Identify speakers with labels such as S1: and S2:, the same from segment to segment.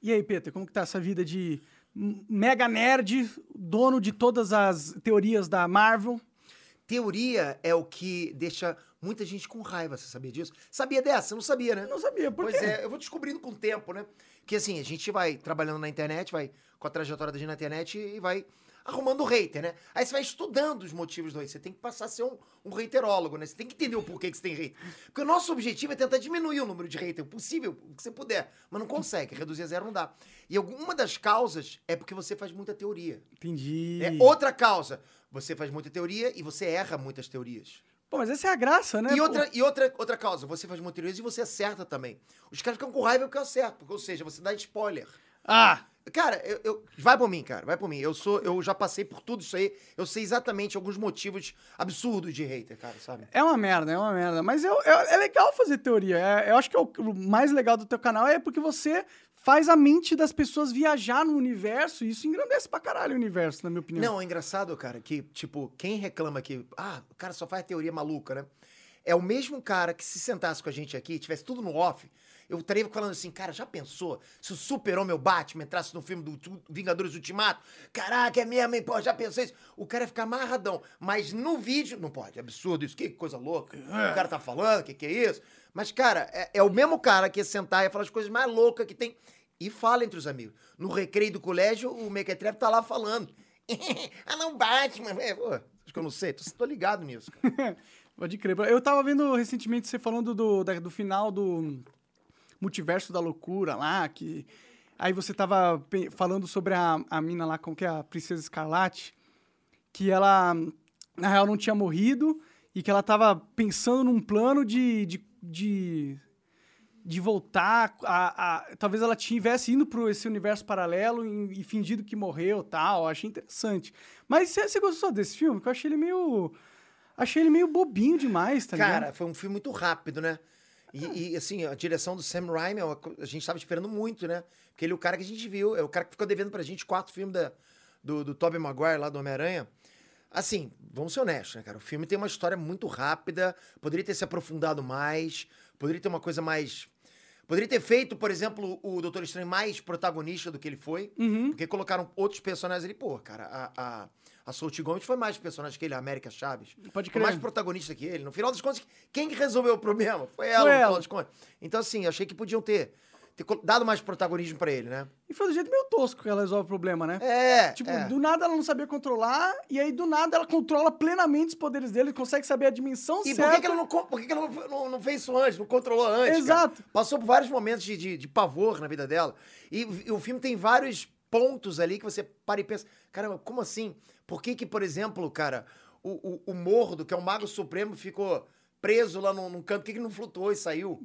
S1: E aí, Peter, como que tá essa vida de mega nerd, dono de todas as teorias da Marvel?
S2: Teoria é o que deixa muita gente com raiva, você sabia disso? Sabia dessa? Você Não sabia, né?
S1: Eu não sabia, por
S2: pois
S1: quê?
S2: é, eu vou descobrindo com o tempo, né? Que assim, a gente vai trabalhando na internet, vai com a trajetória da gente na internet e vai arrumando o hater, né? Aí você vai estudando os motivos do hater. Você tem que passar a ser um, um haterólogo, né? Você tem que entender o porquê que você tem hater. Porque o nosso objetivo é tentar diminuir o número de hater, o possível, o que você puder. Mas não consegue, reduzir a zero não dá. E alguma das causas é porque você faz muita teoria.
S1: Entendi.
S2: É outra causa. Você faz muita teoria e você erra muitas teorias.
S1: Pô, mas essa é a graça, né?
S2: E, outra, e outra, outra causa, você faz muita teoria e você acerta também. Os caras ficam com raiva porque eu acerto, porque, ou seja, você dá spoiler.
S1: Ah,
S2: Cara, eu, eu- vai por mim, cara, vai por mim. Eu sou, eu já passei por tudo isso aí. Eu sei exatamente alguns motivos absurdos de hater, cara, sabe?
S1: É uma merda, é uma merda. Mas eu- eu- é legal fazer teoria. É- eu acho que é o, o mais legal do teu canal é porque você faz a mente das pessoas viajar no universo e isso engrandece pra caralho o universo, na minha opinião.
S2: Não, é engraçado, cara, que, tipo, quem reclama que, ah, o cara só faz teoria maluca, né? É o mesmo cara que se sentasse com a gente aqui, tivesse tudo no off, eu estaria falando assim, cara, já pensou se o super-homem o Batman entrasse no filme do Tu- Vingadores Ultimato? Caraca, é mesmo, hein? Pô, já pensei isso. O cara ia ficar amarradão. Mas no vídeo, não pode, é absurdo isso, que coisa louca. O cara tá falando, que que é isso? Mas, cara, é, é o mesmo cara que ia sentar e ia falar as coisas mais loucas que tem. E fala entre os amigos. No recreio do colégio, o Mequetrep tá lá falando. ah, não, Batman. É, pô, acho que eu não sei, tô, tô ligado nisso, cara.
S1: Pode crer. Eu tava vendo recentemente você falando do, da- do final do Multiverso da Loucura lá, que. Aí você tava pe- falando sobre a, a mina lá, como que é a Princesa Escarlate, que ela, na real, não tinha morrido e que ela tava pensando num plano de. de, de de voltar, a, a- talvez ela tivesse indo para esse universo paralelo e, e fingido que morreu e tal, eu achei interessante. Mas você você gostou desse filme? Que eu achei ele meio... Achei ele meio bobinho demais, tá ligado?
S2: Cara, foi um filme muito rápido, né? E, e, assim, a direção do Sam Raimi, é uma co- a gente tava esperando muito, né? Porque ele é o cara que a gente viu, é o cara que ficou devendo pra gente quatro filmes da, do, do Tobey Maguire, lá do Homem-Aranha. Assim, vamos ser honestos, né, cara? O filme tem uma história muito rápida, poderia ter se aprofundado mais, poderia ter uma coisa mais... Poderia ter feito, por exemplo, o Doutor Estranho mais protagonista do que ele foi.
S1: Uhum.
S2: Porque colocaram outros personagens ali. Pô, cara, a, a, a Soulty Gomes foi mais personagem que ele, a América Chaves.
S1: Pode
S2: Foi
S1: crer.
S2: mais protagonista que ele. No final das contas, quem que resolveu o problema? Foi ela,
S1: Foi
S2: no final
S1: ela.
S2: das contas. Então, assim, achei que podiam ter, ter col- dado mais protagonismo pra ele, né?
S1: E foi do jeito meio tosco que ela resolve o problema, né?
S2: É.
S1: Tipo,
S2: é.
S1: do nada ela não sabia controlar, e aí do nada ela controla plenamente os poderes dele, consegue saber a dimensão
S2: E por
S1: certa.
S2: que, que ela, não, co- por que que ela não, não- não fez isso antes, não controlou antes?
S1: Exato.
S2: cara? Passou por vários momentos de, de, de pavor na vida dela. E, v- e o filme tem vários pontos ali que você para e pensa: caramba, como assim? Por que, que por exemplo, cara, o, o, o Mordo, que é o Mago Supremo, ficou preso lá num, num canto? Por que, que ele não flutuou e saiu?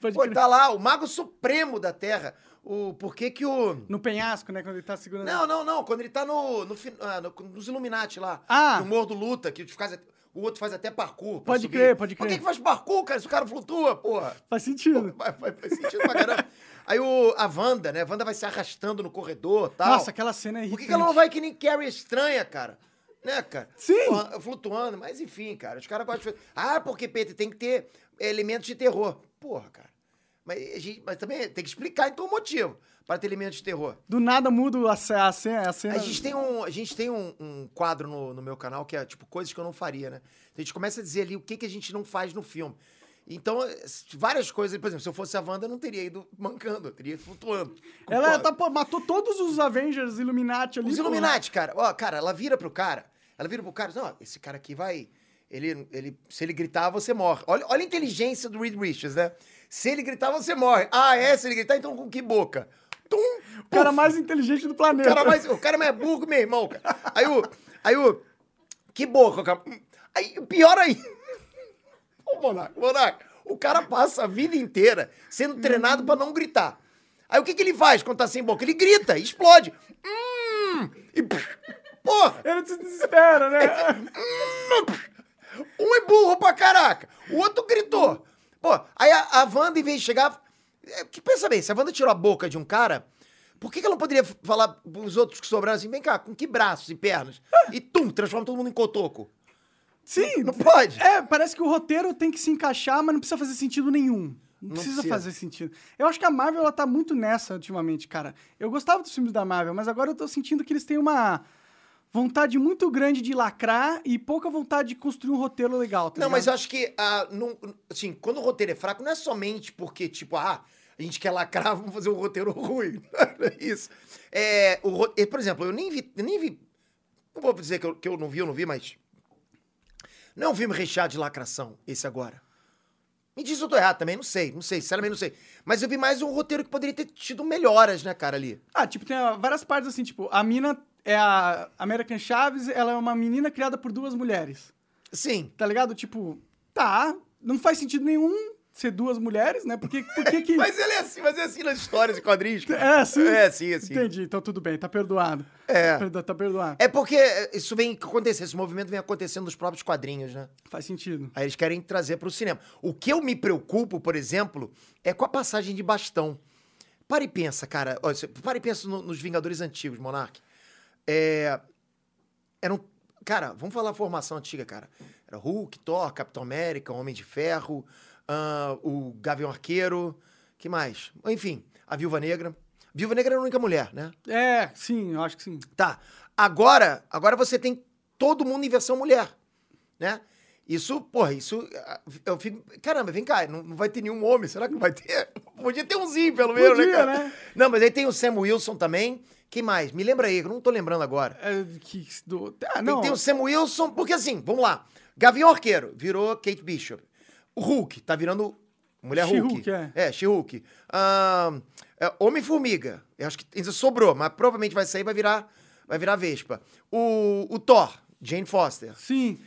S1: Pode
S2: Pô,
S1: crer.
S2: tá lá, o Mago Supremo da Terra. O, por que que o.
S1: No penhasco, né? Quando ele tá segurando.
S2: Não, não, não. Quando ele tá no, no, fin- ah, no- nos Illuminati lá.
S1: Ah.
S2: Que o Mordo luta, que faz, até- o outro faz até parkour. pra
S1: Pode
S2: subir.
S1: crer, pode
S2: Por que,
S1: crer.
S2: que faz parkour, cara? Se o cara flutua, porra.
S1: Faz sentido.
S2: Vai, vai, faz sentido pra caramba. Aí o, a Wanda, né? A Wanda vai se arrastando no corredor e tal.
S1: Nossa, aquela cena é
S2: tá Por que,
S1: irritante.
S2: que ela não vai que nem Carrie estranha, cara? Né, cara?
S1: Sim.
S2: Porra, flutuando, mas enfim, cara. Os caras gostam de. Ah, porque, Peter, tem que ter elementos de terror. Porra, cara. Mas, a gente- mas também tem que explicar então o motivo para ter elementos de terror.
S1: Do nada muda a, ce- a cena. A cena...
S2: A gente tem um, a gente tem um, um quadro no, no meu canal que é tipo coisas que eu não faria, né? A gente começa a dizer ali o que, que a gente não faz no filme. Então, eh, várias coisas, por exemplo, se eu fosse a Wanda, eu não teria ido mancando, eu teria ido flutuando.
S1: Ela
S2: Concordo.
S1: tá, pô, matou todos os Avengers Illuminati ali.
S2: Os
S1: pô.
S2: Illuminati, cara. Ó, cara, ela vira pro cara. Ela vira pro cara e diz, ó, esse cara aqui vai... Ele, ele, se ele gritar, você morre. Olha, olha a inteligência do Reed Richards, né? Se ele gritar, você morre. Ah, é? Se ele gritar, então com que boca? Tum!
S1: O cara mais inteligente do
S2: O
S1: planeta.
S2: cara mais, o cara mais burro, que meu irmão, cara. Aí o... Aí o... Que boca, cara. Aí, pior aí. Ô, Monarca, Monarca, o cara passa a vida inteira sendo treinado pra não gritar. Aí o que, que ele faz quando tá sem boca? Ele grita, explode. Hum! E... pff, Porra!
S1: Ele se desespera, né?
S2: Um é burro pra caraca. O outro gritou. Pô, aí a, a Wanda, em vez de chegar. é, Que pensa bem, se a Wanda tirou a boca de um cara, por que, que ela não poderia f- falar pros outros que sobraram assim, vem cá, com que braços e pernas? E tum, transforma todo mundo em cotoco.
S1: Sim.
S2: Não pode.
S1: É, parece que o roteiro tem que se encaixar, mas não precisa fazer sentido nenhum. Não,
S2: Não
S1: precisa,
S2: precisa.
S1: fazer sentido. Eu acho que a Marvel, ela tá muito nessa ultimamente, cara. Eu gostava dos filmes da Marvel, mas agora eu tô sentindo que eles têm uma vontade muito grande de lacrar e pouca vontade de construir um roteiro legal, tá
S2: Não, mas
S1: ligado?
S2: eu acho que, ah, não, assim, quando o roteiro é fraco, não é somente porque, tipo, ah, a gente quer lacrar, vamos fazer um roteiro ruim. Não é isso. É, o, ro- e, por exemplo, eu nem vi, eu nem vi, não vou dizer que eu, que eu não vi, eu não vi, mas não é um filme recheado de lacração, esse agora. Me diz se eu tô errado também, não sei, não sei, sinceramente não sei. Mas eu vi mais um roteiro que poderia ter tido melhoras, né, cara, ali.
S1: Ah, tipo, tem ah, várias partes assim, tipo, a mina é a American Chaves, ela é uma menina criada por duas mulheres.
S2: Sim,
S1: Tá ligado? Tipo, tá, não faz sentido nenhum ser duas mulheres, né? Porque por que que
S2: mas ele é assim, mas é assim nas histórias e quadrinhos. cara.
S1: É assim?
S2: É assim, é assim.
S1: Entendi, então tudo bem, tá perdoado.
S2: É.
S1: Perdo- tá perdoado.
S2: É porque é, isso vem acontecendo, esse movimento vem acontecendo nos próprios quadrinhos, né?
S1: Faz sentido.
S2: Aí eles querem trazer para o cinema. O que eu me preocupo, por exemplo, é com a passagem de bastão. Para e pensa, cara. Ó, você- Para e pensa no- nos Vingadores antigos, Monark. É, eram, cara, vamos falar a formação antiga, cara. Era Hulk, Thor, Capitão América, Homem de Ferro, ah, o Gavião Arqueiro, que mais? Enfim, a Viúva Negra. Viúva Negra era a única mulher, né?
S1: É, sim, eu acho que sim.
S2: Tá. Agora, agora você tem todo mundo em versão mulher, né? Isso, porra, isso ah, eu fico, caramba, vem cá, não, não vai ter nenhum homem, será que não vai ter? Podia ter umzinho pelo menos, né,
S1: Podia,
S2: cara?
S1: né?
S2: Não, mas aí tem o Sam Wilson também. Quem mais? Me lembra aí, que eu não tô lembrando agora.
S1: É, que, do, ah,
S2: Tem,
S1: não.
S2: tem o Sam Wilson, porque assim, vamos lá. Gavião Arqueiro virou Kate Bishop. O Hulk tá virando Mulher Hulk.
S1: She-Hulk, é.
S2: É, She-Hulk. Ahn, é, Homem-Formiga. Eu acho que ainda sobrou, mas provavelmente vai sair e vai virar, vai virar Vespa. O, o Thor, Jane Foster.
S1: Sim.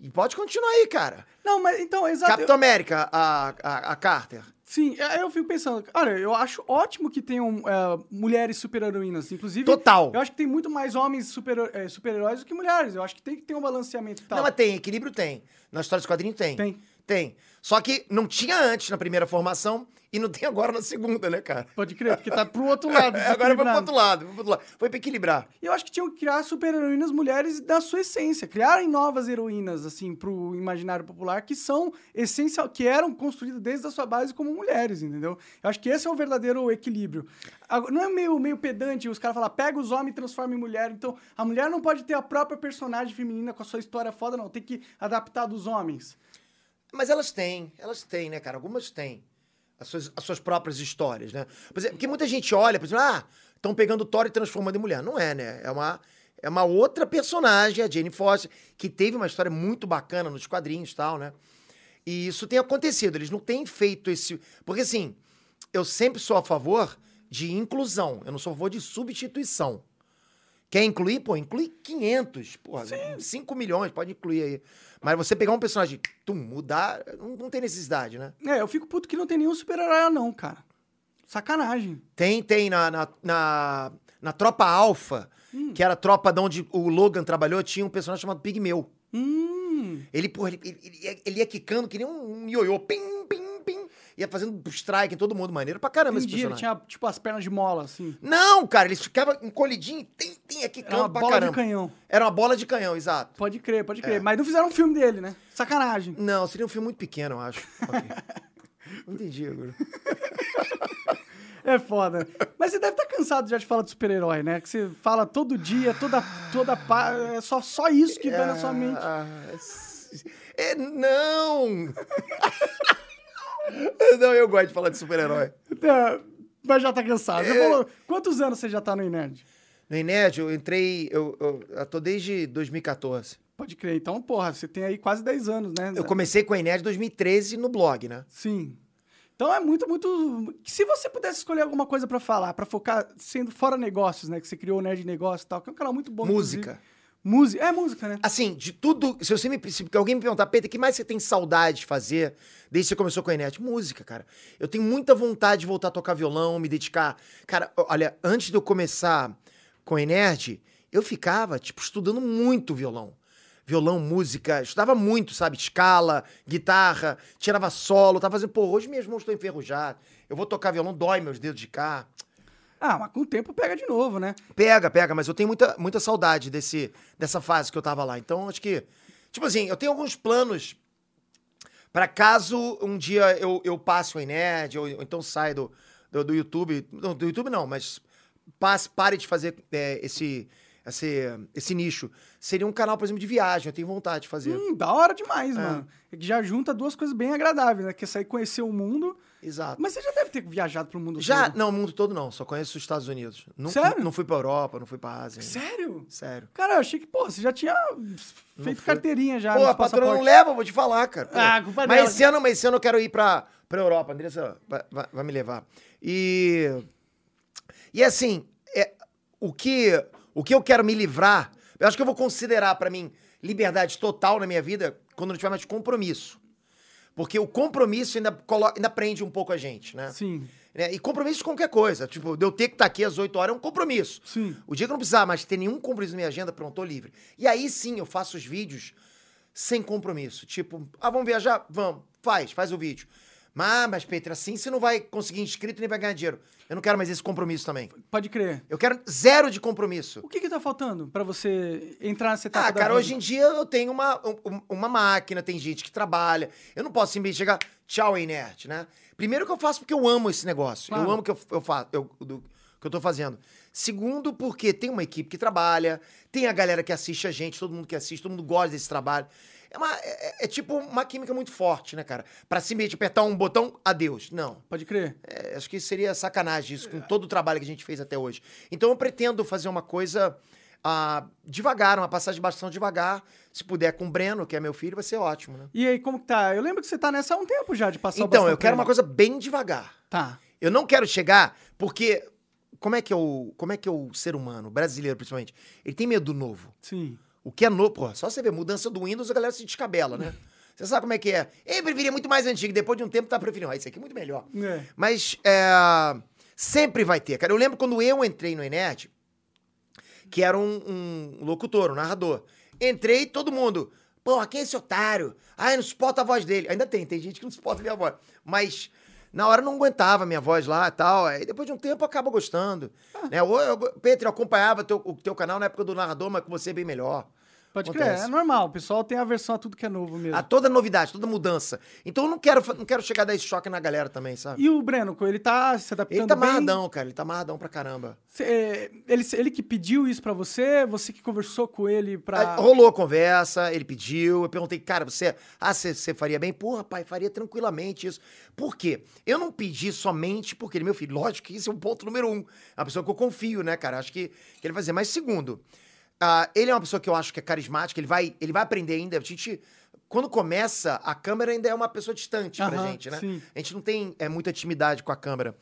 S2: E pode continuar aí, cara.
S1: Não, mas então, exato.
S2: Capitão América, a, a, a Carter.
S1: Sim, é, aí eu fico pensando, olha, eu acho ótimo que tenham é, mulheres super-heroínas, inclusive.
S2: Total.
S1: Eu acho que tem muito mais homens super- é, super-heróis do que mulheres. Eu acho que tem que ter um balanceamento e tal.
S2: Não, mas tem, equilíbrio tem. Na história dos quadrinhos tem.
S1: Tem.
S2: Tem. Só que não tinha antes na primeira formação e não tem agora na segunda, né, cara?
S1: Pode crer, porque tá pro outro lado.
S2: É, agora foi pro
S1: desequilibrado.
S2: outro lado, foi pro outro lado. Foi pra equilibrar.
S1: E eu acho que tinham que criar super-heroínas mulheres da sua essência, criarem novas heroínas, assim, pro imaginário popular, que são essencial, que eram construídas desde a sua base como mulheres, entendeu? Eu acho que esse é o verdadeiro equilíbrio. Agora, não é meio, meio pedante os caras falar pega os homens e transforma em mulher, então a mulher não pode ter a própria personagem feminina com a sua história foda, não, tem que adaptar dos homens.
S2: Mas elas têm, elas têm, né, cara? Algumas têm. As suas, as suas próprias histórias, né? Por exemplo, porque muita gente olha, por exemplo, ah, estão pegando o Thor e transformando em mulher. Não é, né? É uma, é uma outra personagem, a Jane Foster, que teve uma história muito bacana nos quadrinhos e tal, né? E isso tem acontecido, eles não têm feito esse. Porque assim, eu sempre sou a favor de inclusão, eu não sou a favor de substituição. Quer incluir? Pô, inclui 500, porra, 5 milhões, pode incluir aí. Mas você pegar um personagem, tum, mudar, não, não tem necessidade, né?
S1: É, eu fico puto que não tem nenhum super-herói não, cara. Sacanagem.
S2: Tem, tem, na, na, na, na Tropa Alfa,
S1: Hum.
S2: que era a tropa de onde o Logan trabalhou, tinha um personagem chamado Pigmeu.
S1: Hum.
S2: Ele, porra, ele, ele, ele ia, ele ia quicando que nem um, um ioiô, pim, pim, pim, ia fazendo strike em todo mundo, maneiro pra caramba esse
S1: Entendi, ele
S2: é personagem.
S1: tinha, tipo, as pernas de mola, assim.
S2: Não, cara, ele ficava encolhidinho, e tem, tem,
S1: Era
S2: ia
S1: uma
S2: quicando pra
S1: bola de
S2: caramba.
S1: canhão.
S2: Era uma bola de canhão, exato.
S1: Pode crer, pode
S2: É.
S1: crer. Mas não fizeram um filme dele, né? Sacanagem.
S2: Não, seria um filme muito pequeno, eu acho. Ok. Não entendi agora.
S1: É foda. Mas você deve estar cansado já de falar de super-herói, né? Que você fala todo dia, toda. toda pa... É só, só isso que vai na sua mente.
S2: Ah, s- É, não! não, eu gosto de falar de super-herói.
S1: É, mas já tá cansado.
S2: É.
S1: Já falou- Quantos anos você já tá no Inerd?
S2: No Inerd, eu entrei, eu, eu, eu tô desde 2014.
S1: Pode crer. Então, porra, você tem aí quase 10 anos, né?
S2: Eu comecei com a Inerd em 2013 no blog, né?
S1: Sim. Então é muito, muito. Se você pudesse escolher alguma coisa pra falar, pra focar, sendo fora negócios, né? Que você criou o Nerd Negócio e tal, que é um canal muito bom.
S2: Música.
S1: Música. É música, né?
S2: Assim, de tudo, se você me se alguém me perguntar, Peter, o que mais você tem saudade de fazer desde que você começou com a Inerte? Música, cara. Eu tenho muita vontade de voltar a tocar violão, me dedicar. Cara, o- olha, antes de eu começar com a Inerte, eu ficava, tipo, estudando muito violão. Violão, música, estudava muito, sabe? Escala, guitarra, tirava solo, tava fazendo, pô, hoje minhas mãos estão enferrujadas. Eu vou tocar violão, dói meus dedos de cá.
S1: Ah, mas com o tempo pega de novo, né?
S2: Pega, pega, mas eu tenho muita, muita saudade desse, dessa fase que eu tava lá. Então, acho que. Tipo assim, eu tenho alguns planos Pra caso um dia eu, eu passe o iNerd, ou, ou então saia do, do, do YouTube. Não, do YouTube não, mas passe, pare de fazer é, esse, esse, esse nicho. Seria um canal, por exemplo, de viagem. Eu tenho vontade de fazer.
S1: Hum, da hora demais,
S2: É.
S1: mano. É que já junta duas coisas bem agradáveis, né? Que é sair conhecer o mundo.
S2: Exato.
S1: Mas você já deve ter viajado pro mundo
S2: Já,
S1: todo.
S2: não, o mundo todo não, só conheço os Estados Unidos. Não,
S1: Sério?
S2: Não fui pra Europa, não fui pra Ásia.
S1: Sério?
S2: Sério.
S1: Cara, eu achei que, pô, você já tinha feito
S2: foi.
S1: carteirinha já.
S2: Pô,
S1: no
S2: a patroa não
S1: passaporte.
S2: leva, vou te falar, cara. Pô,
S1: Ah, culpa
S2: mas
S1: dela.
S2: esse ano, mas esse ano eu quero ir pra, pra Europa. A Andressa vai, vai- vai me levar. E. E assim, é, o, que, o que eu quero me livrar, eu acho que eu vou considerar pra mim liberdade total na minha vida quando não tiver mais compromisso. Porque o compromisso ainda, colo- ainda prende um pouco a gente, né?
S1: Sim,
S2: Né? E compromisso de qualquer coisa. Tipo, de eu ter que estar aqui às 8 horas é um compromisso.
S1: sim.
S2: O dia que eu não precisar mais ter nenhum compromisso na minha agenda, pronto, tô livre. E aí sim eu faço os vídeos sem compromisso. Tipo, ah, vamos viajar? Vamos, faz, faz o vídeo. Mas, mas, Petra, assim você não vai conseguir inscrito nem vai ganhar dinheiro. Eu não quero mais esse compromisso também.
S1: Pode crer.
S2: Eu quero zero de compromisso.
S1: O que que tá faltando pra você tá entrar nessa etapa
S2: Ah,
S1: da
S2: cara,
S1: vida?
S2: hoje em dia eu tenho uma, um- uma máquina, tem gente que trabalha. Eu não posso simplesmente chegar, tchau, ei, nerd, né? Primeiro que eu faço porque eu amo esse negócio.
S1: Claro.
S2: Eu amo o que eu, eu faço, eu, do, que eu tô fazendo. Segundo, porque tem uma equipe que trabalha, tem a galera que assiste a gente, todo mundo que assiste, todo mundo gosta desse trabalho. É, uma- é- é tipo uma química muito forte, né, cara? Pra simplesmente apertar um botão, adeus. Não.
S1: Pode crer.
S2: É, acho que seria sacanagem isso com todo o trabalho que a gente fez até hoje. Então eu pretendo fazer uma coisa ah, devagar, uma passagem bastante devagar. Se puder com o Breno, que é meu filho, vai ser ótimo, né?
S1: E aí, como que tá? Eu lembro que você tá nessa há um tempo já, de passar o
S2: então,
S1: bastão
S2: eu quero
S1: pra
S2: uma coisa bem devagar.
S1: ele. Tá.
S2: Eu não quero chegar, porque como é que é o, como é que é o ser humano, brasileiro principalmente, ele tem medo do novo.
S1: Sim.
S2: O que é novo, pô, só você ver, mudança do Windows, a galera se descabela, né? Você sabe como é que é? Eu preferia muito mais antigo, depois de um tempo tá preferindo, ah, isso aqui é muito melhor.
S1: É.
S2: Mas é, sempre vai ter, cara. Eu lembro quando eu entrei no Enerd, que era um, um locutor, um narrador. Entrei, todo mundo. Porra, quem é esse otário? Ai, não suporta a voz dele. Ainda tem, tem gente que não suporta a minha voz. Mas na hora eu não aguentava a minha voz lá e tal. Aí depois de um tempo acaba gostando. Né? Ou eu, Pedro, eu acompanhava teu- o teu canal na época do narrador, mas com você é bem melhor.
S1: Pode crer,
S2: Acontece.
S1: é normal. O pessoal tem aversão a tudo que é novo mesmo.
S2: A toda novidade, toda mudança. Então eu não quero, fa- não quero chegar a dar esse choque na galera também, sabe?
S1: E o Breno, ele tá se adaptando
S2: Ele tá
S1: bem?
S2: amarradão, cara. Ele tá amarradão pra caramba.
S1: Cê, é, ele, ele que pediu isso pra você? Você que conversou com ele pra...
S2: Aí Rolou a conversa, ele pediu, eu perguntei, cara, você, ah, você, você faria bem? Pô, rapaz, faria tranquilamente isso. Por quê? Eu não pedi somente porque ele, é meu filho, lógico que isso é um ponto número um. É uma pessoa que eu confio, né, cara? Acho que, que ele vai fazer. Mas segundo, ah, ele é uma pessoa que eu acho que é carismática, ele vai, ele vai aprender ainda. A gente, quando começa, a câmera ainda é uma pessoa distante pra
S1: Aham,
S2: gente, né?
S1: Sim.
S2: A gente não tem é, muita intimidade com a câmera.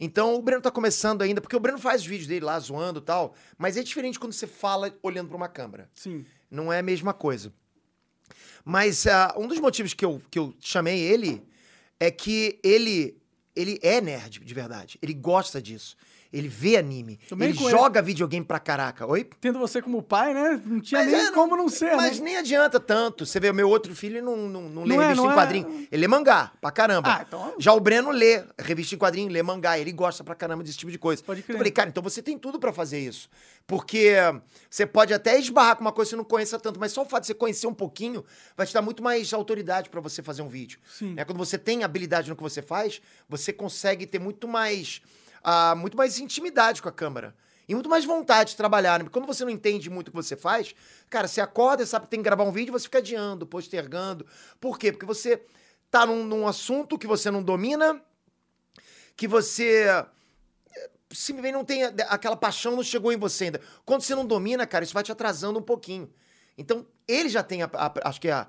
S2: Então o Breno tá começando ainda, porque o Breno faz os vídeos dele lá zoando e tal, mas é diferente quando você fala olhando pra uma câmera.
S1: Sim.
S2: Não é a mesma coisa. Mas ah, um dos motivos que eu, que eu chamei ele é que ele ele é nerd de verdade. Ele gosta disso. Ele vê anime.
S1: Também
S2: ele
S1: com ele.
S2: joga videogame pra caraca. Oi?
S1: Tendo você como pai, né? Não tinha
S2: Mas
S1: nem
S2: é, não-
S1: como não ser,
S2: Mas
S1: né?
S2: nem adianta tanto. Você vê, meu outro filho não, não, não lê
S1: Não é,
S2: revista
S1: não
S2: em
S1: é.
S2: quadrinho. Ele lê mangá, pra caramba.
S1: Ah, então
S2: Já o Breno lê revista em quadrinho, lê mangá. Ele gosta pra caramba desse tipo de coisa.
S1: pode
S2: Eu
S1: crer.
S2: falei, cara, então você tem tudo pra fazer isso. Porque você pode até esbarrar com uma coisa que você não conheça tanto, mas só o fato de você conhecer um pouquinho vai te dar muito mais autoridade pra você fazer um vídeo.
S1: Sim.
S2: Né? Quando você tem habilidade no que você faz, você consegue ter muito mais, ah, muito mais intimidade com a câmera. E muito mais vontade de trabalhar. Né? Porque Quando você não entende muito o que você faz, cara, você acorda, sabe que tem que gravar um vídeo, você fica adiando, postergando. Por quê? Porque você tá num, num assunto que você não domina, que você eh, simplesmente não tem a- aquela paixão, não chegou em você ainda. Quando você não domina, cara, isso vai te atrasando um pouquinho. Então, ele já tem, a, a- acho que é a-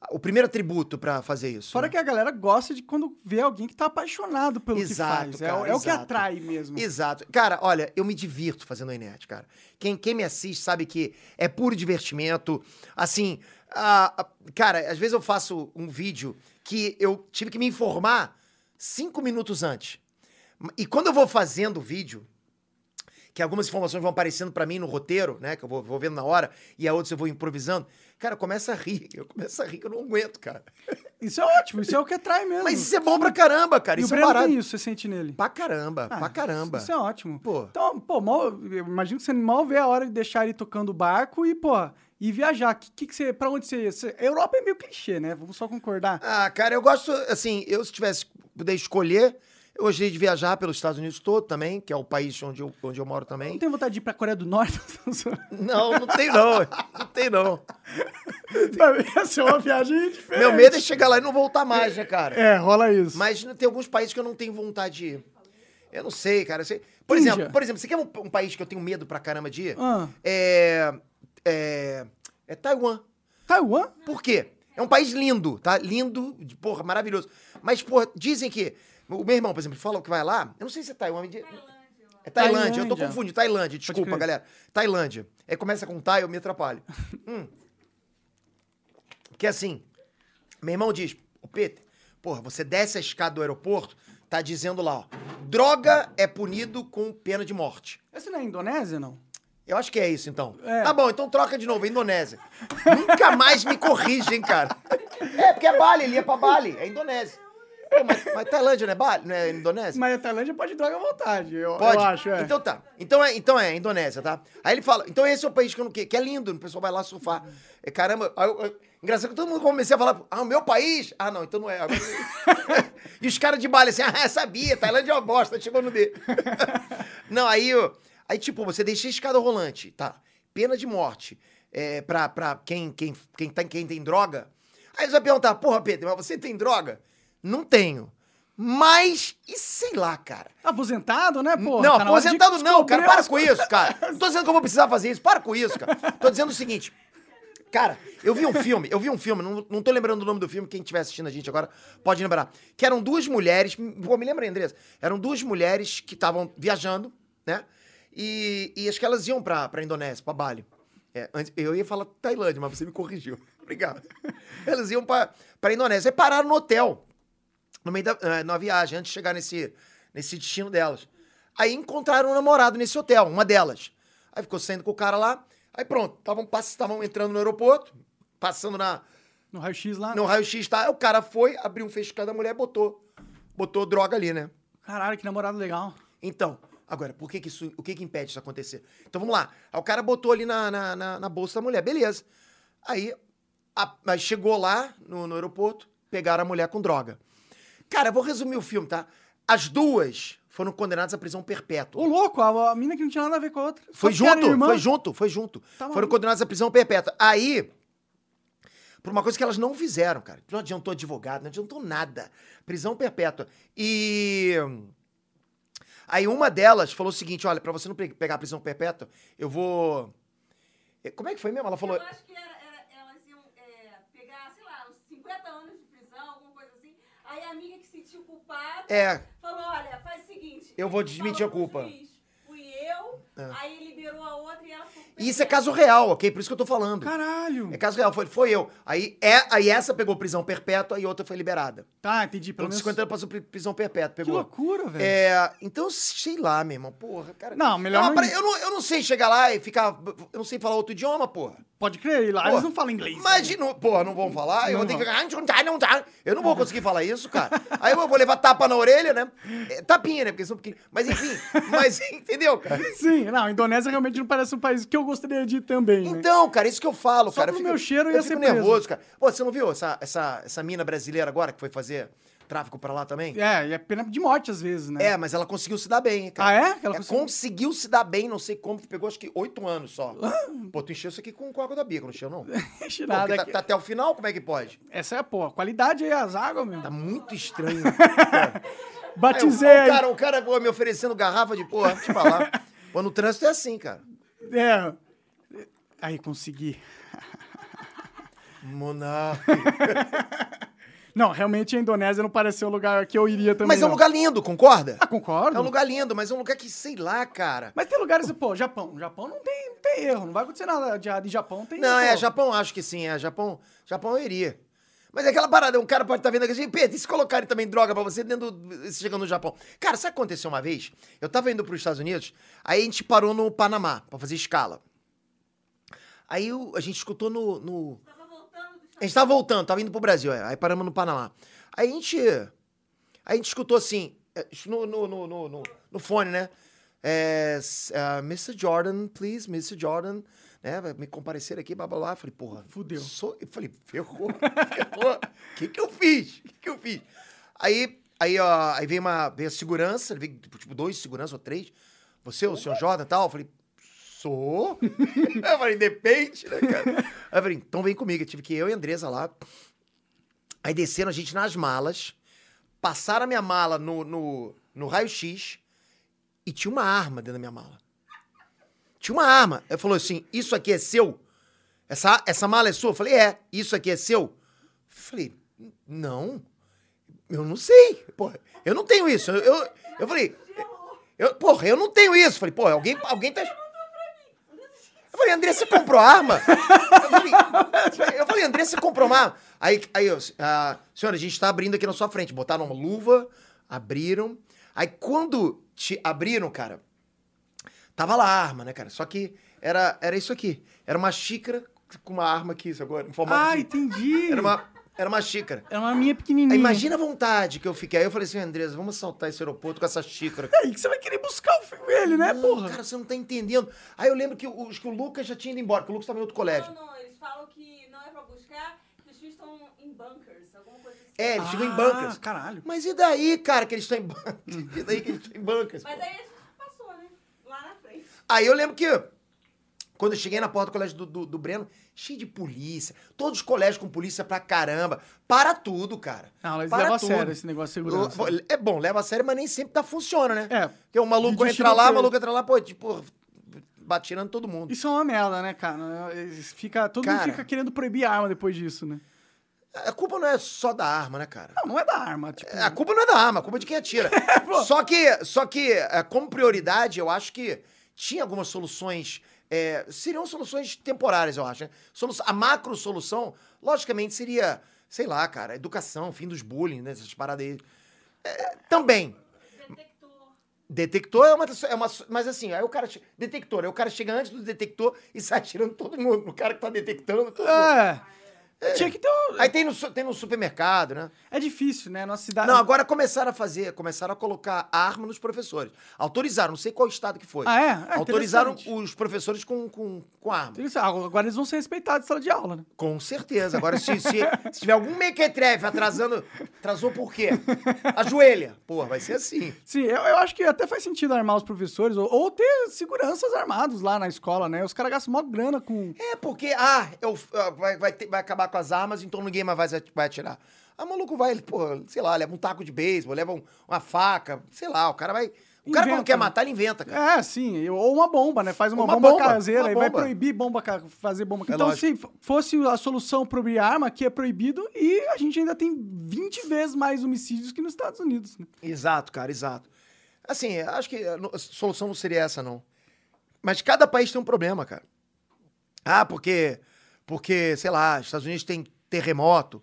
S2: a- o primeiro atributo pra fazer isso.
S1: Fora
S2: né?
S1: que a galera gosta de quando vê alguém que tá apaixonado pelo
S2: Exato,
S1: que faz. É o-
S2: cara,
S1: é, o que
S2: exato.
S1: atrai mesmo.
S2: Exato. Cara, olha, eu me divirto fazendo o Inet, cara. Quem, quem me assiste sabe que é puro divertimento. Assim, a- a- cara, às vezes eu faço um vídeo que eu tive que me informar cinco minutos antes. E quando eu vou fazendo o vídeo, que algumas informações vão aparecendo pra mim no roteiro, né? Que eu vou, vou vendo na hora, e a outras eu vou improvisando. Cara, começa a rir. Eu começo a rir que eu não aguento, cara.
S1: Isso é ótimo, isso é o que atrai mesmo.
S2: Mas isso é bom pra caramba, cara.
S1: E o
S2: Isso é
S1: Breno
S2: barato.
S1: tem isso, você sente nele.
S2: Pra caramba,
S1: Ah,
S2: pra caramba.
S1: Isso é ótimo.
S2: Pô.
S1: Então, pô, mal, eu imagino que você mal vê a hora de deixar ele tocando o barco e, pô, e viajar. Que, que, que você, pra onde você, você... Europa é meio clichê, né? Vamos só concordar.
S2: Ah, cara, eu gosto, assim, eu se tivesse poder escolher, eu gostaria de viajar pelos Estados Unidos todo também, que é o país onde eu, onde eu moro
S1: Não
S2: também.
S1: tem vontade de ir pra Coreia do Norte?
S2: Não, não tem não, não tem não.
S1: pra mim, essa é uma viagem diferente.
S2: Meu medo é chegar lá e não voltar mais, né, cara?
S1: É, rola isso.
S2: Mas tem alguns países que eu não tenho vontade de ir. Eu não sei, cara. eu sei- Por,
S1: Índia.
S2: exemplo, por exemplo, você quer um, um país que eu tenho medo pra caramba de ir?
S1: Ah,
S2: É, é, é Taiwan.
S1: Taiwan?
S2: Por quê? É um país lindo, tá? Lindo, de- porra, maravilhoso. Mas, porra, dizem que. O meu irmão, por exemplo, fala que vai lá. Eu não sei se é Taiwan. me di- É Tailândia, eu tô
S1: Tailândia.
S2: confundindo. Tailândia, desculpa,
S1: crer.
S2: galera. Tailândia. É, começa com Thai, eu me atrapalho. Hum. Que assim, meu irmão diz, ô Peter, porra, você desce a escada do aeroporto, tá dizendo lá, ó, droga é punido com pena de morte.
S1: Essa não é a Indonésia, não?
S2: Eu acho que é isso, então.
S1: É.
S2: Tá bom, então troca de novo, Indonésia. Nunca mais me corrija, hein, cara. É, porque é Bali, ele ia pra Bali, é Indonésia. Pô, mas, mas Tailândia não é Bali, não é Indonésia?
S1: Mas a Tailândia pode droga à vontade, eu,
S2: Pode?
S1: eu acho, é.
S2: Então tá. Então é, então é, Indonésia, tá? Aí ele fala, então esse é o país que eu não quero, que é lindo, o pessoal vai lá surfar. É, caramba, aí eu- eu- engraçado que todo mundo comecei a falar, ah, o meu país? Ah, não, então não é. Agora- e os caras de Bali assim, ah, sabia, Tailândia é uma bosta, chegou no D. não, aí, eu- aí tipo, você deixa a escada rolante, tá? Pena de morte é, pra, pra quem, quem, quem, tá, quem tem droga. Aí você vai perguntar, porra, Pedro, mas você tem droga? Não tenho. Mas, e sei lá, cara.
S1: Aposentado, né, pô?
S2: Não, aposentado não, cara. Para com isso, cara. Não tô dizendo que eu vou precisar fazer isso. Para com isso, cara. Tô dizendo o seguinte. Cara, eu vi um filme, eu vi um filme, não, não tô lembrando o nome do filme, quem estiver assistindo a gente agora pode lembrar. Que eram duas mulheres, pô, me lembra aí, Andressa? Eram duas mulheres que estavam viajando, né? E, e acho que elas iam pra, pra Indonésia, pra Bali. É, antes- eu ia falar Tailândia, mas você me corrigiu. Obrigado. Elas iam pra, pra Indonésia. Aí pararam no hotel no meio da eh, na viagem, antes de chegar nesse, nesse destino delas. Aí encontraram um namorado nesse hotel, uma delas. Aí ficou saindo com o cara lá. Aí pronto, estavam entrando no aeroporto, passando na,
S1: No raio-x lá?
S2: no raio-x, tá? Aí o cara foi, abriu um fechado da mulher e botou. Botou droga ali, né?
S1: Caralho, que namorado legal.
S2: Então, agora, por que que isso, o que que impede isso acontecer? Então vamos lá. Aí o cara botou ali na, na, na- na bolsa da mulher, beleza. Aí, a- mas chegou lá no, no aeroporto, pegaram a mulher com droga. Cara, eu vou resumir o filme, tá? As duas foram condenadas à prisão perpétua.
S1: Ô, louco, a, a mina que não tinha nada a ver com a outra.
S2: Foi
S1: Só porque era
S2: junto,
S1: irmã. Tá
S2: foi junto, foi junto.
S1: maluco.
S2: Foram condenados à prisão perpétua. Aí, por uma coisa que elas não fizeram, cara. Não adiantou advogado, não adiantou nada. Prisão perpétua. E. Aí uma delas falou o seguinte: olha, pra você não pe- pegar a prisão perpétua, eu vou. Eh, Como é que foi mesmo? Ela falou.
S3: Eu acho que era, era- elas iam é, pegar, sei lá, uns 50 anos de prisão, alguma coisa assim. Aí a amiga que se sentiu culpada
S2: É,
S3: falou: olha, faz o seguinte.
S2: Eu vou desmentir a
S3: falou pro
S2: culpa.
S3: juiz, Fui eu,
S2: É.
S3: aí liberou a outra e ela ficou.
S2: e isso é caso real, ok? Por isso que eu tô falando.
S1: Caralho.
S2: É caso real, foi, foi eu. Aí, é, aí essa pegou prisão perpétua e outra foi liberada.
S1: Tá, entendi. Pelo
S2: Pelo
S1: menos...
S2: 50 anos passou pri- prisão perpétua,
S1: Que
S2: pegou.
S1: loucura, velho.
S2: É, então, sei lá, meu irmão, porra, cara.
S1: Não, melhor
S2: Não,
S1: não
S2: pera-
S1: ir.
S2: eu, não, eu não sei chegar lá e ficar. Eu não sei falar outro idioma, porra.
S1: Pode crer, e lá
S2: Pô,
S1: eles não falam inglês.
S2: Imagina, porra, não vão falar. eu
S1: Não
S2: vou ter que. Eu não vou conseguir falar isso, cara. Aí eu vou levar tapa na orelha, né? É, tapinha, né? Porque são pequenos. Mas enfim, mas entendeu, cara?
S1: né? Sim, não, a Indonésia realmente não parece um país que eu gostaria de ir também, né?
S2: Então, cara, isso que eu falo,
S1: Só
S2: cara.
S1: pelo
S2: eu fico,
S1: meu cheiro eu ia
S2: fico
S1: ser preso.
S2: nervoso, cara. Pô, você não viu essa, essa, essa mina brasileira agora que foi fazer tráfico pra lá também?
S1: É, e é pena de morte às vezes, né?
S2: É, mas ela conseguiu se dar bem, hein,
S1: Ah,
S2: cara.
S1: é? Que Ela
S2: É,
S1: conseguiu-
S2: conseguiu... se dar bem, não sei como, que pegou acho que oito anos só. Pô, tu encheu isso aqui com o coco da bica, não encheu, não?
S1: Ixi,
S2: Pô,
S1: Ah. nada
S2: porque tá,
S1: aqui.
S2: tá até o final, como é que pode?
S1: Essa é, pô, a qualidade aí, as águas, meu.
S2: Tá muito estranho.
S1: Batizei
S2: Aí, o, o
S1: aí.
S2: cara, o cara pô, me oferecendo garrafa de porra, deixa eu te falar. Pô, no trânsito é assim, cara.
S1: É. Aí, consegui.
S2: Monar.
S1: Não, realmente a Indonésia não pareceu um lugar que eu iria também.
S2: Mas é um
S1: não.
S2: lugar lindo, concorda?
S1: Ah, concordo.
S2: É um lugar lindo, mas é um lugar que, sei lá, cara.
S1: Mas tem lugares, pô, Japão. Japão não tem, não tem erro, não vai acontecer nada de errado. Em Japão tem
S2: Não,
S1: pô.
S2: é, Japão acho que sim, é. Japão, Japão eu iria. Mas é aquela parada, um cara pode estar vendo aqui assim, Pedro, e se colocarem também droga pra você dentro do, se chegando no Japão? Cara, sabe o que aconteceu uma vez? Eu tava indo pros Estados Unidos, aí a gente parou no Panamá pra fazer escala. Aí eu- a gente escutou no- no,
S3: Tava voltando do
S2: a gente tava voltando, tava indo pro Brasil, é. aí paramos no Panamá. Aí a gente. aí a gente escutou assim, é, isso no, no, no, no, no- no fone, né? É, s- ah, Mr. Jordan, please, Mr. Jordan, né? Vai me comparecer aqui, blá blá blá. Falei, porra.
S1: Fudeu.
S2: Sou... Eu falei, ferrou, ferrou. O que que eu fiz? O que que eu fiz? Aí, aí, ó, aí veio uma veio a segurança, veio, tipo, tipo, dois seguranças ou três. Você, o senhor Jordan e tal? Eu falei, sou? eu falei, depende, né, cara? Aí eu falei, então vem comigo. Eu tive que ir, eu e a Andresa lá. Aí desceram a gente nas malas, passaram a minha mala no, no, no raio-x e tinha uma arma dentro da minha mala. Tinha uma arma. Ela falou assim: Isso aqui é seu? Essa, essa mala é sua? Eu falei: É. Isso aqui é seu? Eu falei: Não. Eu não sei. Porra, eu não tenho isso. Eu, eu, eu falei: eu, Porra, eu não tenho isso. Eu falei: Porra, alguém, alguém tá. Eu falei, André, você comprou arma? Eu falei, eu falei, André, você comprou uma arma? Aí, aí eu, ah, senhora, a gente tá abrindo aqui na sua frente. Botaram uma luva, abriram. Aí quando te abriram, cara, tava lá a arma, né, cara? Só que era, era isso aqui. Era uma xícara com uma arma aqui, isso agora, em formato
S1: Ah,
S2: de-
S1: entendi.
S2: é Era uma, era uma xícara.
S1: É uma minha
S2: Aí
S1: pequenininha.
S2: imagina a vontade que eu fiquei. Aí eu falei assim, Andresa, vamos saltar esse aeroporto com essa xícara.
S1: Aí que você vai querer buscar o filho dele, né,
S2: Não,
S1: porra?
S2: Cara, você não tá entendendo. Aí eu lembro que o, acho que o Lucas já tinha ido embora, que o Lucas tava em outro colégio.
S3: Não, não, eles falam que não é pra buscar, que os filhos estão em bunkers, alguma coisa assim.
S2: É, eles ficam em
S1: Ah,
S2: bancas.
S1: caralho.
S2: Mas e daí, cara, que eles estão em bancas? E daí que eles estão em bancas? pô?
S3: Mas é aí a gente passou, né? Lá na frente.
S2: Aí eu lembro que, quando eu cheguei na porta do colégio do, do, do Breno, cheio de polícia. Todos os colégios com polícia pra caramba. Para tudo, cara.
S1: Não, eles
S2: Para
S1: levam Ah, a
S2: tudo.
S1: sério esse negócio de segurança.
S2: É bom, leva a sério, mas nem sempre tá funciona, né?
S1: É.
S2: Porque o maluco
S1: Vídeo
S2: entra lá, o
S1: tiroteio.
S2: maluco entra lá, pô, tipo, batirando todo mundo.
S1: Isso é uma merda, né, cara? Eles Fica, todo
S2: Cara.
S1: mundo fica querendo proibir a arma depois disso, né?
S2: A culpa não é só da arma, né, cara?
S1: Não, não é da arma. Tipo,
S2: A culpa não é da arma, a culpa é de quem atira. só que, só que eh, como prioridade, eu acho que tinha algumas soluções. eh, seriam soluções temporárias, eu acho. Né? Solu- a macro solução, logicamente, seria, sei lá, cara, educação, fim dos bullying, né? Essas paradas aí. Eh, também.
S3: Detector.
S2: Detector é uma, é uma. Mas assim, aí o cara. che- Detector, aí o cara chega antes do detector e sai atirando todo mundo. O cara que tá detectando. Todo
S1: Ah.
S2: mundo.
S1: É. Tinha que ter um...
S2: Aí tem no, su- tem no supermercado, né?
S1: É difícil, né? Nossa cidade...
S2: Não, agora começaram a fazer, começaram a colocar arma nos professores. Autorizaram, não sei qual estado que foi.
S1: Ah, é? É
S2: Autorizaram
S1: interessante.
S2: os professores com, com, com arma.
S1: Interessante. Ah, Agora eles vão ser respeitados na sala de aula, né?
S2: Com certeza. Agora, se, se, se tiver algum mequetrefe atrasando, atrasou por quê? Ajoelha. Porra, vai ser assim.
S1: Sim, eu, eu acho que até faz sentido armar os professores ou, ou ter seguranças armados lá na escola, né? Os caras gastam mó grana com...
S2: É porque, ah, eu, ah, vai, vai, ter- vai acabar com as armas, então ninguém mais vai, ati- vai atirar. Ah, maluco vai, ele, porra, sei lá, leva um taco de beisebol, leva um- uma faca, sei lá, o cara vai. O cara, quando
S1: Inventa,
S2: quer
S1: né?
S2: matar, ele inventa, cara.
S1: É, sim. eu- Ou uma bomba, né? Faz uma,
S2: Uma
S1: bomba,
S2: bomba,
S1: caseira
S2: uma
S1: e vai
S2: bomba.
S1: proibir bomba ca- fazer bomba.
S2: É
S1: então,
S2: lógico.
S1: se f- fosse a solução proibir arma, que é proibido, e a gente ainda tem 20 vezes mais homicídios que nos Estados Unidos. Né?
S2: Exato, cara, exato. Assim, acho que a no- a solução não seria essa, não. Mas cada país tem um problema, cara. Ah, porque, porque sei lá, Estados Unidos tem terremoto.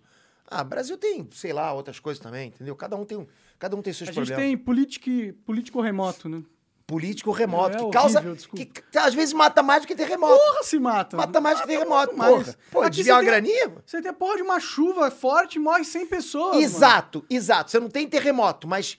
S2: Ah, Brasil tem, sei lá, outras coisas também, entendeu? Cada um tem, um, cada um tem seus
S1: A gente
S2: problemas.
S1: tem político, político remoto, né?
S2: Político remoto,
S1: É
S2: que
S1: horrível,
S2: causa.
S1: desculpa.
S2: que c- às vezes mata mais do que terremoto.
S1: Porra, se mata.
S2: mata mais do que terremoto,
S1: mais.
S2: porra. Pô,
S1: Aqui
S2: desviar uma
S1: você tem-
S2: graninha?
S1: Você tem a porra de uma chuva forte, morre 100 pessoas. mano.
S2: Exato, exato. Você não tem terremoto, mas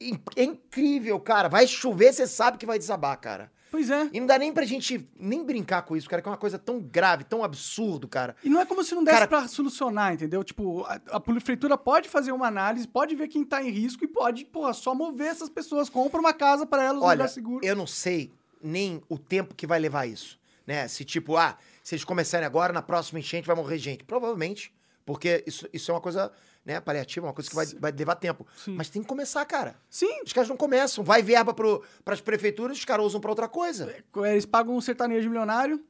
S2: in- é incrível, cara. Vai chover, você sabe que vai desabar, cara.
S1: Pois é.
S2: E não dá nem pra gente nem brincar com isso, cara, que é uma coisa tão grave, tão absurdo, cara.
S1: E não é como se não desse
S2: Cara-
S1: pra solucionar, entendeu? Tipo, a, a prefeitura pode fazer uma análise, pode ver quem tá em risco e pode, porra, só mover essas pessoas. Compra uma casa pra elas, um
S2: Olha,
S1: lugar seguro.
S2: eu não sei nem o tempo que vai levar isso, né? Se tipo, ah, se eles começarem agora, na próxima enchente vai morrer gente. Provavelmente, porque isso, isso é uma coisa, né, paliativa, uma coisa que vai, vai levar tempo.
S1: Sim.
S2: Mas tem que começar, cara.
S1: Sim,
S2: Os caras não começam. Vai verba pro, pras prefeituras, os caras usam pra outra coisa.
S1: eles pagam um sertanejo milionário.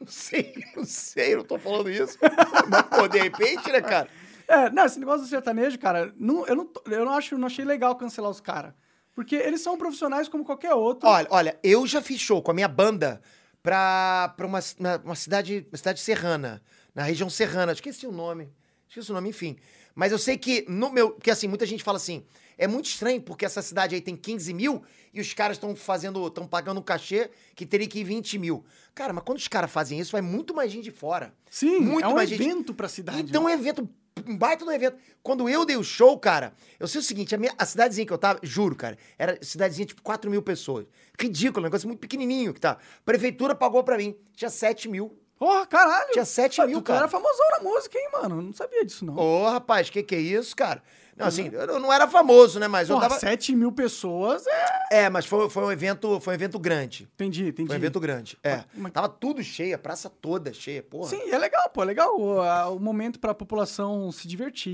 S2: Não sei, não sei, eu não tô falando isso. Mas, pô, de repente, né, cara?
S1: É, não, esse negócio do sertanejo, cara, não- eu, não, tô- eu não acho, não achei legal cancelar os caras. Porque eles são profissionais como qualquer outro.
S2: Olha, olha, eu já fiz show com a minha banda pra, pra uma, ci- na- uma cidade, uma cidade serrana, na região serrana, esqueci o nome. Esqueci o nome, enfim. Mas eu sei que no meu. Porque assim, muita gente fala assim. É muito estranho, porque essa cidade aí tem 15 mil e os caras estão fazendo. estão pagando um cachê que teria que ir 20 mil. Cara, mas quando os caras fazem isso, vai muito mais gente de fora.
S1: Sim,
S2: Muito
S1: é um
S2: mais gente-
S1: evento pra cidade.
S2: Então é um evento, um baita no evento. Quando eu dei o show, cara, eu sei o seguinte, a, minha- a cidadezinha que eu tava, juro, cara, era cidadezinha tipo 4 mil pessoas. Ridículo, um negócio muito pequenininho que tá. prefeitura pagou pra mim, tinha 7 mil.
S1: Porra, caralho.
S2: Tinha 7
S1: Pô,
S2: mil,
S1: tu, tu era
S2: cara.
S1: famosão na música, hein, mano? Eu não sabia disso, não.
S2: Ô, rapaz, que que é isso, cara? Não, assim, eu não era famoso, né? Mas eu
S1: Uhum. Porra,
S2: tava...
S1: 7 mil pessoas, é...
S2: É, mas foi, foi um evento, foi um evento grande.
S1: Entendi, entendi.
S2: Foi um evento grande, é.
S1: Mas- mas-
S2: Tava tudo cheio, a praça toda cheia, porra.
S1: Sim, é legal, pô, é legal o, a- o momento pra população se divertir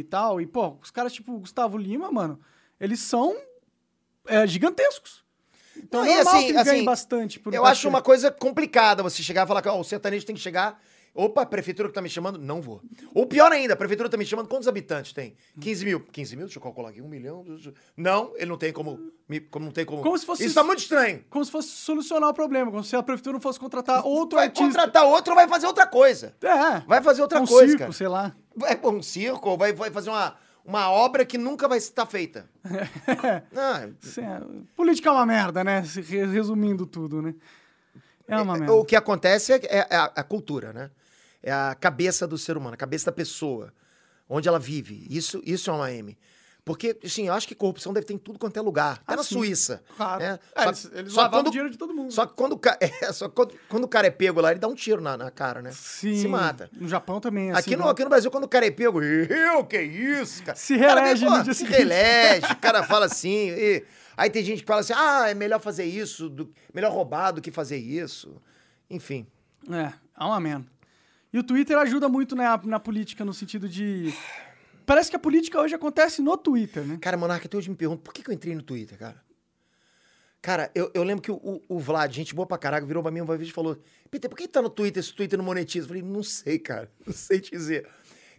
S1: e tal. E, pô, os caras tipo o Gustavo Lima, mano, eles são é, gigantescos. Então
S2: Não,
S1: é
S2: e
S1: normal
S2: assim-
S1: que eles ganhem
S2: assim,
S1: bastante. Por um
S2: Eu
S1: cachê.
S2: acho uma coisa complicada você chegar e falar que ó, o sertanejo tem que chegar. Opa, a prefeitura que tá me chamando, não vou. Ou pior ainda, a prefeitura tá me chamando, quantos habitantes tem? 15 mil. 15 mil? Deixa eu calcular aqui, um milhão. Não, ele não tem como. me- como não tem como.
S1: Como se fosse-
S2: Isso tá muito estranho.
S1: Como se fosse solucionar o problema, como se a prefeitura não fosse contratar outro
S2: Vai
S1: artista.
S2: contratar outro, vai fazer outra coisa.
S1: É,
S2: Vai fazer outra
S1: um
S2: coisa,
S1: circo,
S2: cara.
S1: sei lá.
S2: Vai pôr um circo, ou vai, vai fazer uma, uma obra que nunca vai estar feita. Ah,
S1: Cê- Política é uma merda, né? Se re- Resumindo tudo, né? É uma merda.
S2: O que acontece é, é- é a, a cultura, né? É a cabeça do ser humano, a cabeça da pessoa, onde ela vive. Isso, isso é uma M. Porque, assim, eu acho que corrupção deve ter em tudo quanto é lugar. Até
S1: Ah,
S2: na
S1: sim.
S2: Suíça.
S1: Claro.
S2: né?
S1: É,
S2: Só-
S1: eles eles
S2: só
S1: lavavam
S2: quando-
S1: o dinheiro de todo mundo.
S2: Só que quando, o ca- é, só quando, quando o cara é pego lá, ele dá um tiro na, na cara, né?
S1: Sim.
S2: Se mata.
S1: No Japão também, é assim.
S2: Aqui, no,
S1: né?
S2: aqui no Brasil, quando o cara é pego, eu, que isso, cara.
S1: Se
S2: O cara vem,
S1: reelege no
S2: pô,
S1: dia
S2: se
S1: seguinte.
S2: reelege, o cara fala assim. e- aí tem gente que fala assim, ah, é melhor fazer isso, do- melhor roubar do que fazer isso. Enfim.
S1: É, há um amém. E o Twitter ajuda muito na, na política, no sentido de. Parece que a política hoje acontece no Twitter, né?
S2: Cara, Monarca, até hoje me pergunto, por que, que eu entrei no Twitter, cara? Cara, eu, eu lembro que o, o- o Vlad, gente boa pra caralho, virou pra mim uma vez e falou: Peter, por que tá no Twitter esse Twitter não monetiza? Eu falei, não sei, cara, não sei te dizer.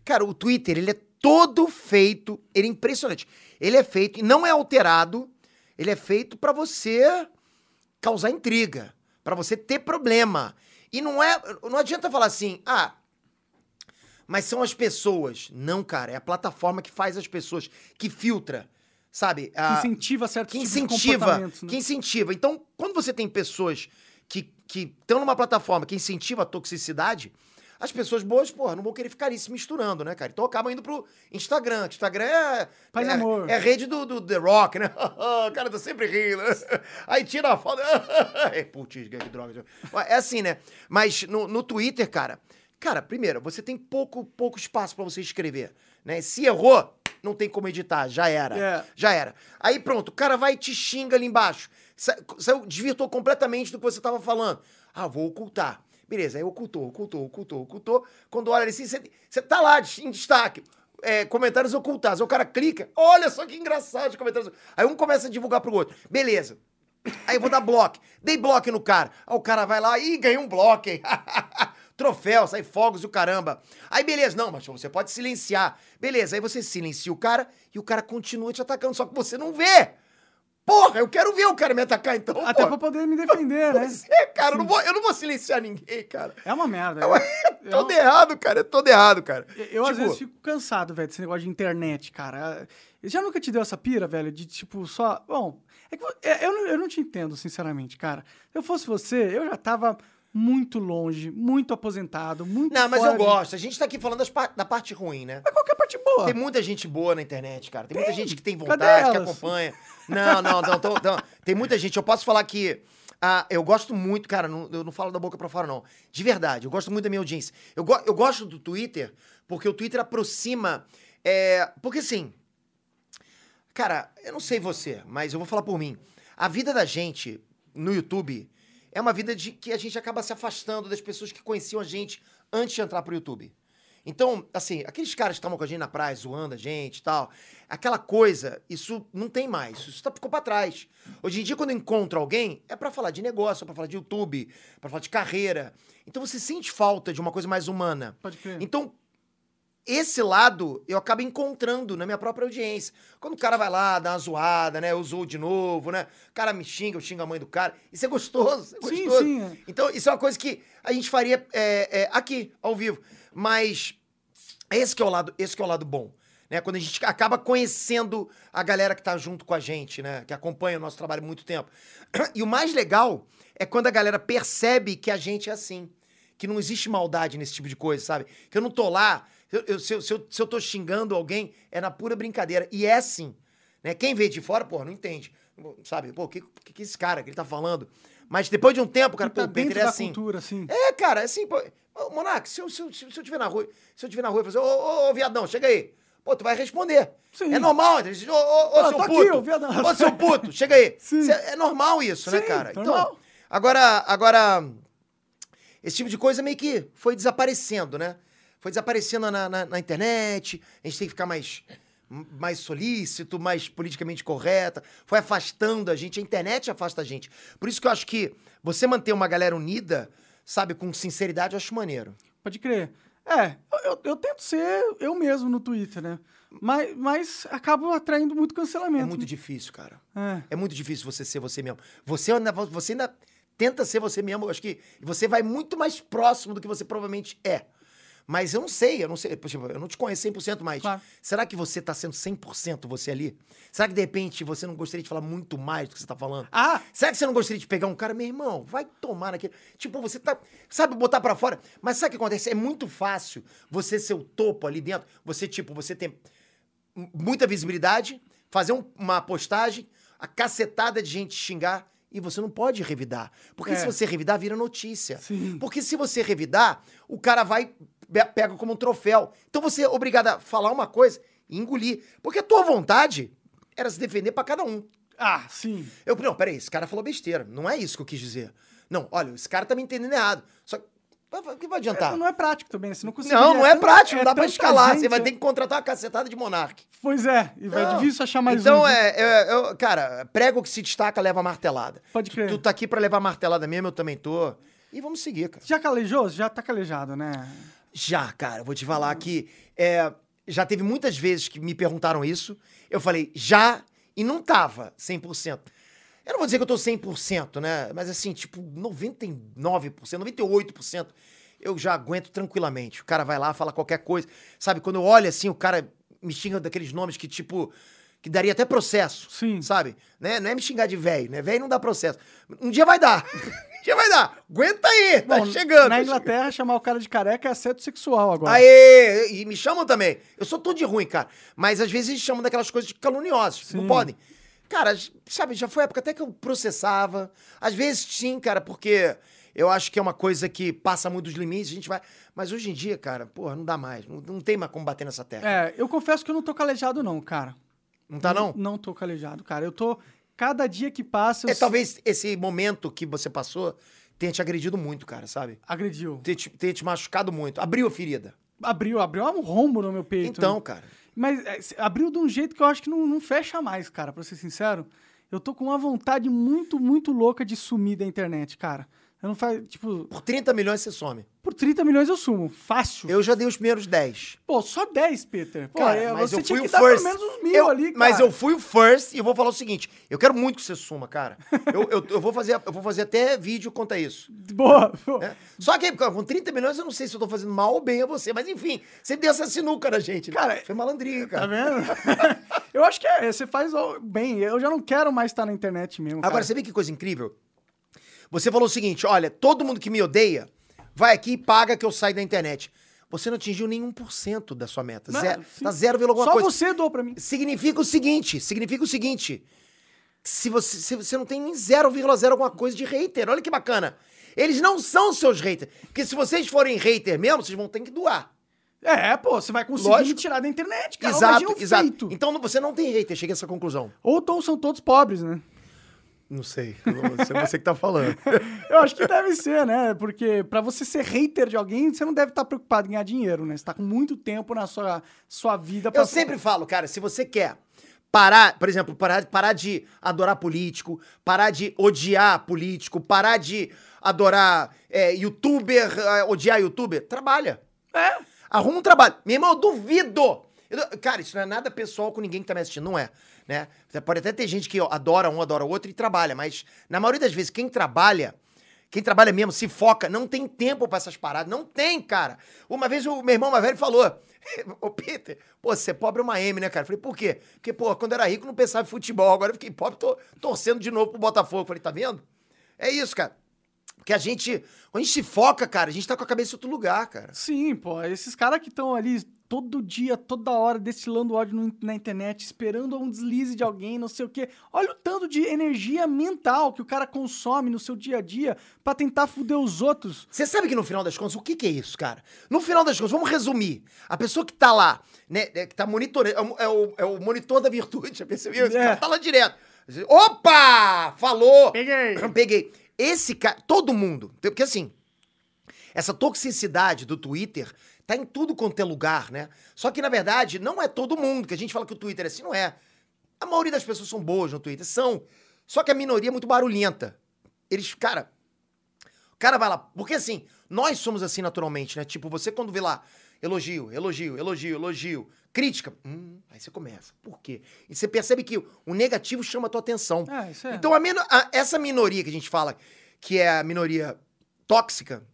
S2: Cara, o Twitter, ele é todo feito, ele é impressionante. Ele é feito, e não é alterado, ele é feito pra você causar intriga, pra você ter problema. E não é, não adianta falar assim, ah, mas são as pessoas. Não, cara, é a plataforma que faz as pessoas, que filtra, sabe?
S1: Que
S2: A-
S1: incentiva certos
S2: que
S1: tipos tipo de
S2: Ah, incentiva,
S1: comportamentos, né?
S2: que incentiva. Então, quando você tem pessoas que que estão numa plataforma que incentiva a toxicidade, as pessoas boas, porra, não vão querer ficar ali se misturando, né, cara? Então acabam indo pro Instagram, que Instagram é
S1: Paz e
S2: é,
S1: amor.
S2: é rede do, do The Rock, né? o cara tá sempre rindo. Aí tira a foto. é, putz, que droga. É assim, né? Mas no, no Twitter, cara, cara, primeiro, você tem pouco pouco espaço pra você escrever, né? Se errou, não tem como editar, já era.
S1: É.
S2: Já era. Aí pronto, o cara vai e te xinga ali embaixo. Sa- saiu- desvirtuou completamente do que você tava falando. Ah, vou ocultar. Beleza, aí ocultou, ocultou, ocultou, ocultou. Quando olha assim, você tá lá des- em destaque. É, comentários ocultados. Aí o cara clica, olha só que engraçado os comentários. Aí um começa a divulgar pro outro. Beleza. Aí eu vou dar bloco. Dei bloco no cara. Aí o cara vai lá e ganhei um bloco, hein? Troféu, sai fogos e o caramba. Aí beleza, não, mas você pode silenciar. Beleza, aí você silencia o cara e o cara continua te atacando, só que você não vê. Porra, eu quero ver o cara me atacar então.
S1: Até pra
S2: pô.
S1: poder me defender, né?
S2: Pois é, cara, eu não, vou, eu não vou silenciar ninguém, cara.
S1: É uma merda.
S2: É
S1: Eu-
S2: todo errado, cara, é todo errado, cara.
S1: Eu, às
S2: Tipo,
S1: vezes fico cansado, velho, desse negócio de internet, cara. Já nunca te deu essa pira, velho, de tipo só. Bom, é que vo- é- eu, não- eu não te entendo, sinceramente, cara. Se eu fosse você, eu já tava muito longe, muito aposentado, muito.
S2: Não, mas
S1: fora
S2: eu
S1: de-
S2: gosto. A gente tá aqui falando das par- da parte ruim, né?
S1: Mas qualquer parte boa.
S2: Tem muita gente boa na internet, cara. Tem, muita gente que tem
S1: Cadê
S2: vontade, que
S1: elas?
S2: acompanha. Não, não, não, tão- tão- Tem muita gente. Eu posso falar que. ah, eu gosto muito, cara, não- eu não falo da boca pra fora, não. De verdade, eu gosto muito da minha audiência. Eu, go- eu gosto do Twitter, porque o Twitter aproxima. é, porque assim. Cara, eu não sei você, mas eu vou falar por mim. A vida da gente no YouTube é uma vida de que a gente acaba se afastando das pessoas que conheciam a gente antes de entrar pro YouTube. Então, assim, aqueles caras que estavam com a gente na praia, zoando a gente e tal, aquela coisa, isso não tem mais. Isso tá, ficou pra trás. Hoje em dia, quando eu encontro alguém, é pra falar de negócio, é pra falar de YouTube, é pra falar de carreira. Então você sente falta de uma coisa mais humana.
S1: Pode crer.
S2: Então, esse lado eu acabo encontrando na minha própria audiência. Quando o cara vai lá, dá uma zoada, né? Eu zoo de novo, né? O cara me xinga, eu xingo a mãe do cara. Isso é gostoso, é
S1: Sim,
S2: gostoso.
S1: sim. é.
S2: Então, isso é uma coisa que a gente faria é, é, aqui, ao vivo. Mas Esse que é o lado, esse que é o lado bom. Né? Quando a gente acaba conhecendo a galera que tá junto com a gente, né? Que acompanha o nosso trabalho há muito tempo. E o mais legal é quando a galera percebe que a gente é assim. Que não existe maldade nesse tipo de coisa, sabe? Que eu não tô lá. eu- eu- se, eu, se, eu, se eu tô xingando alguém, é na pura brincadeira. E é assim. Né? Quem vê de fora, pô, não entende. Sabe, pô, o que, que, que esse cara que ele tá falando? Mas depois de um tempo, cara,
S1: E tá
S2: pô, o Peter
S1: dentro
S2: é
S1: da
S2: assim.
S1: cultura, assim.
S2: É, cara, é assim, pô. Ô, Monark, se eu, se, eu, se eu tiver na rua, se eu tiver na rua e fazer, ô, ô, ô, viadão, chega aí. Pô, tu vai responder.
S1: Sim.
S2: É normal, André. Ô, ô, ô,
S1: Ah,
S2: seu
S1: tô aqui,
S2: puto.
S1: ô, viadão.
S2: Ô, seu puto, chega aí.
S1: Sim.
S2: Cê- É normal isso, né,
S1: Sim,
S2: cara? Então,
S1: normal.
S2: agora, agora, esse tipo de coisa meio que foi desaparecendo, né? Foi desaparecendo na, na, na internet, a gente tem que ficar mais, mais solícito, mais politicamente correta. Foi afastando a gente, a internet afasta a gente. Por isso que eu acho que você manter uma galera unida, sabe, com sinceridade, eu acho maneiro.
S1: Pode crer. É, eu, eu- eu tento ser eu mesmo no Twitter, né? Mas, mas acabo atraindo muito
S2: É
S1: cancelamento.
S2: muito difícil, cara.
S1: É.
S2: É muito difícil você ser você mesmo. Você ainda, você ainda tenta ser você mesmo. Eu acho que você vai muito mais próximo do que você provavelmente é. Mas eu não sei, eu não sei. Por exemplo, eu não te conheço 100% mais.
S1: Claro.
S2: Será que você tá sendo 100% você ali? Será que de repente você não gostaria de falar muito mais do que você tá falando?
S1: Ah,
S2: Será que você não gostaria de pegar um cara, meu irmão? Vai tomar naquele. Tipo, você tá. Sabe, botar pra fora. Mas sabe o que acontece? É muito fácil você ser o topo ali dentro. Você, tipo, você tem m- muita visibilidade, fazer um- uma postagem, a cacetada de gente xingar. E você não pode revidar. Porque
S1: É.
S2: se você revidar, vira notícia.
S1: Sim.
S2: Porque se você revidar, o cara vai, pe- pega como um troféu. Então você é obrigado a falar uma coisa e engolir. Porque a tua vontade era se defender pra cada um.
S1: ah, sim.
S2: Eu, não, peraí, esse cara falou besteira. Não é isso que eu quis dizer. Não, olha, esse cara tá me entendendo errado. Só que o que vai adiantar?
S1: É,
S2: não,
S1: não é prático também, né? Você não consegue.
S2: Tá. não, é,
S1: tanta-
S2: prático, não dá pra
S1: tanta
S2: escalar.
S1: gente,
S2: Você vai
S1: é-
S2: ter que contratar uma cacetada de monarque.
S1: Pois é, e vai
S2: Não.
S1: difícil achar mais
S2: então,
S1: um.
S2: é, é- eu- cara, prego que se destaca leva martelada.
S1: Pode
S2: Tu-
S1: crer.
S2: Tu, tá aqui pra levar martelada mesmo, eu também tô. E vamos seguir, cara.
S1: Já calejou? Já tá calejado, né?
S2: Já, cara, eu vou te falar que é, já teve muitas vezes que me perguntaram isso. Eu falei, já, e não tava 100%. Eu não vou dizer que eu tô 100%, né? Mas assim, tipo, 99%, 98%, eu já aguento tranquilamente. O cara vai lá, fala qualquer coisa. Sabe, quando eu olho assim, o cara me xinga daqueles nomes que, tipo, que daria até processo.
S1: Sim.
S2: Sabe? Né? Não é me xingar de velho, né? Velho não dá processo. Um dia vai dar. um dia vai dar. Aguenta aí, tá
S1: Bom,
S2: chegando.
S1: Na
S2: tá
S1: Inglaterra, chamar o cara de careca é assédio sexual agora.
S2: Aê! E me chamam também. Eu sou todo de ruim, cara. Mas às vezes eles chamam daquelas coisas caluniosas. que Não
S1: Sim.
S2: podem. Cara, j- sabe, já foi a época até que eu processava. Às vezes sim, cara, porque eu acho que é uma coisa que passa muito dos limites, a gente vai. Mas hoje em dia, cara, porra, não dá mais. Não, não tem mais como bater nessa terra.
S1: É, eu confesso que eu não tô calejado, não, cara.
S2: Não tá, não?
S1: Não tô calejado, cara. Eu tô. Cada dia que passa, eu
S2: É,
S1: se-
S2: talvez esse momento que você passou tenha te agredido muito, cara, sabe?
S1: agrediu.
S2: Tenha te, tenha te machucado muito. Abriu a ferida.
S1: Abriu, abriu um rombo no meu peito.
S2: Então,
S1: né?
S2: cara.
S1: Mas é, se- abriu de um jeito que eu acho que não, não fecha mais, cara, pra ser sincero. Eu tô com uma vontade muito, muito louca de sumir da internet, cara. Eu não faço. Tipo,
S2: Por 30 milhões você some.
S1: por 30 milhões eu sumo. Fácil.
S2: Eu já dei os primeiros 10.
S1: Pô, só 10, Peter. Pô,
S2: Cara,
S1: é,
S2: mas
S1: você
S2: eu
S1: tinha
S2: fui
S1: que
S2: o
S1: dar
S2: first.
S1: pelo menos uns mil
S2: Eu-
S1: ali, cara.
S2: Mas eu fui o first e eu vou falar o seguinte: eu quero muito que você suma, cara. Eu, eu, eu vou, fazer, eu vou fazer até vídeo contra isso.
S1: Boa. pô.
S2: né? Só que cara, com 30 milhões eu não sei se eu tô fazendo mal ou bem a você, mas enfim, sempre deu essa sinuca na gente. né?
S1: Cara,
S2: foi malandrinho,
S1: Tá
S2: cara.
S1: vendo? eu acho que é, você faz ó, bem. Eu já não quero mais estar na internet mesmo.
S2: Agora,
S1: cara.
S2: você vê que coisa incrível? Você falou o seguinte: olha, todo mundo que me odeia vai aqui e paga que eu saio da internet. Você não atingiu nenhum por cento da sua meta.
S1: Não,
S2: zero,
S1: sim.
S2: tá zero vírgula alguma
S1: Só
S2: coisa.
S1: você doou pra mim.
S2: significa o seguinte, significa o seguinte. Se você, se você não tem nem 0,0 alguma coisa de hater, olha que bacana. Eles não são seus haters. Porque se vocês forem hater mesmo, vocês vão ter que doar.
S1: É, pô, você vai conseguir
S2: Lógico.
S1: me tirar da internet, cara.
S2: exato,
S1: Imagina o
S2: exato.
S1: feito.
S2: Então não- você não tem hater, chega a essa conclusão.
S1: Ou tão- são todos pobres, né?
S2: Não sei, você, você que tá falando.
S1: Eu acho que deve ser, né? Porque pra você ser hater de alguém, você não deve estar preocupado em ganhar dinheiro, né? Você tá com muito tempo na sua, sua vida pra...
S2: Eu sempre falo, cara, se você quer parar, por exemplo, parar, parar de adorar político, parar de odiar político, parar de adorar é, youtuber, é, odiar youtuber, trabalha.
S1: É.
S2: Arruma um trabalho. Meu irmão, eu duvido. Eu du- cara, isso não é nada pessoal com ninguém que tá me assistindo, não é. Né? Você Pode até ter gente que ó, adora um, adora outro e trabalha, mas na maioria das vezes, quem trabalha, Quem trabalha mesmo, se foca, não tem tempo pra essas paradas. Não tem, cara. Uma vez o meu irmão mais velho falou: Ô Peter, pô, você é pobre é uma M, né, cara? Eu falei, por quê? Porque, pô, quando eu era rico não pensava em futebol, agora eu fiquei pobre, tô torcendo de novo pro Botafogo. Eu falei, tá vendo? É isso, cara. Porque a gente, quando a gente se foca, cara, a gente tá com a cabeça em outro lugar, cara.
S1: Sim, pô. Esses caras que estão ali todo dia, toda hora, destilando ódio no- na internet, esperando um deslize de alguém, não sei o quê. Olha o tanto de energia mental que o cara consome no seu dia a dia pra tentar foder os outros.
S2: Você sabe que no final das contas, o que, que é isso, cara? No final das contas, vamos resumir. A pessoa que tá lá, né, é, que tá monitorando, é o- é o, é o monitor da virtude, já percebeu? Esse
S1: É.
S2: cara tá lá direto. Opa! Falou!
S1: Peguei.
S2: Peguei. Esse cara, todo mundo, porque assim, essa toxicidade do Twitter tá em tudo quanto é lugar, né? Só que, na verdade, não é todo mundo que a gente fala que o Twitter é assim, não é. A maioria das pessoas são boas no Twitter, são. Só que a minoria é muito barulhenta. Eles, cara, o cara vai lá. Porque assim, nós somos assim naturalmente, né? Tipo, você quando vê lá, elogio, elogio, elogio, elogio, crítica. Hum, aí você começa. Por quê? E você percebe que o negativo chama a tua atenção.
S1: É, isso é.
S2: Então, a mino- a- essa minoria que a gente fala, que é a minoria tóxica,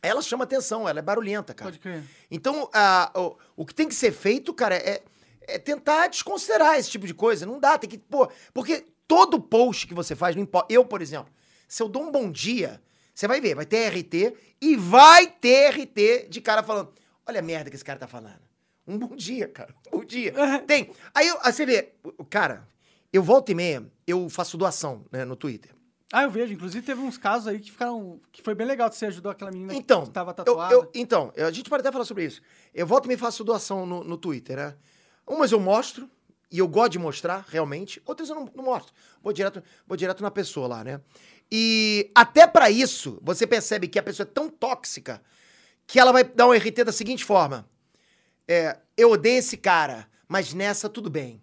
S2: ela chama atenção, ela é barulhenta, cara.
S1: Pode crer.
S2: Então, a- o, o que tem que ser feito, cara, é, é tentar desconsiderar esse tipo de coisa. Não dá, tem que. Pô, porque todo post que você faz, não importa. Eu, por exemplo, se eu dou um bom dia, você vai ver, vai ter RT e vai ter RT de cara falando: olha a merda que esse cara tá falando. Um bom dia, cara. Um bom dia. Tem. Aí, eu- aí você vê, o- o cara, eu volto e meia, eu faço doação né, no Twitter.
S1: Ah, eu vejo. Inclusive, teve uns casos aí que ficaram. que foi bem legal que você ajudou aquela menina
S2: Então,
S1: que tava
S2: eu-
S1: tatuada.
S2: eu- então, eu- a gente pode até falar sobre isso. Eu volto e me faço doação no, no Twitter, né? Umas eu mostro, e eu gosto de mostrar, realmente. Outras eu não, não mostro. Vou direto, vou direto na pessoa lá, né? E até pra isso, você percebe que a pessoa é tão tóxica que ela vai dar um RT da seguinte forma. É, eu odeio esse cara, mas nessa tudo bem.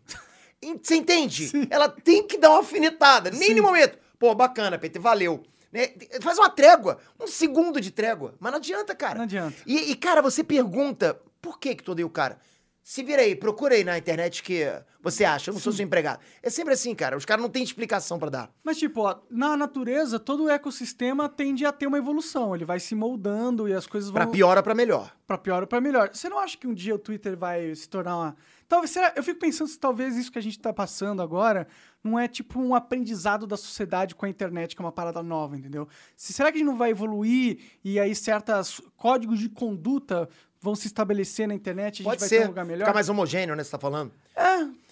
S2: E Você entende? Ela tem que dar uma alfinetada, nem
S1: Sim.
S2: no momento. Pô, bacana, PT, valeu. Né? Faz uma trégua, um segundo de trégua. Mas não adianta, cara.
S1: Não adianta.
S2: E, e, cara, você pergunta por que que tu odeia o cara? Se vira aí, procura aí na internet que você acha, eu não sou seu empregado. É sempre assim, cara. Os caras não têm explicação pra dar.
S1: Mas, tipo, ó, na natureza, todo o ecossistema tende a ter uma evolução. Ele vai se moldando e as coisas vão.
S2: Pra pior ou pra melhor.
S1: Pra pior ou pra melhor. Você não acha que um dia o Twitter vai se tornar uma. Talvez, será- Eu fico pensando se talvez isso que a gente tá passando agora não é tipo um aprendizado da sociedade com a internet, que é uma parada nova, entendeu? Se- será que a gente não vai evoluir e aí certos códigos de conduta vão se estabelecer na internet e a gente
S2: Pode
S1: vai ter
S2: ser.
S1: um lugar melhor? É.
S2: Ficar mais homogêneo, né? Você tá falando?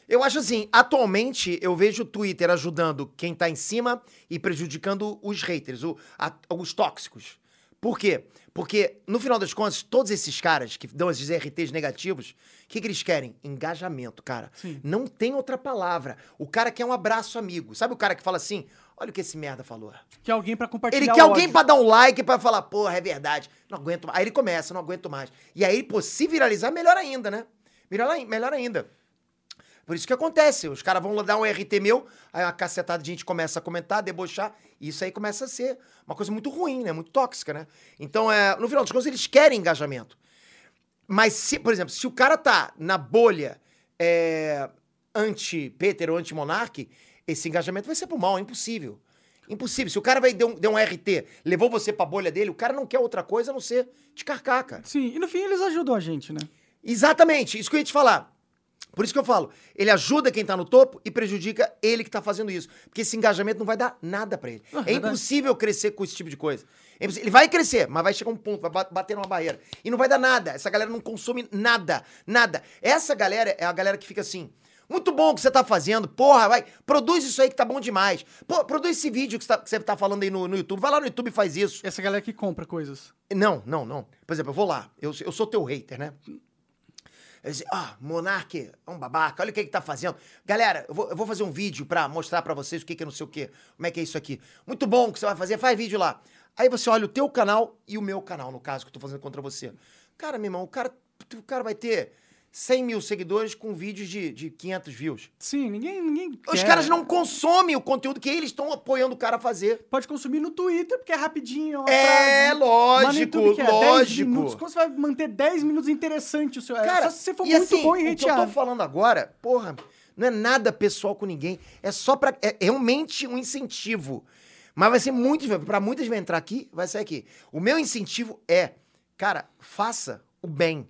S2: Eu acho assim, atualmente eu vejo o Twitter ajudando quem tá em cima e prejudicando os haters, o- a- os tóxicos. Por quê? Porque, no final das contas, todos esses caras que dão esses RTs negativos, o que, que eles querem? Engajamento, cara.
S1: Sim.
S2: Não tem outra palavra. O cara quer um abraço amigo. Sabe o cara que fala assim? Olha o que esse merda falou.
S1: Que alguém pra compartilhar
S2: Ele
S1: o
S2: quer alguém
S1: ódio.
S2: pra dar um like, pra falar, porra, é verdade, não aguento mais. Aí ele começa, não aguento mais. E aí, pô, se viralizar, melhor ainda, né? Melhor, ai- melhor ainda. Por isso que acontece, os caras vão lá dar um RT meu, aí uma cacetada de gente começa a comentar, debochar, e isso aí começa a ser uma coisa muito ruim, né? Muito tóxica, né? Então, é, no final das contas, eles querem engajamento. Mas, se, por exemplo, se o cara tá na bolha é, anti-Peter ou anti-Monark, esse engajamento vai ser pro mal, é impossível. Impossível. Se o cara vai deu um, deu um RT, levou você pra bolha dele, o cara não quer outra coisa a não ser te carcar, cara.
S1: Sim, e no fim eles ajudam a gente, né?
S2: Exatamente, isso que eu ia te falar. Por isso que eu falo, ele ajuda quem tá no topo e prejudica ele que tá fazendo isso. Porque esse engajamento não vai dar nada pra ele.
S1: Ah,
S2: é
S1: verdade.
S2: impossível crescer com esse tipo de coisa. É impossível. Ele vai crescer, mas vai chegar um ponto, vai ba- bater numa barreira. E não vai dar nada. Essa galera não consome nada, nada. Essa galera é a galera que fica assim. Muito bom o que você tá fazendo, porra, vai. Produz isso aí que tá bom demais. Pô, produz esse vídeo que você tá, que você tá falando aí no- no YouTube. Vai lá no YouTube e faz isso.
S1: Essa galera que compra coisas.
S2: Não, não, não. Por exemplo, eu vou lá. Eu, eu sou teu hater, né? Eu disse, ah, Monark é um babaca, olha o que ele tá fazendo. Galera, eu vou, eu vou fazer um vídeo pra mostrar pra vocês o que que é não sei o quê, como é que é isso aqui. Muito bom o que você vai fazer, faz vídeo lá. Aí você olha o teu canal e o meu canal, no caso, que eu tô fazendo contra você. Cara, meu irmão, o cara, o cara vai ter 100 mil seguidores com vídeos de, de 500 views.
S1: Sim, ninguém. ninguém
S2: Os
S1: quer.
S2: caras não consomem o conteúdo que eles estão apoiando o cara a fazer.
S1: Pode consumir no Twitter, porque é rapidinho. uma
S2: É,
S1: frase. Mas no
S2: lógico,
S1: YouTube, que é 10
S2: lógico.
S1: minutos, como você vai manter 10 minutos interessante o seu. é só
S2: Cara,
S1: se você for
S2: e
S1: muito
S2: assim,
S1: bom em
S2: o que eu tô
S1: hatear.
S2: falando agora, porra, não é nada pessoal com ninguém. É só pra. É realmente um é incentivo. Mas vai ser muito difícil. Pra muitas vai entrar aqui, vai sair aqui. O meu incentivo é, cara, faça o bem.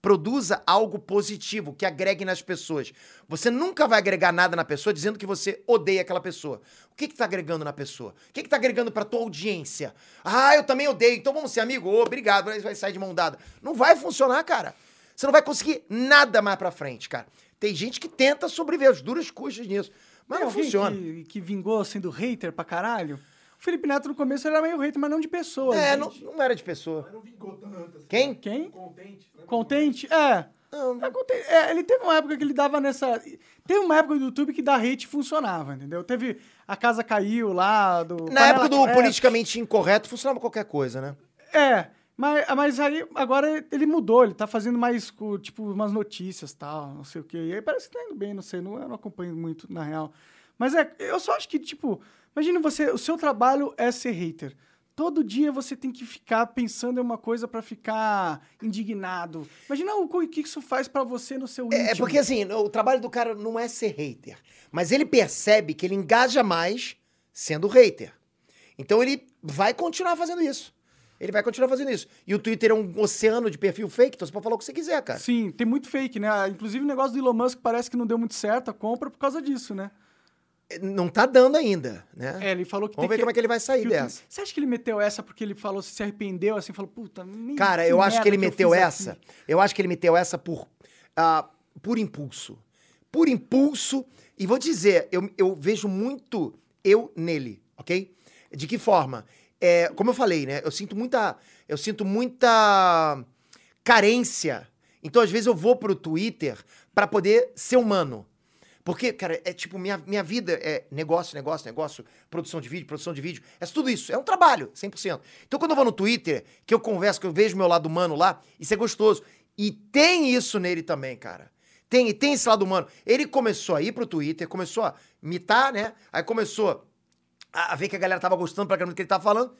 S2: Produza algo positivo que agregue nas pessoas. Você nunca vai agregar nada na pessoa dizendo que você odeia aquela pessoa. O que que tá agregando na pessoa? O que que tá agregando pra tua audiência? Ah, eu também odeio, então vamos ser amigo? Ô, obrigado, aí vai sair de mão dada. Não vai funcionar, cara. Você não vai conseguir nada mais pra frente, cara. Tem gente que tenta sobreviver aos duros custos nisso, mas
S1: Tem
S2: não
S1: alguém
S2: funciona.
S1: Que, que vingou sendo hater pra caralho? O Felipe Neto no começo era meio hater, mas não de pessoa.
S2: É,
S1: gente.
S2: não, não era de pessoa.
S4: Mas não vingou tanto. assim.
S2: Quem?
S1: Quem?
S4: Contente. né? lembra?
S1: Contente? É.
S2: Não,
S1: Tá conte- é, Ele teve uma época que ele dava nessa. Teve uma época do YouTube que dar hate funcionava, entendeu? Teve. A casa caiu lá. Do
S2: Na época do
S1: Panela- é,
S2: politicamente incorreto, funcionava qualquer coisa, né?
S1: É. Mas, mas aí agora ele mudou, ele tá fazendo mais, co- tipo, umas notícias e tal, não sei o quê. E aí parece que tá indo bem, não sei, não, eu não acompanho muito, na real. Mas é, eu só acho que, tipo, imagina você, o seu trabalho é ser hater. Todo dia você tem que ficar pensando em uma coisa pra ficar indignado. Imagina o co- o que isso faz pra você no seu
S2: É, é
S1: íntimo.
S2: porque assim, o trabalho do cara não é ser hater, mas ele percebe que ele engaja mais sendo hater. Então ele vai continuar fazendo isso. Ele vai continuar fazendo isso. E o Twitter é um oceano de perfil fake, então você pode falar o que você quiser, cara.
S1: Sim, tem muito fake, né? Inclusive o negócio do Elon Musk parece que não deu muito certo a compra por causa disso, né?
S2: Não tá dando ainda, né?
S1: É, ele falou que
S2: Vamos ver
S1: tem
S2: como é que ele vai sair
S1: que o-
S2: dessa.
S1: Você acha que ele meteu essa porque ele falou, se arrependeu, assim, falou, puta, nem
S2: Cara, eu acho
S1: merda
S2: que ele
S1: eu
S2: meteu
S1: fiz
S2: essa.
S1: aqui.
S2: Eu acho que ele meteu essa por, ah, por impulso. Por impulso. E vou dizer, eu, eu vejo muito eu nele, ok? De que forma? É, como eu falei, né? Eu sinto muita. Eu sinto muita carência. Então, às vezes, eu vou pro Twitter pra poder ser humano. Porque, cara, é tipo, minha, minha vida é negócio, negócio, negócio, produção de vídeo, produção de vídeo. É tudo isso. É um trabalho, 100%. Então, quando eu vou no Twitter, que eu converso, que eu vejo meu lado humano lá, isso é gostoso. E tem isso nele também, cara. Tem, tem esse lado humano. Ele começou a ir pro Twitter, começou a imitar, né? Aí começou a, a ver que a galera tava gostando pra caramba do que ele tava falando.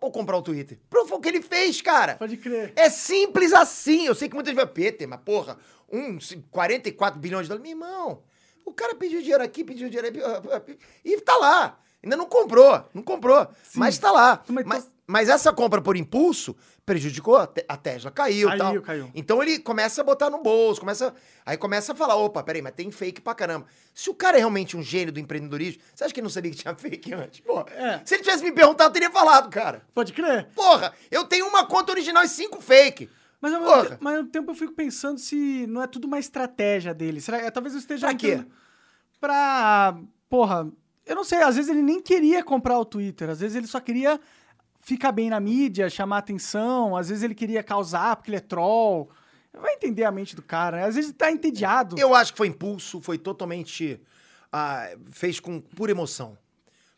S2: Vou comprar o Twitter. Pronto, foi o que ele fez, cara.
S1: Pode crer.
S2: É simples assim. Eu sei que muita gente vai, Peter, mas porra, um, c- 44 bilhões de dólares. Meu irmão, o cara pediu dinheiro aqui, pediu dinheiro aí, ah, ah, e tá lá. Ainda não comprou, não comprou, mas tá lá.
S1: Mas
S2: Mas,
S1: então-
S2: mas essa compra por impulso prejudicou, a Te- a Tesla caiu e tal.
S1: Caiu, caiu.
S2: Então ele começa a botar no bolso, começa, aí começa a falar, opa, peraí, mas tem fake pra caramba. Se o cara é realmente um gênio do empreendedorismo, você acha que ele não sabia que tinha fake antes? Pô,
S1: É.
S2: Se ele tivesse me perguntado, eu teria falado, cara.
S1: Pode crer.
S2: Porra, eu tenho uma conta original e cinco fake.
S1: Mas ao, mesmo
S2: Porra.
S1: te- mas ao mesmo tempo eu fico pensando se não é tudo uma estratégia dele. Será que talvez eu esteja.
S2: Pra quê?
S1: entrando- Pra. Porra. Eu não sei, às vezes ele nem queria comprar o Twitter, às vezes ele só queria ficar bem na mídia, chamar atenção, às vezes ele queria causar porque ele é troll. Vai entender a mente do cara, né? às vezes ele tá entediado.
S2: Eu acho que foi impulso, foi totalmente. ah, fez com pura emoção.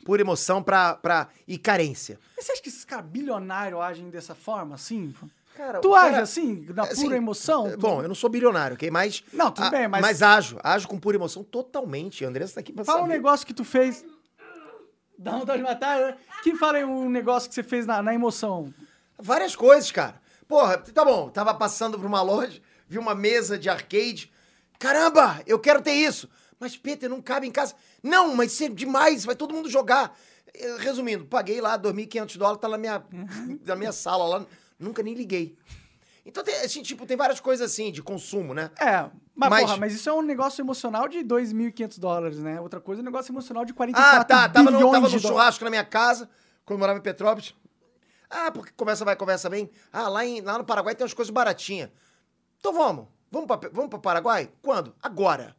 S2: Pura emoção pra, pra, e carência.
S1: Mas você acha que esses caras bilionários agem dessa forma, assim?
S2: Cara,
S1: tu
S2: o
S1: age
S2: cara-
S1: assim, na
S2: assim,
S1: pura emoção? Tu-
S2: Bom, eu não sou bilionário, ok? Mas.
S1: Não, tudo
S2: ah,
S1: bem, mas-
S2: Mas ajo, ajo com pura emoção totalmente. A Andressa tá aqui pra
S1: Fala um
S2: saber.
S1: negócio que tu fez. Dá vontade de matar, né? Que fala aí um negócio que você fez na, na emoção.
S2: Várias coisas, cara. Porra, tá bom, tava passando por uma loja, vi uma mesa de arcade. Caramba, eu quero ter isso. Mas, Peter, não cabe em casa. Não, mas isso é demais, vai todo mundo jogar. Eh, Resumindo, paguei lá 2.500 dólares, tá na minha, na minha sala lá. Nunca nem liguei. Então, tem, assim, tipo, tem várias coisas assim, de consumo, né?
S1: É, mas,
S2: Mas-
S1: porra, mas isso é um negócio emocional de 2.500 dólares, né? Outra coisa é um negócio emocional de 44
S2: Ah, tá, tava no,
S1: bilhões
S2: tava
S1: de
S2: no
S1: dólares.
S2: churrasco na minha casa, quando eu morava em Petrópolis. Ah, porque conversa vai, conversa vem. Ah, lá, em- lá no Paraguai tem umas coisas baratinhas. Então vamos. Vamos pra, Pe- vamos pra Paraguai? Quando? Agora.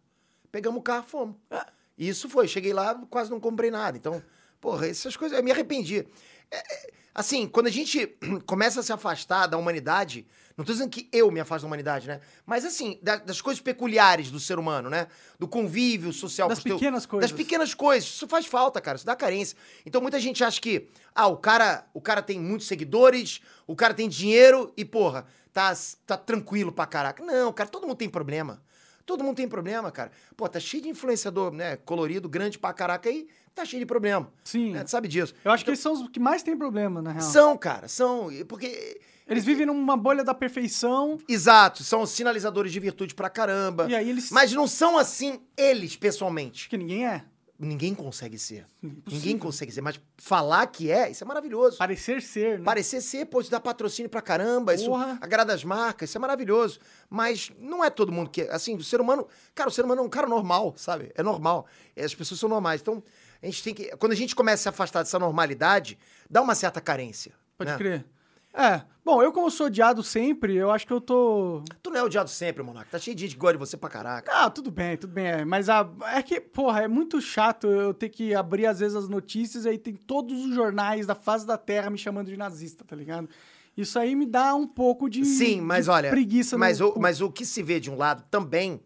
S2: Pegamos o carro, fomos.
S1: Ah.
S2: E Isso foi. Cheguei lá, quase não comprei nada. Então, porra, essas coisas... Eu me arrependi. É, é, assim, quando a gente começa a se afastar da humanidade... Não tô dizendo que eu me afasto da humanidade, né? Mas, assim, da- das coisas peculiares do ser humano, né? Do convívio social.
S1: Das
S2: com o teu-
S1: pequenas coisas.
S2: Das pequenas pequenas coisas. Isso faz falta, cara. Isso dá carência. Então muita gente acha que, ah, o cara, o cara tem muitos seguidores, o cara tem dinheiro e, porra, tá, tá tranquilo pra caraca. Não, cara, todo mundo tem problema. Todo mundo tem problema, cara. Pô, tá cheio de influenciador, né? Colorido, grande pra caraca aí, tá cheio de problema.
S1: Sim.
S2: Né? Tu sabe disso.
S1: Eu acho que esses são os que mais têm problema, na real.
S2: São, cara, são. Porque.
S1: Eles vivem numa bolha da perfeição
S2: Exato, são sinalizadores de virtude pra caramba.
S1: e aí eles.
S2: Mas não são assim eles, pessoalmente.
S1: Que ninguém é.
S2: Ninguém consegue ser.
S1: Impossível.
S2: Ninguém consegue ser. Mas falar que é, isso é maravilhoso.
S1: Parecer ser, né?
S2: Parecer ser, pô, isso dá patrocínio pra caramba, isso
S1: Porra.
S2: agrada as marcas, isso é maravilhoso. Mas não é todo mundo que. Assim, o ser humano. Cara, o ser humano é um cara normal, sabe? É normal. É, As pessoas são normais. Então, a gente tem que. Quando a gente começa a se afastar dessa normalidade, dá uma certa carência.
S1: Pode
S2: né?
S1: crer. É. Bom, eu como sou odiado sempre, eu acho que eu tô...
S2: Tu não é odiado sempre, Monarca. Tá cheio de gente que gosta de você pra caraca.
S1: Ah, tudo bem, tudo bem. É. Mas a... é que, porra, é muito chato eu ter que abrir às vezes as notícias e aí tem todos os jornais da face da terra me chamando de nazista, tá ligado? Isso aí me dá um pouco de
S2: Sim, mas
S1: de
S2: olha.
S1: preguiça. no
S2: mas, o,
S1: cu.
S2: mas o que se vê de um lado também.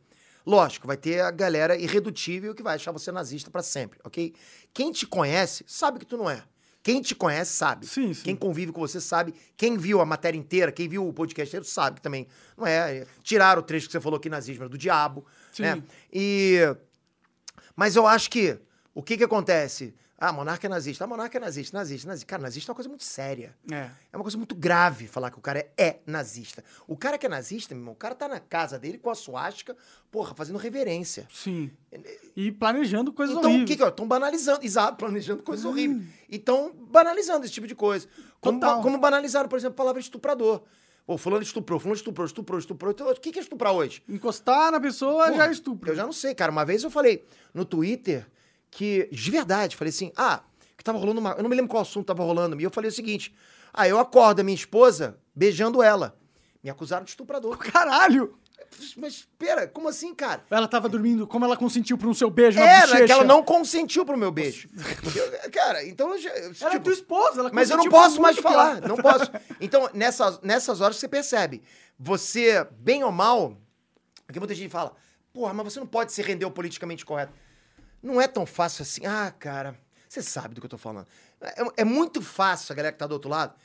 S2: Lógico, vai ter a galera irredutível que vai achar você nazista pra sempre, ok? Quem te conhece sabe que tu não é. Quem te conhece sabe.
S1: Sim, sim.
S2: Quem convive com você sabe. Quem viu a matéria inteira, quem viu o podcast inteiro sabe que também. Não é? Tiraram o trecho que você falou que nazismo era do diabo.
S1: Sim.
S2: Né? E. Mas eu acho que. O que que acontece? Ah, monarca é nazista. Ah, monarca é nazista, nazista, nazista. Cara, nazista é uma coisa muito séria.
S1: É.
S2: É uma coisa muito grave falar que o cara é, é nazista. O cara que é nazista, meu irmão, o cara tá na casa dele com a suástica, porra, fazendo reverência.
S1: Sim. E planejando coisas
S2: É, Então, o
S1: horríveis. É.
S2: que que é? Estão banalizando, exato, planejando coisas horríveis. E estão banalizando esse tipo de coisa. Como,
S1: Total.
S2: ba- como banalizaram, por exemplo, a palavra estuprador. Pô, fulano estuprou, fulano estuprou, estuprou, estuprou. Então, o que que é estuprar hoje?
S1: Encostar na pessoa
S2: Porra,
S1: já é estupro.
S2: Eu já não sei, cara. Uma vez eu falei no Twitter que, de verdade, falei assim: ah, que tava rolando uma. Eu não me lembro qual assunto tava rolando. E eu falei o seguinte: ah, eu acordo a minha esposa beijando ela. Me acusaram de estuprador.
S1: Caralho!
S2: Mas pera, como assim, cara?
S1: Ela tava dormindo, como ela consentiu pra um seu beijo na bochecha?
S2: Era que ela não consentiu pro meu beijo. Eu- cara, então eu já. eu-
S1: Ela é
S2: tipo,
S1: tua esposa, ela
S2: mas eu não
S1: consentiu pra
S2: posso mais
S1: muito que
S2: falar,
S1: ela-
S2: não posso. Então, nessas, nessas horas você percebe. Você, bem ou mal, porque muita gente fala, porra, mas você não pode se render ao politicamente correto. Não é tão fácil assim. Ah, cara, você sabe do que eu tô falando. É, é muito fácil a galera que tá do outro lado.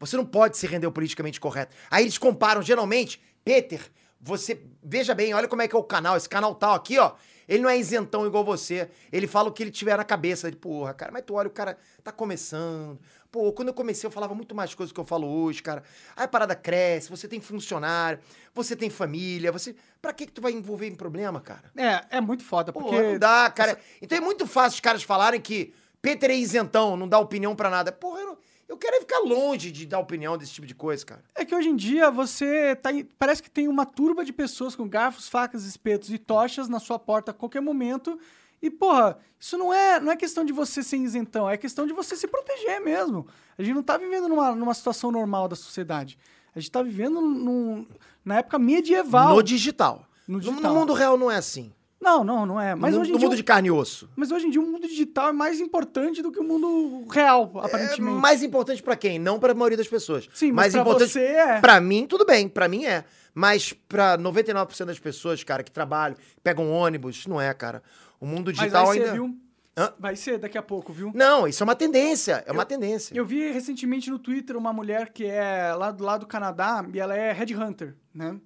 S2: Você não pode se render ao politicamente correto. Aí eles comparam, geralmente, Peter, você, veja bem, olha como é que é o canal, esse canal tal aqui, ó. Ele não é isentão igual você. Ele fala o que ele tiver na cabeça. Ele, porra, cara, mas tu olha, o cara tá começando. Pô, quando eu comecei, eu falava muito mais coisas do que eu falo hoje, cara. Aí a parada cresce, você tem funcionário, você tem família, você. Pra que, que tu vai envolver em problema, cara?
S1: É, é muito foda,
S2: Porra,
S1: porque...
S2: não dá, cara. Então é muito fácil os caras falarem que Peter é isentão, não dá opinião pra nada. Porra, eu, não- eu quero é ficar longe de dar opinião desse tipo de coisa, cara.
S1: É que hoje em dia você tá em- parece que tem uma turba de pessoas com garfos, facas, espetos e tochas na sua porta a qualquer momento. E, porra, isso não é, não é questão de você ser isentão, é questão de você se proteger mesmo. A gente não tá vivendo numa, numa situação normal da sociedade. A gente tá vivendo num- na época medieval.
S2: No digital.
S1: No
S2: No,
S1: digital.
S2: no mundo real não é assim.
S1: Não, não, não é. Mas
S2: no
S1: hoje, em
S2: no
S1: dia,
S2: mundo de carne e osso.
S1: mas hoje em dia o mundo digital é mais importante do que o mundo real,
S2: É
S1: aparentemente.
S2: mais importante pra quem? Não pra maioria das pessoas.
S1: Sim, mas
S2: mais
S1: pra
S2: importante
S1: você é.
S2: Pra mim, tudo bem, pra mim é. Mas pra 99% das pessoas, cara, que trabalham, pegam ônibus, não é, cara. O mundo
S1: Mas
S2: digital
S1: vai ser,
S2: ainda.
S1: viu?
S2: Hã?
S1: Vai ser daqui a pouco, viu?
S2: Não, isso é uma tendência. É uma tendência.
S1: Eu vi recentemente no Twitter uma mulher que é lá do, lá do Canadá e ela é headhunter, né?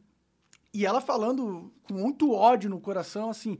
S1: E ela falando com muito ódio no coração, assim.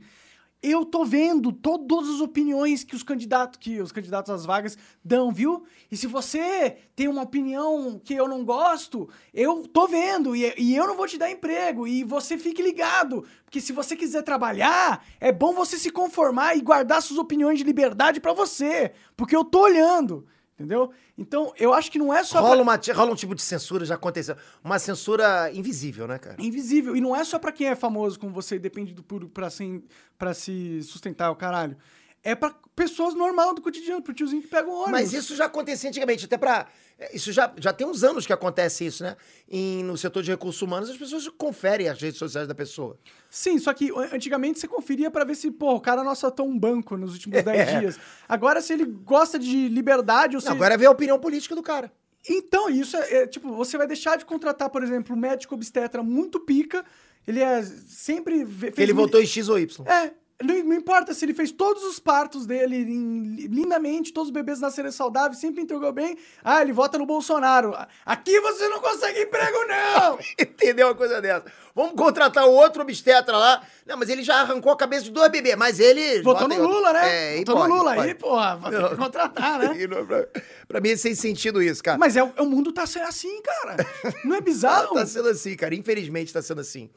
S1: Eu tô vendo todas as opiniões que os candidatos, que os candidatos às vagas dão, viu? E se você tem uma opinião que eu não gosto, eu tô vendo e, e eu não vou te dar emprego. E você fique ligado, porque se você quiser trabalhar, é bom você se conformar e guardar suas opiniões de liberdade pra você, porque eu tô olhando, entendeu? Então, eu acho que não é só pra-
S2: Rola, uma- rola um tipo de censura, já aconteceu. Uma censura invisível, né, cara?
S1: É invisível. E não é só pra quem é famoso como você e depende do público pra se, pra se sustentar, o caralho. É pra pessoas normal do cotidiano, pro tiozinho que pega o ônibus.
S2: Mas isso já acontecia antigamente, até pra. é, Isso já, já tem uns anos que acontece isso, né? Em- no setor de recursos humanos, as pessoas conferem as redes sociais da pessoa.
S1: Sim, só que an- antigamente você conferia pra ver se, pô, o cara não assaltou um banco nos últimos 10 dias. Agora, se ele gosta de liberdade ou se...
S2: É. Não, agora vê a opinião política do cara.
S1: Então, isso é, é, tipo, você vai deixar de contratar, por exemplo, um médico obstetra muito pica, ele é sempre... ve- fez
S2: Ele
S1: mil-
S2: votou em X ou Y.
S1: É, não, não importa se ele fez todos os partos dele em- lindamente, todos os bebês nasceram saudáveis, sempre entregou bem. Ah, ele vota no Bolsonaro. Aqui você não consegue emprego, não!
S2: Entendeu uma coisa dessa? Vamos contratar o outro obstetra lá. Não, mas ele já arrancou a cabeça de dois bebês, mas ele.
S1: Votou
S2: vota em
S1: no
S2: outro.
S1: Lula,
S2: É,
S1: né?
S2: e
S1: Votou
S2: pode,
S1: no Lula
S2: pode.
S1: aí, porra, vai ter que contratar, né?
S2: E não- pra, pra mim é sem sentido isso, cara.
S1: Mas é, o o mundo tá sendo assim, cara. Não é bizarro?
S2: Tá sendo assim, cara. Infelizmente tá sendo assim.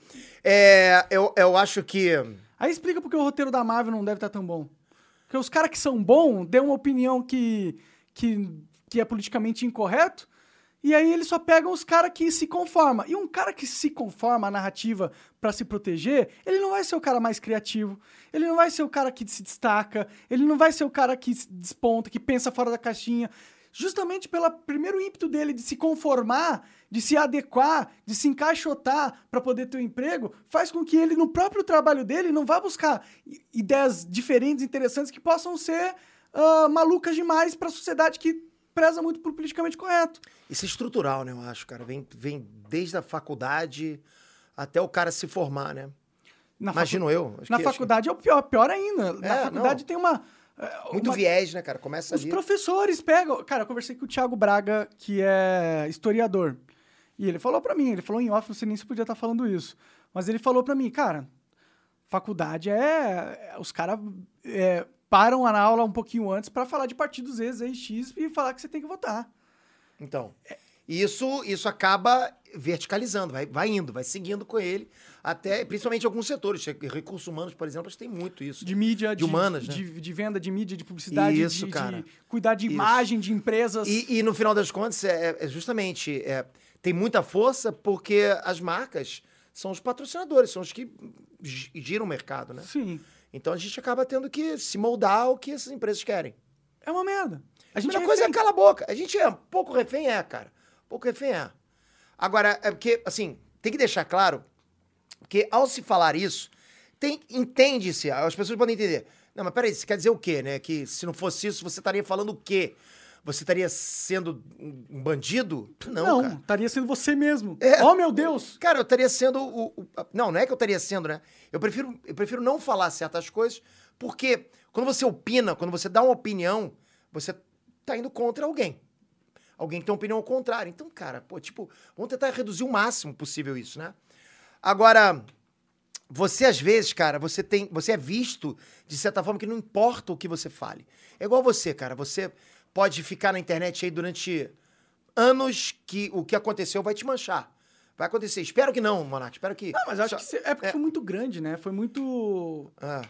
S2: É, eu, eu acho que.
S1: Aí explica porque o roteiro da Marvel não deve estar tá tão bom. Porque os caras que são bons dão uma opinião que, que, que é politicamente incorreto, e aí eles só pegam os caras que se conformam. E um cara que se conforma à narrativa pra se proteger, ele não vai ser o cara mais criativo, ele não vai ser o cara que se destaca, ele não vai ser o cara que se desponta, que pensa fora da caixinha. Justamente pelo primeiro ímpeto dele de se conformar, de se adequar, de se encaixotar pra poder ter um emprego, faz com que ele, no próprio trabalho dele, não vá buscar i- ideias diferentes, interessantes, que possam ser ah, malucas demais pra sociedade que preza muito por politicamente correto.
S2: Isso é estrutural, né? Eu acho, cara. Vem, vem desde a faculdade até o cara se formar, né?
S1: Na
S2: Imagino eu. acho
S1: Na
S2: que- acho que-
S1: faculdade é o pior, pior ainda. Na
S2: É,
S1: faculdade
S2: não.
S1: tem uma. é,
S2: Muito
S1: uma...
S2: viés, né, cara? Começa
S1: Os
S2: ali.
S1: professores pegam. Cara, eu conversei com o Thiago Braga, que é historiador. E ele falou pra mim, ele falou em off, não sei nem se podia estar falando isso. Mas ele falou pra mim, cara, faculdade é. é- Os caras é, param a aula um pouquinho antes pra falar de partidos ex, ex, X e falar que você tem que votar.
S2: Então,
S1: É.
S2: isso, isso acaba verticalizando, vai, vai indo, vai seguindo com ele, até, principalmente em alguns setores. Recursos humanos, por exemplo, acho que tem muito isso.
S1: De mídia,
S2: De humanas, né?
S1: de, de venda, de mídia, de publicidade,
S2: Isso,
S1: de,
S2: cara.
S1: de cuidar de
S2: Isso.
S1: imagem de empresas.
S2: E, e no final das contas, é, é justamente, é, tem muita força porque as marcas são os patrocinadores, são os que gi- giram o mercado, né?
S1: Sim.
S2: Então a gente acaba tendo que se moldar ao que essas empresas querem.
S1: É uma merda.
S2: A
S1: A gente é
S2: coisa é
S1: refém.
S2: cala a boca. A gente é pouco refém, é, cara. Pouco refém é. Agora, é porque, assim, tem que deixar claro que ao se falar isso, tem- entende-se, as pessoas podem entender. Não, mas peraí, isso quer dizer o quê, né? Que se não fosse isso, você estaria falando o quê? Você estaria sendo um um bandido?
S1: Não,
S2: Não, cara.
S1: estaria sendo você mesmo.
S2: É.
S1: Oh, meu Deus!
S2: Cara, eu estaria sendo o, o- a- Não, não é que eu estaria sendo, né? Eu prefiro, eu prefiro não falar certas coisas, porque quando você opina, quando você dá uma opinião, você tá indo contra alguém. Alguém que tem uma opinião contrária. Então, cara, pô, tipo, vamos tentar reduzir o máximo possível isso, né? Agora, você às vezes, cara, você tem, você é visto de certa forma que não importa o que você fale. É igual você, cara, você pode ficar na internet aí durante anos que o que aconteceu vai te manchar. Vai acontecer. Espero que não, Monark. Espero que.
S1: Não, mas eu acho
S2: Só-
S1: que se- é porque
S2: é.
S1: foi muito grande, né? Foi muito.
S2: Ah,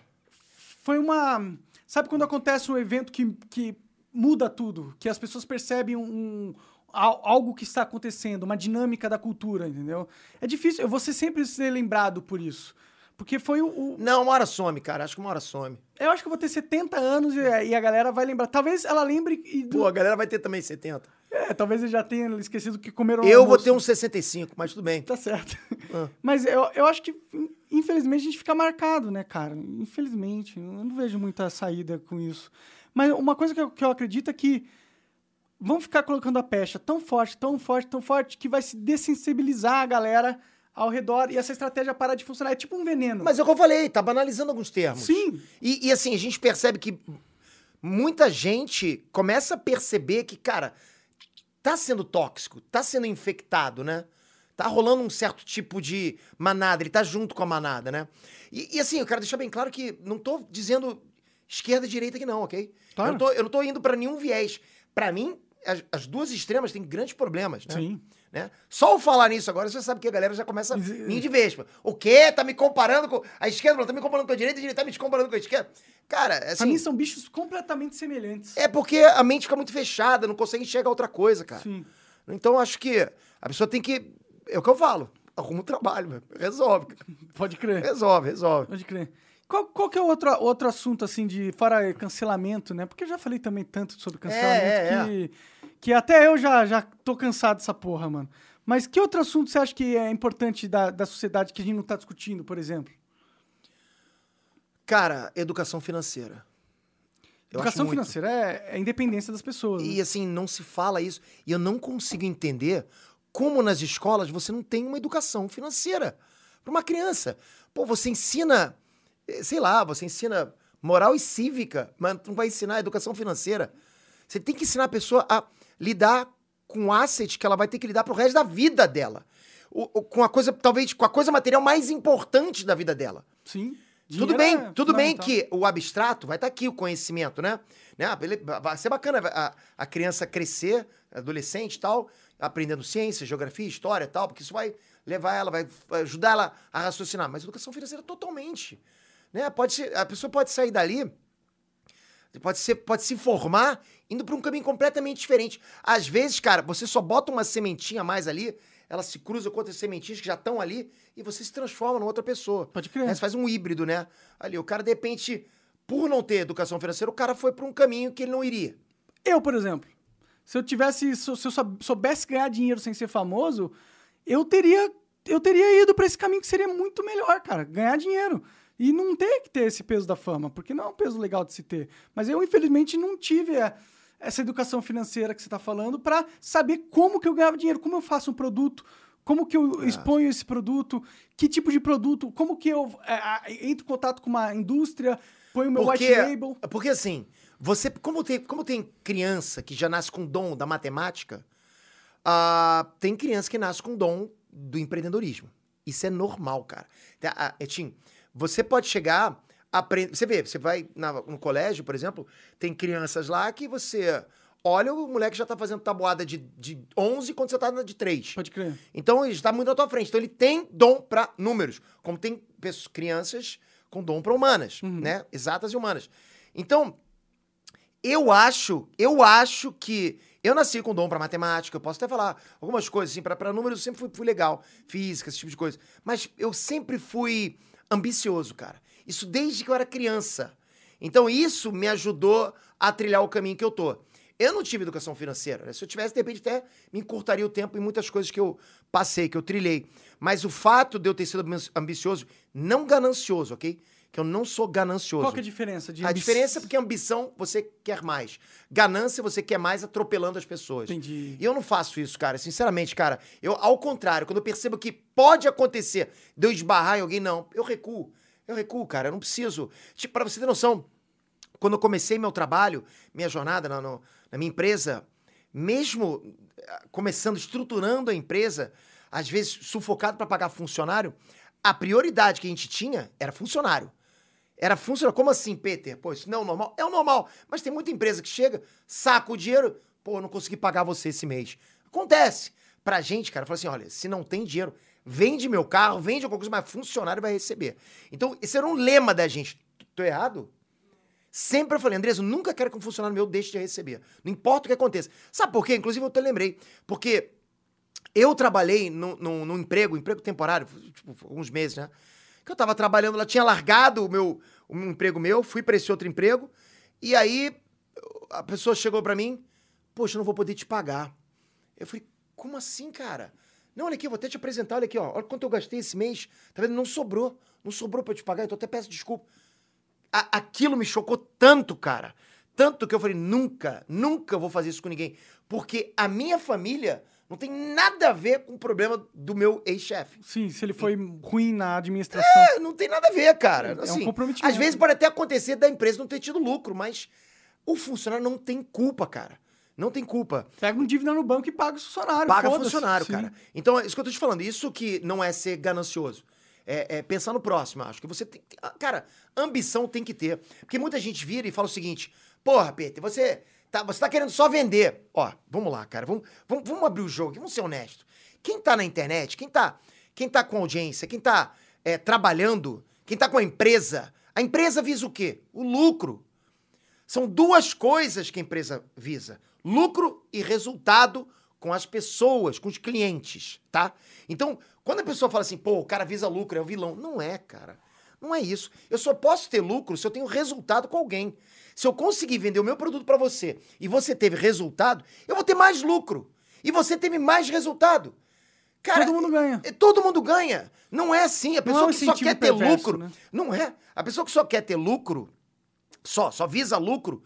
S1: Foi uma. Sabe quando acontece um evento que, que muda tudo? Que as pessoas percebem um, um- al- algo que está acontecendo, uma dinâmica da cultura, entendeu? É difícil. Eu vou ser sempre ser lembrado por isso. Porque foi o. o-
S2: Não, uma hora some, cara. Acho que uma hora some.
S1: eu acho que eu vou ter 70 anos e, e a galera vai lembrar. Talvez ela lembre. E,
S2: Pô, a galera vai ter também 70.
S1: é, talvez eu já tenha esquecido o que comeram no
S2: Eu vou
S1: almoço.
S2: ter um uns 65, mas tudo bem.
S1: Tá certo.
S2: Ah.
S1: Mas eu, eu acho que, in- infelizmente, a gente fica marcado, né, cara? Infelizmente. Eu não vejo muita saída com isso. Mas uma coisa que eu, que eu acredito é que vão ficar colocando a pecha tão forte, tão forte, tão forte, que vai se dessensibilizar a galera ao redor e essa estratégia parar de funcionar. É tipo um veneno.
S2: Mas é o que eu falei, tá banalizando alguns termos.
S1: Sim.
S2: E, e, assim, a gente percebe que muita gente começa a perceber que, cara, tá sendo tóxico, tá sendo infectado, né? Tá rolando um certo tipo de manada, ele tá junto com a manada, né? E, e, assim, eu quero deixar bem claro que não tô dizendo esquerda e direita aqui não, ok?
S1: Claro.
S2: Eu, não tô, eu não tô indo pra nenhum viés. Pra mim, as, as duas extremas têm grandes problemas, né?
S1: Sim.
S2: né? Só ao falar nisso agora, você sabe que a galera já começa a
S1: Ex-
S2: vir de vespa. O quê? Tá me comparando com a esquerda? Tá me comparando com a direita? A direita tá me comparando com a esquerda? Cara,
S1: Pra
S2: assim...
S1: mim, são bichos completamente semelhantes.
S2: É porque a mente fica muito fechada, não consegue enxergar outra coisa, cara.
S1: Sim.
S2: Então, acho que a pessoa tem que... É o que eu falo. Arruma um trabalho, meu. Resolve. cara.
S1: Pode crer.
S2: Resolve, resolve.
S1: Pode crer. Qual, qual que é o outro, outro assunto, assim, de fora cancelamento, né? Porque eu já falei também tanto sobre cancelamento
S2: É, é,
S1: que, que até eu já, já tô cansado dessa porra, mano. Mas que outro assunto você acha que é importante da, da sociedade que a gente não tá discutindo, por exemplo?
S2: Cara, educação financeira. Eu acho
S1: Educação
S2: muito.
S1: financeira é, é a independência das pessoas. né?
S2: E assim, não se fala isso. E eu não consigo entender como nas escolas você não tem uma educação financeira para uma criança. Pô, você ensina, eh, sei lá, você ensina moral e cívica, mas tu não vai ensinar educação financeira. Você tem que ensinar a pessoa a lidar com o asset que ela vai ter que lidar pro resto da vida dela. O- o- com a coisa, talvez, com a coisa material mais importante da vida dela.
S1: Sim.
S2: Tudo
S1: Dinheiro
S2: bem,
S1: é
S2: tudo bem
S1: fundamental.
S2: que o abstrato vai estar aqui, o conhecimento, né? né? Ah, bele- va- Vai ser bacana a, a criança crescer, adolescente e tal, aprendendo ciência, geografia, história e tal, porque isso vai levar ela, vai vai ajudar ela a é raciocinar. Mas educação financeira totalmente. Né? Pode ser, a pessoa pode sair dali Você pode, ser, pode se formar indo para um caminho completamente diferente. Às vezes, cara, você só bota uma sementinha a mais ali, ela se cruza com outras sementinhas que já estão ali e você se transforma numa outra pessoa.
S1: Pode
S2: Aí
S1: crer.
S2: você faz um híbrido, né? Ali, o cara, de repente, por não ter educação financeira, o cara foi para um caminho que ele não iria.
S1: Eu, por exemplo, se eu tivesse, se eu se eu sab- soubesse ganhar dinheiro sem ser famoso, eu teria, eu teria ido pra esse caminho que seria muito melhor, cara, ganhar dinheiro e não ter que ter esse peso da fama, porque não é um peso legal de se ter. Mas eu infelizmente não tive é, essa educação financeira que você tá falando pra saber como que eu ganhava dinheiro, como eu faço um produto, como que
S2: É.
S1: eu exponho esse produto, que tipo de produto, como que eu é, a- entro em contato com uma indústria, ponho meu
S2: Porque-
S1: white label.
S2: Porque assim, você, como tem, como tem criança que já nasce com dom da matemática, ah, tem criança que nasce com dom do empreendedorismo. Isso é normal, cara. Tá, ah, é, Tim, você pode chegar, aprender. Você vê, você vai na- no colégio, por exemplo, tem crianças lá que você olha, o moleque já tá fazendo tabuada de, de 11 quando você tá na de 3.
S1: Pode crer.
S2: Então ele está muito na tua frente. Então ele tem dom para números, como tem pessoas, crianças com dom para humanas,
S1: Uhum.
S2: né? Exatas e humanas. Então eu acho, eu acho que eu nasci com dom para matemática, eu posso até falar algumas coisas assim para números, eu sempre fui, fui legal, física, esse tipo de coisa. Mas eu sempre fui ambicioso, cara. Isso desde que eu era criança. Então isso me ajudou a trilhar o caminho que eu tô. Eu não tive educação financeira. né? Se eu tivesse, de repente, até me encurtaria o tempo em muitas coisas que eu passei, que eu trilhei. Mas o fato de eu ter sido ambi- ambicioso, não ganancioso, ok? Que eu não sou ganancioso.
S1: Qual que é a diferença de
S2: A
S1: ambi-
S2: diferença é porque ambição você quer mais. Ganância você quer mais atropelando as pessoas.
S1: Entendi.
S2: E eu não faço isso, cara. Sinceramente, cara, eu, ao contrário, quando eu percebo que pode acontecer de eu esbarrar em alguém, não, eu recuo. Eu recuo, cara. Eu não preciso. Tipo, pra você ter noção, quando eu comecei meu trabalho, minha jornada na, no- na minha empresa, mesmo ah, começando, estruturando a empresa, às vezes sufocado para pagar funcionário, a prioridade que a gente tinha era funcionário. Era funcionário. Como assim, Peter? Pô, isso não é o normal? É o normal. Mas tem muita empresa que chega, saca o dinheiro, pô, eu não consegui pagar você esse mês. Acontece. Pra gente, cara, fala assim: olha, se não tem dinheiro, vende meu carro, vende alguma coisa, mas funcionário vai receber. Então, esse era um lema da gente. Tô errado? Sempre eu falei, Andrés, eu nunca quero que um funcionário meu deixe de receber. Não importa o que aconteça. Sabe por quê? Inclusive, eu até lembrei. Porque eu trabalhei num, num- num emprego, um emprego temporário, tipo, alguns meses, né? Que eu tava trabalhando lá, tinha largado o meu um emprego meu, fui para esse outro emprego. E aí eu- a pessoa chegou para mim, poxa, eu não vou poder te pagar. Eu falei, como assim, cara? Não, olha aqui, eu vou até te apresentar, olha aqui, ó. Olha quanto eu gastei esse mês. Tá vendo? Não sobrou. Não sobrou pra eu te pagar, então eu até peço desculpa. A- aquilo me chocou tanto, cara. Tanto que eu falei, nunca, nunca vou fazer isso com ninguém. Porque a minha família não tem nada a ver com o problema do meu ex-chefe.
S1: Sim, se ele foi ruim na administração.
S2: É, não tem nada a ver, cara.
S1: É um
S2: Assim,
S1: comprometimento.
S2: às vezes pode até acontecer da empresa não ter tido lucro, mas o funcionário não tem culpa, cara. Não tem culpa.
S1: Pega um dívida no banco e paga o funcionário.
S2: Paga
S1: foda-se.
S2: funcionário,
S1: Sim.
S2: cara. Então, é isso que eu tô te falando. Isso que não é ser ganancioso. É, é pensar no próximo, acho. Que você tem. que- ah, Cara, ambição tem que ter. Porque muita gente vira e fala o seguinte: porra, Peter, você tá, você tá querendo só vender. Ó, vamos lá, cara. Vamos, vamos, vamos abrir o jogo, aqui, vamos ser honestos. Quem tá na internet, quem tá, quem tá com audiência, quem tá é, trabalhando, quem tá com a empresa, a empresa visa o quê? O lucro. São duas coisas que a empresa visa: lucro e resultado com as pessoas, com os clientes, tá? Então, quando a pessoa fala assim, pô, o cara visa lucro, é o vilão. Não é, cara. Não é isso. Eu só posso ter lucro se eu tenho resultado com alguém. Se eu conseguir vender o meu produto pra você e você teve resultado, eu vou ter mais lucro. E você teve mais resultado. Cara,
S1: Todo mundo ganha.
S2: é, Todo mundo ganha. Não é assim. A
S1: Não é
S2: pessoa
S1: um
S2: que só
S1: incentivo
S2: quer ter
S1: perverso,
S2: lucro.
S1: né?
S2: Não é. A pessoa que só quer ter lucro, só, só visa lucro,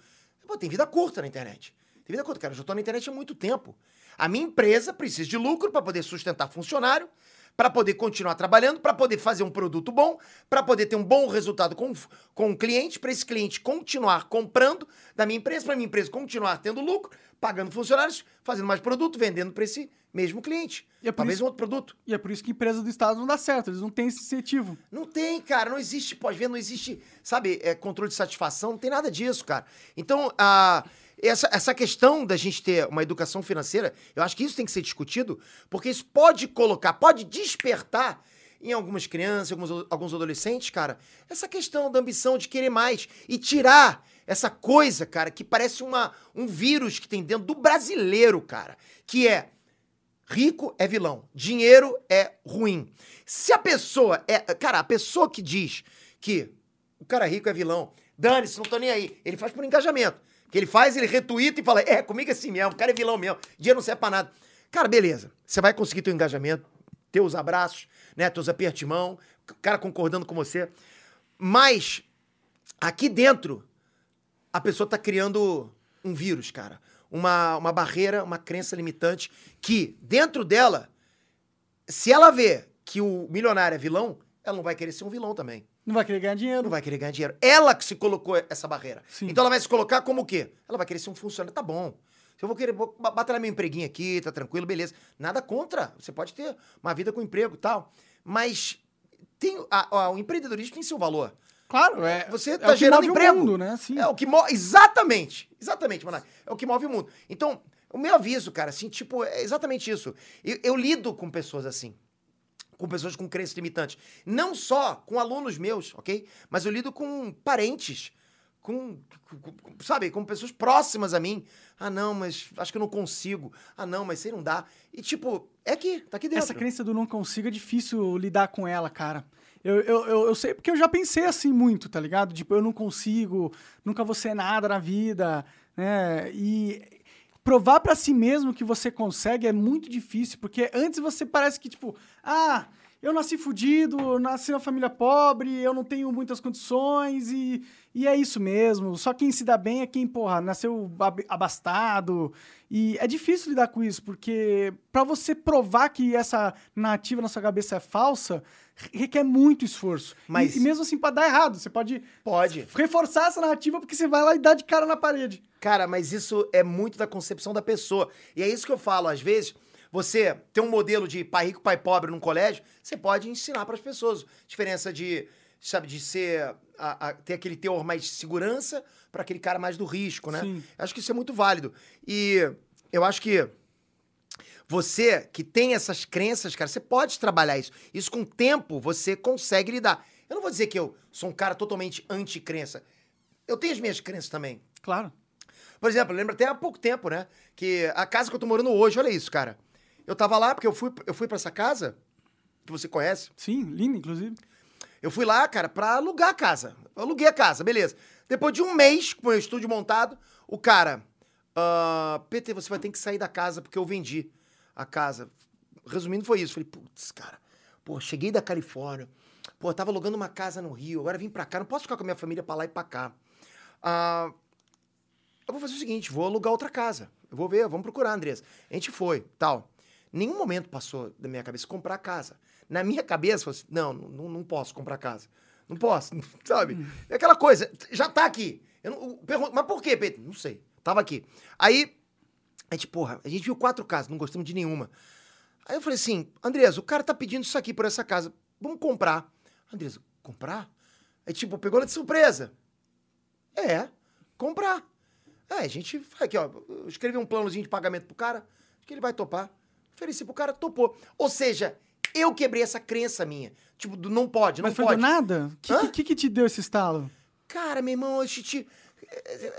S2: pô, tem vida curta na internet. Tem vida curta, cara. Eu já tô na internet há muito tempo. A minha empresa precisa de lucro para poder sustentar funcionário, para poder continuar trabalhando, para poder fazer um produto bom, para poder ter um bom resultado com, com o cliente, para esse cliente continuar comprando da minha empresa, para minha empresa continuar tendo lucro, pagando funcionários, fazendo mais produto, vendendo para esse mesmo cliente.
S1: E é por
S2: Talvez
S1: isso-
S2: um outro produto.
S1: E é por isso que empresa do Estado não dá certo. Eles não têm esse incentivo.
S2: Não tem, cara. Não existe pós-venda, não existe, sabe, é, controle de satisfação, não tem nada disso, cara. Então, a, essa, essa questão da gente ter uma educação financeira, eu acho que isso tem que ser discutido, porque isso pode colocar, pode despertar em algumas crianças, alguns, alguns adolescentes, cara, essa questão da ambição de querer mais e tirar Essa coisa, cara, que parece uma, um vírus que tem dentro do brasileiro, cara. Que é rico é vilão, dinheiro é ruim. Se a pessoa é. Cara, a pessoa que diz que o cara rico é vilão, dane-se, não tô nem aí. Ele faz por engajamento. Que ele faz, ele retuita e fala: é, comigo é assim mesmo, o cara é vilão mesmo, dinheiro não serve pra nada. Cara, beleza. Você vai conseguir teu engajamento, teus abraços, né? Teus apertos de mão, o cara concordando com você. Mas aqui dentro, a pessoa tá criando um vírus, cara. Uma, uma barreira, uma crença limitante que, dentro dela, se ela vê que o milionário é vilão, ela não vai querer ser um vilão também.
S1: Não vai querer ganhar dinheiro.
S2: Não vai querer ganhar dinheiro. Ela que se colocou essa barreira.
S1: Sim.
S2: Então ela vai se colocar como o quê? Ela vai querer ser um funcionário. Tá bom. Se eu vou querer vou ba- batalhar meu empreguinho aqui, tá tranquilo, beleza. Nada contra. Você pode ter uma vida com emprego e tal. Mas tem, a- a- o empreendedorismo tem seu valor.
S1: Claro, é.
S2: Você
S1: é
S2: tá
S1: o que
S2: gerando
S1: move o
S2: emprego.
S1: mundo, né? Sim.
S2: É o que move. Exatamente. Exatamente, Monark. É o que move o mundo. Então, o meu aviso, cara, assim, tipo, é exatamente isso. Eu, eu lido com pessoas assim. Com pessoas com crenças limitantes. Não só com alunos meus, ok? Mas eu lido com parentes. Com, com- com- sabe, com pessoas próximas a mim. Ah, não, mas acho que eu não consigo. Ah, não, mas sei não dá. E, tipo, é aqui, tá aqui dentro.
S1: Essa crença do não consigo é difícil lidar com ela, cara. Eu, eu, eu, eu sei porque eu já pensei assim muito, tá ligado? Tipo, eu não consigo, nunca vou ser nada na vida, né? E provar pra si mesmo que você consegue é muito difícil, porque antes você parece que, tipo, ah, eu nasci fudido, eu nasci na família pobre, eu não tenho muitas condições e, e é isso mesmo. Só quem se dá bem é quem, porra, nasceu ab- abastado. E é difícil lidar com isso, porque pra você provar que essa narrativa na sua cabeça é falsa, re- requer muito esforço.
S2: Mas-
S1: E, e mesmo assim, pode dar errado. Você pode
S2: Pode.
S1: reforçar essa narrativa porque você vai lá e dá de cara na parede.
S2: Cara, mas isso é muito da concepção da pessoa. E é isso que eu falo, às vezes, você tem um modelo de pai rico, pai pobre num colégio, você pode ensinar para as pessoas. Diferença de, sabe, de ser a- a- ter aquele teor mais de segurança para aquele cara mais do risco, né?
S1: Sim.
S2: Acho que isso é muito válido. E eu acho que você que tem essas crenças, cara, você pode trabalhar isso. Isso com o tempo você consegue lidar. Eu não vou dizer que eu sou um cara totalmente anti-crença. Eu tenho as minhas crenças também.
S1: Claro.
S2: Por exemplo, lembra até há pouco tempo, né? Que a casa que eu tô morando hoje, olha isso, cara. Eu tava lá, porque eu fui, eu fui para essa casa, que você conhece.
S1: Sim, linda, inclusive.
S2: Eu fui lá, cara, pra alugar a casa. Eu aluguei a casa, beleza. Depois de um mês com o meu estúdio montado, o cara. ah, PT, você vai ter que sair da casa porque eu vendi a casa. Resumindo, foi isso. Falei, putz, cara. Pô, cheguei da Califórnia. Pô, eu tava alugando uma casa no Rio. Agora vim pra cá. Não posso ficar com a minha família pra lá e pra cá. Ah, eu vou fazer o seguinte: vou alugar outra casa. Eu vou ver, vamos procurar, Andressa. A gente foi, tal. Nenhum momento passou da minha cabeça comprar casa. Na minha cabeça, eu falei assim, não, não, não posso comprar casa. Não posso,
S1: Hum.
S2: sabe? É aquela coisa, já tá aqui. Eu não, eu pergunto, mas por quê, Pedro? Não sei. Tava aqui. Aí, a gente, porra, a gente viu quatro casas, não gostamos de nenhuma. Aí eu falei assim, Andresa, o cara tá pedindo isso aqui por essa casa. Vamos comprar. Andresa, comprar? Aí, tipo, pegou ela de surpresa. É, comprar. É, a gente. Aqui, ó. eu Escrevi um planozinho de pagamento pro cara, acho que ele vai topar. Ofereci pro cara, topou. Ou seja, eu quebrei essa crença minha. Tipo, do não pode, não
S1: Mas foi
S2: pode.
S1: do nada? O que,
S2: Hã?
S1: que, que te deu esse estalo?
S2: Cara, meu irmão, eu te.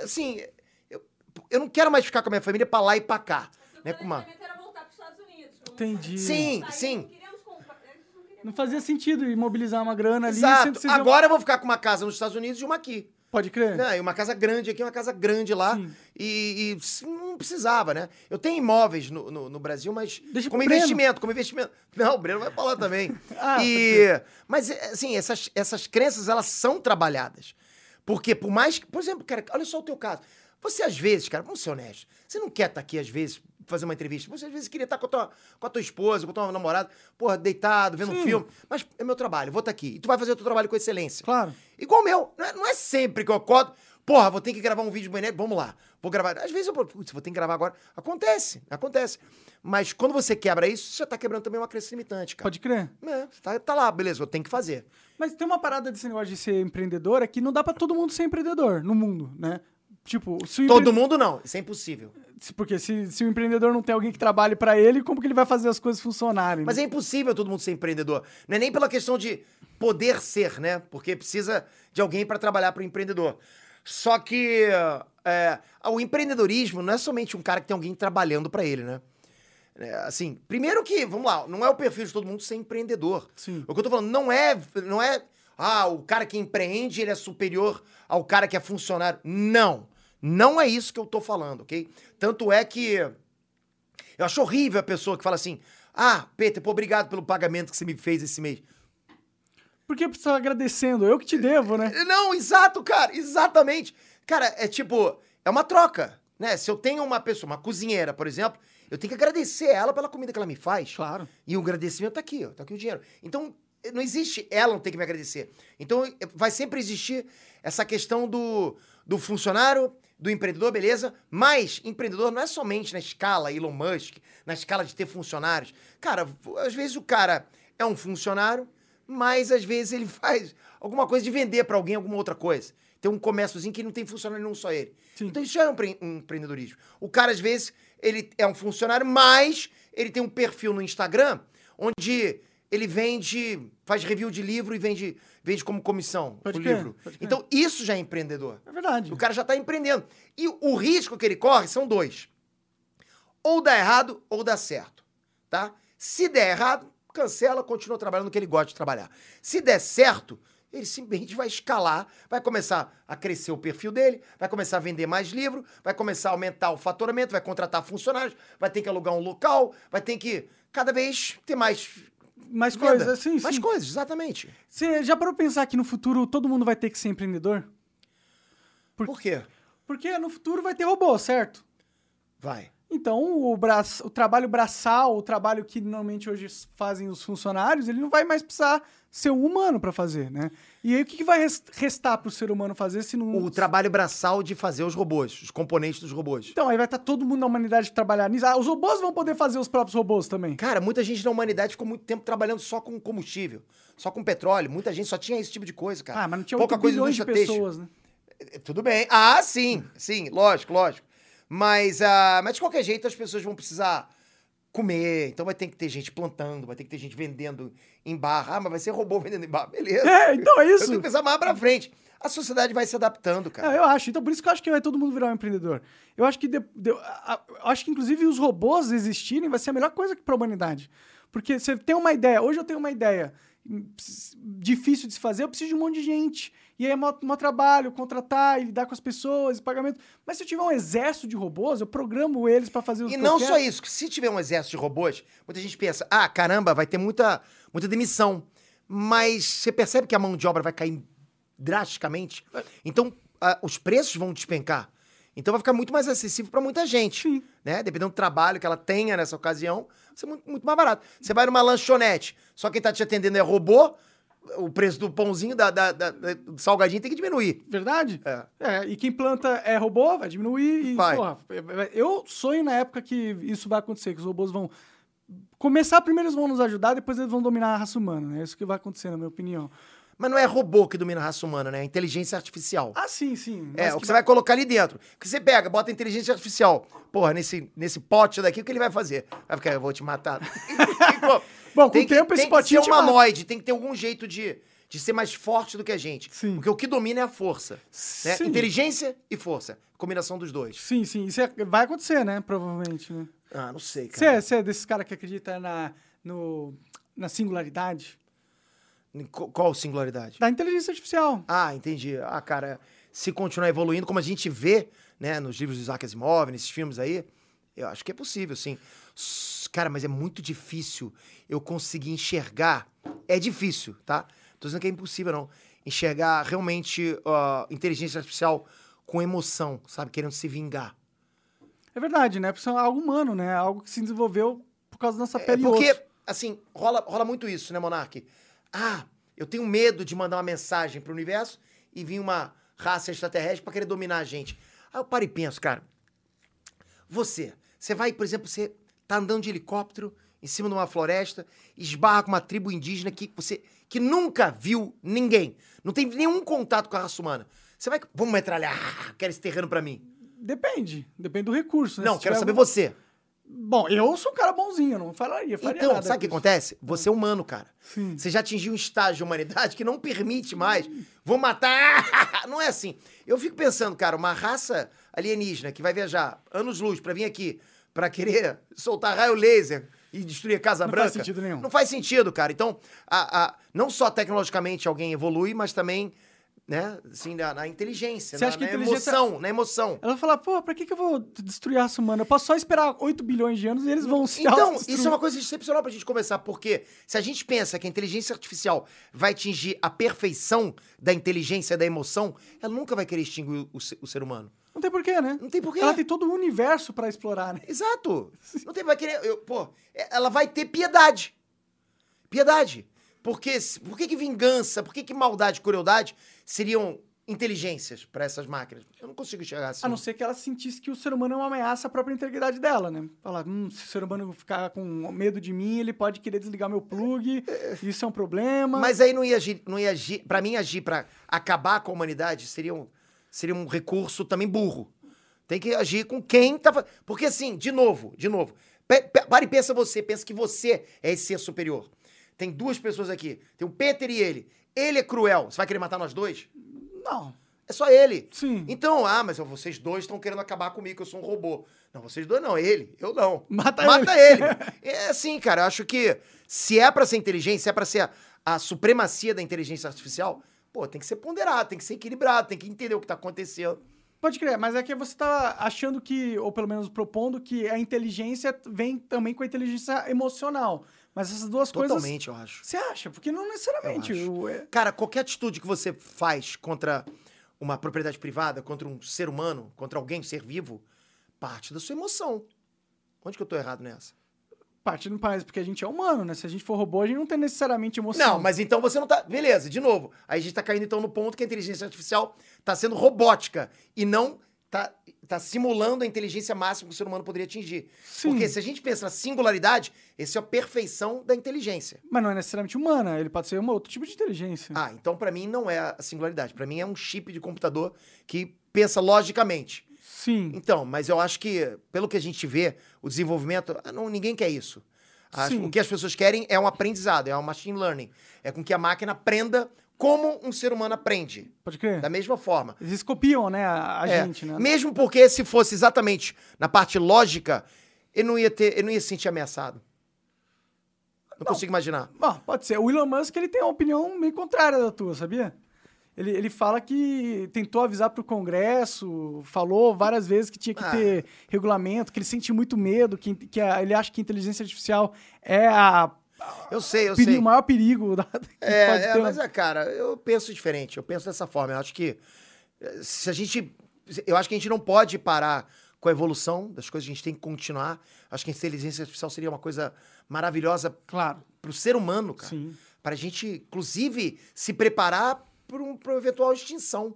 S2: Assim, eu, eu não quero mais ficar com a minha família pra lá e pra cá.
S3: Seu
S2: Né, com uma...
S3: planejamento era voltar para os Estados Unidos. não-
S1: Entendi.
S2: Sim,
S3: Sair, Não
S2: sim.
S3: queríamos comprar. eles não queriam
S1: Não fazia sentido imobilizar uma grana ali. sempre
S2: Exato.
S1: você vê uma-
S2: Agora eu vou ficar com uma casa nos Estados Unidos e uma aqui.
S1: Pode crer?
S2: Não, e uma casa grande aqui, uma casa grande lá.
S1: Sim.
S2: E, e s- não precisava, né? Eu tenho imóveis no, no- no Brasil, mas
S1: Deixa
S2: como
S1: pro Breno.
S2: investimento, como investimento. Não, o Breno vai falar também.
S1: Ah,
S2: e, mas, é, assim, essas, essas crenças, elas são trabalhadas. Porque por mais que... Por exemplo, cara, olha só o teu caso. Você, às vezes, cara, vamos ser honestos. Você não quer estar aqui, às vezes, fazer uma entrevista. Você, às vezes, queria estar com a tua, com a tua esposa, com a tua namorada, porra, deitado, vendo um
S1: Sim.
S2: filme. Mas é meu trabalho, eu vou estar aqui. E tu vai fazer o teu trabalho com excelência.
S1: Claro.
S2: Igual o meu. Não é, não é sempre que eu acordo. Porra, vou ter que gravar um vídeo maneiro. Vamos lá. Vou gravar. Às vezes eu falo, putz, vou ter que gravar agora. Acontece, acontece. Mas quando você quebra isso, você já tá quebrando também uma crença limitante, cara.
S1: Pode crer?
S2: É, você tá, tá lá, beleza, eu tenho que fazer.
S1: Mas tem uma parada desse negócio de ser empreendedor é que não dá pra todo mundo ser empreendedor no mundo, né? Tipo, se o
S2: Todo
S1: empre-
S2: mundo não, isso é impossível.
S1: Porque se, se o empreendedor não tem alguém que trabalhe pra ele, como que ele vai fazer as coisas funcionarem? né?
S2: Mas é impossível todo mundo ser empreendedor. Não é nem pela questão de poder ser, né? Porque precisa de alguém para trabalhar para o empreendedor. Só que é, o empreendedorismo não é somente um cara que tem alguém trabalhando pra ele, né? É, assim, primeiro que, vamos lá, não é o perfil de todo mundo ser empreendedor.
S1: Sim.
S2: O que eu tô falando não é, não é, ah, o cara que empreende, ele é superior ao cara que é funcionário. Não. Não é isso que eu tô falando, ok? Tanto é que eu acho horrível a pessoa que fala assim, ah, Peter, pô, obrigado pelo pagamento que você me fez esse mês. é-
S1: Por que precisa agradecendo? Eu que te devo, né?
S2: Não, exato, cara, exatamente. Cara, é tipo, é uma troca, né? Se eu tenho uma pessoa, uma cozinheira, por exemplo, eu tenho que agradecer ela pela comida que ela me faz.
S1: Claro.
S2: E o agradecimento tá aqui, ó, tá aqui o dinheiro. Então, não existe ela não tem que me agradecer. Então, vai sempre existir essa questão do, do funcionário, do empreendedor, beleza? Mas empreendedor não é somente na escala Elon Musk, na escala de ter funcionários. Cara, às vezes o cara é um funcionário, mas às vezes ele faz alguma coisa de vender para alguém alguma outra coisa. Tem um comérciozinho que não tem funcionário nenhum, só ele.
S1: Sim.
S2: Então isso já é um, empre- um empreendedorismo. O cara, às vezes, ele é um funcionário, mas ele tem um perfil no Instagram onde ele vende, faz review de livro e vende, vende como comissão
S1: Pode
S2: o
S1: crer,
S2: livro.
S1: pode crer.
S2: Então isso já é empreendedor.
S1: É verdade.
S2: O cara já está empreendendo. E o risco que ele corre são dois. Ou dá errado ou dá certo, tá? Se der errado, cancela, continua trabalhando o que ele gosta de trabalhar. Se der certo, ele simplesmente vai escalar, vai começar a crescer o perfil dele, vai começar a vender mais livro, vai começar a aumentar o faturamento, vai contratar funcionários, vai ter que alugar um local, vai ter que cada vez ter mais
S1: Mais
S2: venda,
S1: coisas, é, sim,
S2: mais
S1: sim.
S2: coisas, exatamente.
S1: Você já parou pra pensar que no futuro todo mundo vai ter que ser empreendedor? Por-
S2: Por quê?
S1: Porque no futuro vai ter robô, certo?
S2: Vai.
S1: Então, o, braço- o trabalho braçal, o trabalho que normalmente hoje s- fazem os funcionários, ele não vai mais precisar ser um humano para fazer, né? E aí, o que, que vai res- restar para o ser humano fazer se não...
S2: O trabalho braçal de fazer os robôs, os componentes dos robôs.
S1: Então, aí vai estar todo mundo na humanidade trabalhar nisso. Ah, os robôs vão poder fazer os próprios robôs também.
S2: Cara, muita gente na humanidade ficou muito tempo trabalhando só com combustível, só com petróleo. Muita gente só tinha esse tipo de coisa, cara.
S1: Ah, mas não tinha 8
S2: Pouca coisa
S1: bilhões de
S2: indústria têxtil.
S1: pessoas, né?
S2: É, Tudo bem. Ah, sim, sim, lógico, lógico. Mas, ah, mas de qualquer jeito as pessoas vão precisar comer, então vai ter que ter gente plantando, vai ter que ter gente vendendo em barra. Ah, mas vai ser robô vendendo em barra. Beleza.
S1: É, então é
S2: Eu
S1: isso.
S2: tenho que pensar mais pra frente. A sociedade vai se adaptando, cara.
S1: Não, eu acho. Então, por isso que eu acho que vai todo mundo virar um empreendedor. Eu acho que, de- de- a- a- eu acho que inclusive, os robôs existirem vai ser a melhor coisa para a humanidade. Porque você tem uma ideia. Hoje eu tenho uma ideia hum, ps- difícil de se fazer, eu preciso de um monte de gente. E aí é mó, mó trabalho, contratar e lidar com as pessoas, e pagamento. Mas se eu tiver um exército de robôs, eu programo eles para fazer os
S2: E não só isso, que se tiver um exército de robôs, muita gente pensa, ah, caramba, vai ter muita, muita demissão. Mas você percebe que a mão de obra vai cair drasticamente. Então, ah, os preços vão despencar. Então vai ficar muito mais acessível para muita gente.
S1: Sim.
S2: Né? Dependendo do trabalho que ela tenha nessa ocasião, vai ser muito, muito mais barato. Você vai numa lanchonete, só quem tá te atendendo é robô, o preço do pãozinho, da, da- da- da- do salgadinho tem que diminuir.
S1: Verdade?
S2: É.
S1: É, e quem planta é robô, vai diminuir e,
S2: Vai.
S1: porra, é, eu sonho na época que isso vai acontecer, que os robôs vão começar, primeiro eles vão nos ajudar, depois eles vão dominar a raça humana, né? É isso que vai acontecer, na minha opinião.
S2: Mas não é robô que domina a raça humana, né? É inteligência artificial.
S1: Ah, sim, sim.
S2: É,
S1: mas
S2: o que você vai colocar ali dentro. O que você pega, bota inteligência artificial. Porra, nesse, nesse pote daqui, o que ele vai fazer? Vai ficar, eu vou te matar.
S1: Bom, com
S2: Tem
S1: o tempo esse potinho te
S2: Tem que ser
S1: mata.
S2: humanoide, tem que ter algum jeito de, de ser mais forte do que a gente.
S1: Sim.
S2: Porque o que domina é a força. né?
S1: Sim.
S2: Inteligência e força. Combinação dos dois.
S1: Sim, sim, isso é- vai acontecer, né? Provavelmente, né?
S2: Ah, não sei,
S1: Você
S2: cara.
S1: é, você é desses caras que acredita na, no, na singularidade?
S2: Em co- Qual singularidade?
S1: Da inteligência artificial.
S2: Ah, entendi. Ah, cara, se continuar evoluindo, como a gente vê, né, nos livros do Isaac Asimov, nesses filmes aí, eu acho que é possível, sim. S- Cara, mas é muito difícil eu conseguir enxergar. É difícil, tá? Tô dizendo que é impossível, não. Enxergar realmente ó, inteligência artificial com emoção, sabe? Querendo se vingar.
S1: É verdade, né? Porque isso é algo humano, né? Algo que se desenvolveu por causa da nossa
S2: É
S1: pele e
S2: porque,
S1: osso.
S2: assim, rola, rola muito isso, né, Monark? Ah, eu tenho medo de mandar uma mensagem pro universo e vir uma raça extraterrestre pra querer dominar a gente. Aí eu paro e penso, cara. Você, você vai, por exemplo, você tá andando de helicóptero em cima de uma floresta, esbarra com uma tribo indígena que você que nunca viu ninguém, não tem nenhum contato com a raça humana. Você vai, vamos metralhar, quero esse terreno pra mim.
S1: Depende. Depende do recurso, né?
S2: Não,
S1: Se
S2: quero
S1: tiver
S2: saber
S1: algum-
S2: você.
S1: Bom, eu sou um cara bonzinho, eu não falaria. faria
S2: Então,
S1: nada
S2: sabe o que
S1: com isso.
S2: acontece? Você é humano, cara.
S1: Sim.
S2: Você já atingiu um estágio de humanidade que não permite mais. Vou matar! Não é assim. Eu fico pensando, cara, uma raça alienígena que vai viajar anos-luz pra vir aqui pra querer soltar raio laser e destruir a Casa
S1: Não
S2: Branca.
S1: faz sentido nenhum.
S2: Não faz sentido, cara. Então, a- a- não só tecnologicamente alguém evolui, mas também, né, assim, na, na inteligência,
S1: Você
S2: na,
S1: acha que
S2: na
S1: a inteligência-
S2: emoção, na emoção.
S1: Ela vai falar, pô, pra que, que eu vou destruir a raça humana? Eu posso só esperar 8 bilhões de anos e eles vão se
S2: Então,
S1: autodestruir."
S2: isso é uma coisa excepcional pra gente conversar, porque se a gente pensa que a inteligência artificial vai atingir a perfeição da inteligência, da emoção, ela nunca vai querer extinguir o, se- o ser humano.
S1: Não tem porquê, né?
S2: Não tem porquê.
S1: Ela tem todo o universo pra explorar, né?
S2: Exato. Não tem, vai querer. eu- pô, é- ela vai ter piedade. Piedade. Porque, se- por que, que vingança, por que, que maldade, crueldade seriam inteligências pra essas máquinas? Eu não consigo enxergar assim.
S1: A Ah, não ser que ela sentisse que o ser humano é uma ameaça à própria integridade dela, né? Falar, hum, se o ser humano ficar com medo de mim, ele pode querer desligar meu plug, isso é um problema.
S2: Mas aí não ia agir, não ia agir, para mim agir para acabar com a humanidade seria um, seria um recurso também burro. Tem que agir com quem tá, fa- porque assim, de novo, de novo. Pe- pe- Para e pensa você, pensa que você é esse ser superior. Tem duas pessoas aqui, tem o Peter e ele. Ele é cruel. Você vai querer matar nós dois?
S1: Não,
S2: É só ele.
S1: sim.
S2: Então, ah, mas vocês dois estão querendo acabar comigo, eu sou um robô. Não, vocês dois não, ele, eu não.
S1: Mata
S2: Mata
S1: ele.
S2: ele. É assim, cara, eu acho que se é pra ser inteligente, se é pra ser a, a supremacia da inteligência artificial, pô, tem que ser ponderado, tem que ser equilibrado, tem que entender o que tá acontecendo.
S1: Pode crer, mas é que você tá achando que, ou pelo menos propondo, que a inteligência vem também com a inteligência emocional. Mas essas duas coisas.
S2: Totalmente, eu acho.
S1: Você acha? Porque não necessariamente.
S2: Eu acho.
S1: o- é-
S2: Cara, qualquer atitude que você faz contra uma propriedade privada, contra um ser humano, contra alguém, um ser vivo, parte da sua emoção. Onde que eu tô errado nessa?
S1: Parte não faz, porque a gente é humano, né? Se a gente for robô, a gente não tem necessariamente emoção.
S2: Não, mas então você não tá. Beleza, de novo. Aí a gente tá caindo então no ponto que a inteligência artificial tá sendo robótica e não tá, tá simulando a inteligência máxima que o ser humano poderia atingir.
S1: Sim,
S2: Porque se a gente pensa na singularidade, essa é a perfeição da inteligência.
S1: Mas não é necessariamente humana, ele pode ser um outro tipo de inteligência.
S2: Ah, então pra mim não é a singularidade. Pra mim é um chip de computador que pensa logicamente.
S1: Sim.
S2: Então, mas eu acho que, pelo que a gente vê, o desenvolvimento. ah, Não, ninguém quer isso. As-
S1: Sim.
S2: o que as pessoas querem é um aprendizado, é um machine learning. É com que a máquina aprenda como um ser humano aprende.
S1: Pode crer?
S2: Da mesma forma.
S1: Eles copiam, né, a, a
S2: É,
S1: gente, né?
S2: Mesmo porque se fosse exatamente na parte lógica, ele não ia ter, ele não ia se sentir ameaçado. Não, consigo imaginar.
S1: Bom, pode ser. O Elon Musk, ele tem uma opinião meio contrária da tua, sabia? Ele, ele fala que tentou avisar pro Congresso, falou várias vezes que tinha que
S2: Ah.
S1: ter regulamento, que ele sente muito medo, que, que a- ele acha que a inteligência artificial é a,
S2: Eu sei, eu
S1: peri-
S2: sei.
S1: o maior perigo da, que pode
S2: É, é,
S1: ter. um
S2: mas é, cara, eu penso diferente. Eu penso dessa forma. Eu acho que eh, se a gente. Eu acho que a gente não pode parar com a evolução das coisas, a gente tem que continuar. Acho que a inteligência artificial seria uma coisa maravilhosa
S1: Claro,
S2: pro ser humano, cara.
S1: sim.
S2: para a gente, inclusive, se preparar para um, pra uma eventual extinção.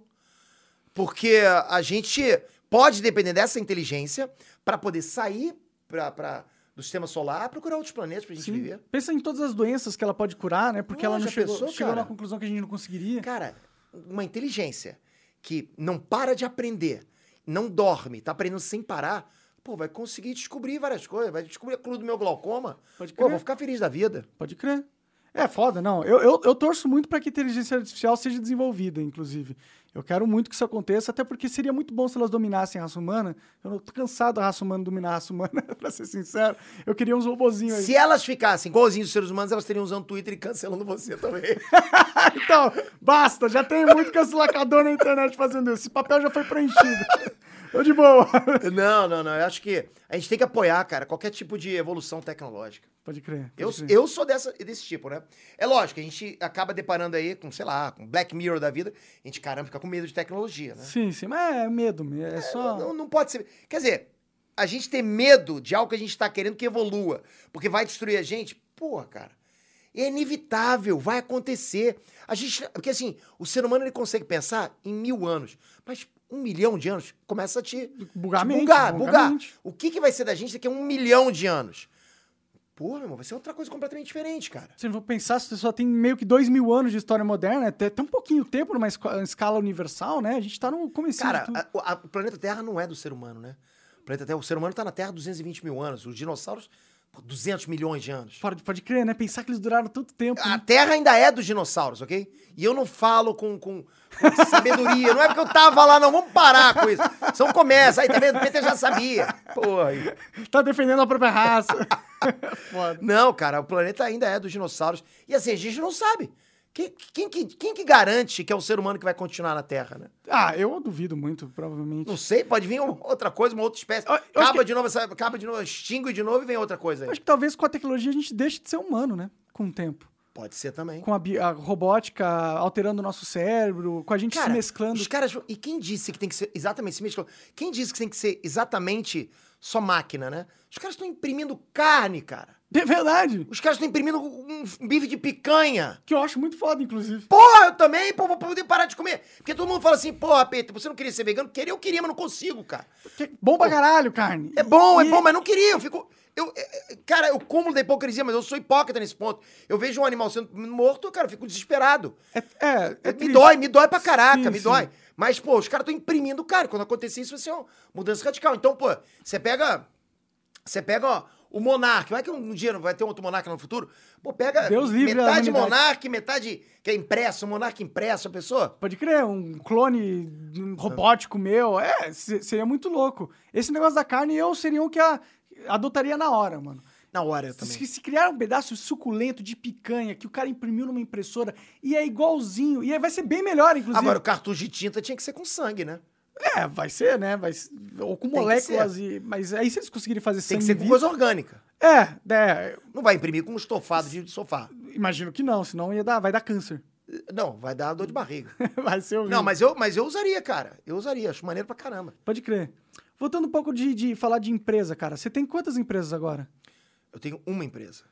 S2: Porque a gente pode depender dessa inteligência para poder sair pra, pra- do sistema solar, procurar outros planetas para a gente
S1: sim.
S2: viver.
S1: Pensa em todas as doenças que ela pode curar, né? Porque
S2: Pô,
S1: ela não
S2: já
S1: chegou,
S2: pensou,
S1: chegou
S2: cara?
S1: na conclusão que a gente não conseguiria.
S2: Cara, uma inteligência que não para de aprender, não dorme, tá aprendendo sem parar, pô, vai conseguir descobrir várias coisas, vai descobrir a cura do meu glaucoma.
S1: Pode
S2: Pô,
S1: crer.
S2: vou ficar feliz da vida.
S1: Pode crer. É foda, não. Eu, eu, eu torço muito para que a inteligência artificial seja desenvolvida, inclusive. Eu quero muito que isso aconteça, até porque seria muito bom se elas dominassem a raça humana. Eu não tô cansado da raça humana dominar a raça humana, pra ser sincero. Eu queria uns robozinhos aí.
S2: Se elas ficassem igualzinhos os seres humanos, elas teriam usando Twitter e cancelando você também.
S1: Então, basta, já tem muito cancelacador na internet fazendo isso. Esse papel já foi preenchido. Tô de boa.
S2: Não, não, não. Eu acho que a gente tem que apoiar, cara, qualquer tipo de evolução tecnológica.
S1: Pode crer.
S2: Eu,
S1: pode crer.
S2: eu sou dessa, desse tipo, né? É lógico, a gente acaba deparando aí com, sei lá, com Black Mirror da vida. A gente, caramba, fica com medo de tecnologia, né?
S1: Sim, sim, mas é medo, mesmo, é só.
S2: Não, não pode ser. Quer dizer, a gente ter medo de algo que a gente tá querendo que evolua, porque vai destruir a gente, porra, cara. É inevitável, vai acontecer. A gente, porque assim, o ser humano ele consegue pensar em mil anos, mas um milhão de anos começa a te
S1: Bugar a
S2: te
S1: mente, bugar
S2: bugar,
S1: a
S2: bugar.
S1: mente.
S2: O que, que vai ser da gente daqui a um milhão de anos? Pô, meu irmão, vai ser outra coisa completamente diferente, cara.
S1: Se for pensar, você só tem meio que dois mil anos de história moderna, até tão pouquinho tempo numa esco- escala universal, né? A gente tá no começo
S2: Cara, a- a- o planeta Terra não é do ser humano, né? O planeta Terra, o ser humano está na Terra há 220 mil anos. Os dinossauros, pô, 200 milhões de anos.
S1: Pode, pode crer, né? Pensar que eles duraram tanto tempo.
S2: A
S1: né?
S2: Terra ainda é dos dinossauros, ok? E eu não falo com, com- com sabedoria. Não é porque eu tava lá, não. Vamos parar com isso. São começa. Aí, tá vendo? O Peter já sabia. Pô, aí.
S1: Tá defendendo a própria raça. Foda.
S2: Não, cara, o planeta ainda é dos dinossauros. E assim, a gente não sabe. Quem, quem que- quem que garante que é o ser humano que vai continuar na Terra, né?
S1: Ah, eu duvido muito, provavelmente.
S2: Não sei, pode vir uma outra coisa, uma outra espécie.
S1: Eu- eu acho
S2: Acaba de novo, essa- acaba de novo, extingue de novo e vem outra coisa aí.
S1: Acho que talvez com a tecnologia a gente deixe de ser humano, né? Com o tempo.
S2: Pode ser também.
S1: Com a, bi- a robótica alterando o nosso cérebro, com a gente se mesclando.
S2: Os caras. E quem disse que tem que ser exatamente se mesclando? Quem disse que tem que ser exatamente só máquina, né? Os caras estão imprimindo carne, cara.
S1: É verdade.
S2: Os caras estão imprimindo um bife de picanha.
S1: Que eu acho muito foda, inclusive.
S2: Porra, eu também, pô, vou poder parar de comer. Porque todo mundo fala assim, porra, Peter, você não queria ser vegano? Queria, eu queria, mas não consigo, cara.
S1: Que é bom pra caralho, carne.
S2: É bom, é
S1: E-
S2: bom, mas não queria. Eu fico. Eu, é, é, cara, eu cúmulo da hipocrisia, mas eu sou hipócrita nesse ponto. Eu vejo um animal sendo morto, cara, eu fico desesperado.
S1: É, é, é
S2: me
S1: triste.
S2: dói, me dói pra caraca,
S1: Sim,
S2: me
S1: sim.
S2: dói. Mas, pô, os caras estão imprimindo, cara. Quando acontecer isso, vai ser uma mudança radical. Então, pô, você pega. Você pega, ó, o monarca. Vai que um dia vai ter outro monarca no futuro. Pô, pega
S1: Deus livre né, a
S2: metade
S1: humanidade.
S2: monarca, metade. Que é impresso, monarca impresso, a pessoa.
S1: Pode crer, um clone um robótico meu. É, se- seria muito louco. Esse negócio da carne eu seria um que a, adotaria na hora, mano.
S2: Na hora eu também.
S1: Se, se criar um pedaço suculento de picanha que o cara imprimiu numa impressora e é igualzinho, e aí vai ser bem melhor, inclusive.
S2: Agora, o cartucho de tinta tinha que ser com sangue, né?
S1: é, vai ser, né? Vai, s- ou com
S2: Tem que
S1: moléculas e. Mas aí se eles conseguirem fazer
S2: Tem
S1: sangue.
S2: que ser com
S1: vivo-
S2: coisa orgânica.
S1: É, é,
S2: Não vai imprimir com um estofado de sofá.
S1: imagino que não, senão ia dar, vai dar câncer.
S2: Não, vai dar dor de barriga.
S1: vai ser o
S2: Não, mas eu, mas eu usaria, cara. Eu usaria, acho maneiro pra caramba.
S1: Pode crer. Voltando um pouco de, de falar de empresa, cara. Você tem quantas empresas agora?
S2: Eu tenho uma empresa.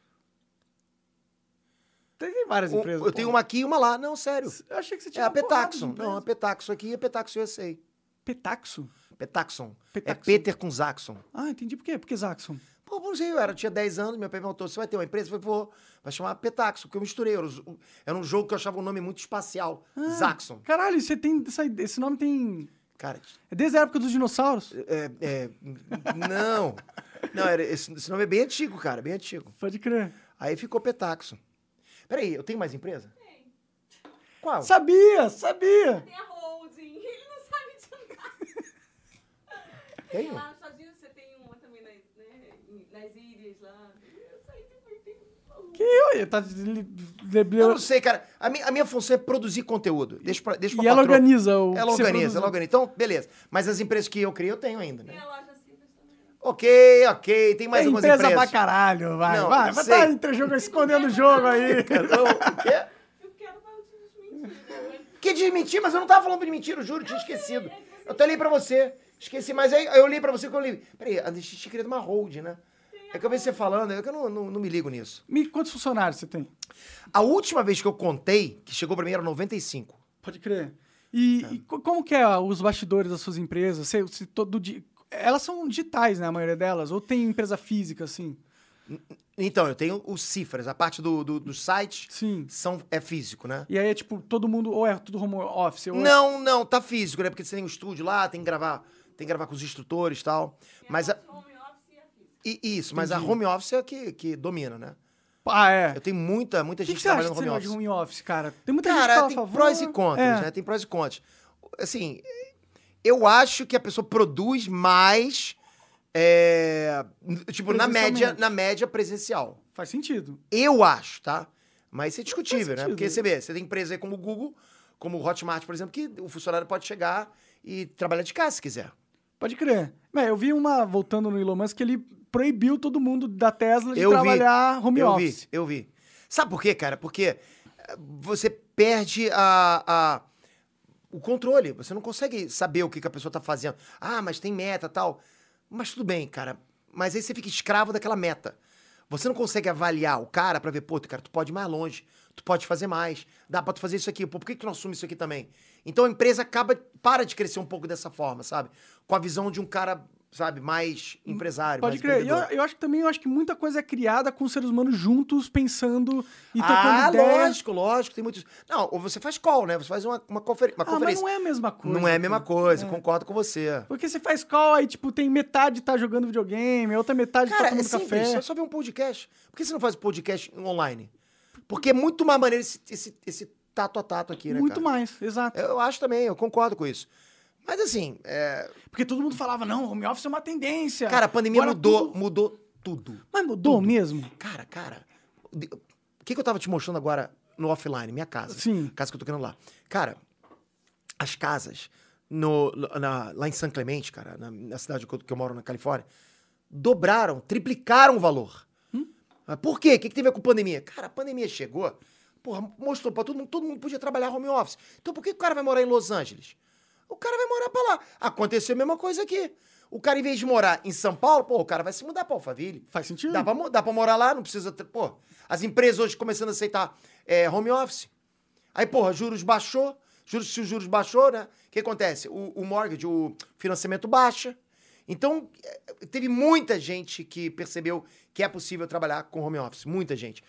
S1: Tem várias
S2: Um-
S1: empresas.
S2: eu tenho uma aqui e uma lá. Não, sério.
S1: Eu achei que você
S2: É
S1: tinha
S2: a
S1: uma porrada de
S2: Petaxon.
S1: empresa.
S2: Não, é a Petaxon aqui e a Petaxon USA.
S1: Petaxo?
S2: Petaxon. É
S1: Petaxon.
S2: Peter com Zaxon.
S1: Ah, entendi por quê. Por que Zaxxon?
S2: Pô, não sei, eu era, eu tinha 10 anos, meu pai perguntou, você vai ter uma empresa? Eu falei, vou. Vai chamar Petaxon, porque eu misturei. Era, os- era um jogo que eu achava um nome muito espacial.
S1: Ah.
S2: Zaxon.
S1: Caralho, você tem. essa- esse nome tem.
S2: Cara,
S1: É desde a época dos dinossauros?
S2: é... é- não. Não, era, esse, esse nome é bem antigo, cara, bem antigo.
S1: Pode crer.
S2: Aí ficou Petaxon. Peraí, eu tenho mais empresa?
S3: Tem.
S2: Qual?
S1: Sabia, sabia!
S3: Tem a holding. Ele não sabe de nada.
S2: Tenho.
S3: Lá nos Estados Unidos você tem uma também nas, né, em- nas ilhas lá. Eu sei que foi- tem um-
S1: Que eu tá de, de, de- de-
S2: Eu não sei, cara. A, minha- a minha função é produzir conteúdo. Deixa pra, deixa pra
S1: E ela
S2: patroa.
S1: organiza o. que
S2: Ela
S1: você produz,
S2: organiza, ela
S1: né?
S2: organiza. Então, beleza. Mas as empresas que eu criei, eu tenho ainda,
S3: Tem
S2: né?
S3: a loja simples também.
S2: Ok, ok. Tem mais
S1: Tem
S2: algumas
S1: empresa pra
S2: empresas.
S1: caralho, vai.
S2: Não,
S1: vai,
S2: eu
S1: vai
S2: sei.
S1: tá entre jogo, escondendo o jogo aí.
S2: Não, o quê?
S3: Eu quero falar de mentira. né?
S2: Que desmentir, mas eu não tava falando de mentira, eu juro, eu tinha esquecido. Eu até li pra você. Esqueci, mas aí eu li pra você que eu li. Peraí, a gente tinha criado uma hold, né? É que eu vejo você falando, é que eu não, não, não me ligo nisso.
S1: Me, quantos funcionários você tem?
S2: A última vez que eu contei, que chegou pra mim, era 95.
S1: Pode crer. E,
S2: Tá.
S1: e co- como que é ah, os bastidores das suas empresas? Você, você todo dia... Elas são digitais, né, a maioria delas? Ou tem empresa física, assim?
S2: Então, eu tenho os cifras, a parte do, do, do site
S1: Sim.
S2: são, é físico, né?
S1: E aí é tipo, todo mundo... Ou é tudo home office? Ou é-
S2: Não, não, tá físico, né? Porque você tem um estúdio lá, tem que gravar, tem que gravar com os instrutores e tal. Mas a-
S3: Tem a home office e a física.
S2: e- isso, mas a home office é que, que domina, né?
S1: Ah, é.
S2: Eu tenho muita, muita
S1: O que,
S2: gente
S1: que você acha
S2: trabalhando
S1: desse
S2: home
S1: negócio de
S2: office.
S1: home office, cara? Tem muita gente que
S2: Cara,
S1: fala a
S2: tem
S1: favor.
S2: prós e contras,
S1: É.
S2: né? Tem prós e contras. Assim, eu acho que a pessoa produz mais, é, n- tipo, na média,
S1: Presencialmente.
S2: na média presencial.
S1: Faz sentido.
S2: Eu acho, tá? Mas isso é discutível, né?
S1: sentido.
S2: Porque você vê, você tem empresa aí como o Google, como o Hotmart, por exemplo, que o funcionário pode chegar e trabalhar de casa se quiser.
S1: Pode crer. Mas eu vi uma, voltando no Elon Musk, que ele proibiu todo mundo da Tesla de
S2: Eu vi.
S1: trabalhar home
S2: eu
S1: office.
S2: vi, eu vi. Sabe por quê, cara? Porque eh, você perde a, a- o controle. Você não consegue saber o que, que a pessoa tá fazendo. Ah, mas tem meta tal. Mas tudo bem, cara. Mas aí você fica escravo daquela meta. Você não consegue avaliar o cara pra ver, pô, cara, tu pode ir mais longe, tu pode fazer mais, dá pra tu fazer isso aqui, pô, por que, que tu não assume isso aqui também? Então a empresa acaba, para de crescer um pouco dessa forma, sabe? Com a visão de um cara sabe, mais empresário,
S1: Hum, Pode
S2: mais
S1: crer. E eu,
S2: empreendedor.
S1: eu acho que também eu acho que muita coisa é criada com os seres humanos juntos, pensando e tocando
S2: ah,
S1: ideias.
S2: lógico, lógico, tem muitos. Não, ou você faz call, né? Você faz uma, uma, conferen- uma
S1: Ah, mas
S2: conferência.
S1: não é a mesma
S2: não,
S1: coisa.
S2: é a mesma
S1: cara.
S2: coisa, concordo com você.
S1: Porque você faz call, aí, tipo, tem metade tá jogando videogame, a outra metade tá
S2: Cara, é
S1: tomando
S2: simples,
S1: café.
S2: só- só ver um podcast. Por que você não faz um podcast online? Porque é muito mais maneiro esse, esse, esse tato a tato aqui, né,
S1: Muito
S2: cara?
S1: mais, exato.
S2: Eu acho também, eu concordo com isso. Mas assim, é,
S1: Porque todo mundo falava, não, home office é uma tendência.
S2: cara, a pandemia
S1: Agora
S2: mudou,
S1: tudo-
S2: mudou tudo.
S1: Mas mudou mesmo?
S2: Cara, cara, de- o que, que eu tava te mostrando agora no offline, minha casa?
S1: Sim.
S2: Casa que eu tô querendo lá. Cara, as casas no, na- lá em San Clemente, cara, na, na cidade que eu, que eu moro na Califórnia, dobraram, triplicaram o valor. Mas Por quê? O que, que tem a ver com pandemia? Cara, a pandemia chegou, porra, mostrou pra todo mundo, todo mundo podia trabalhar home office. Então por que o cara vai morar em Los Angeles? O cara vai morar pra lá. Aconteceu a mesma coisa aqui. O cara, em vez de morar em São Paulo, pô, o cara vai se mudar pra Alphaville.
S1: Faz sentido.
S2: Dá pra, mo- dá pra morar lá, não precisa. ter- Pô, as empresas hoje começando a aceitar é, home office. Aí, porra, juros baixou. Juros, se os juros baixou, né? O que acontece? O, o mortgage, o financiamento baixa. Então, é, teve muita gente que percebeu que é possível trabalhar com home office. Muita gente.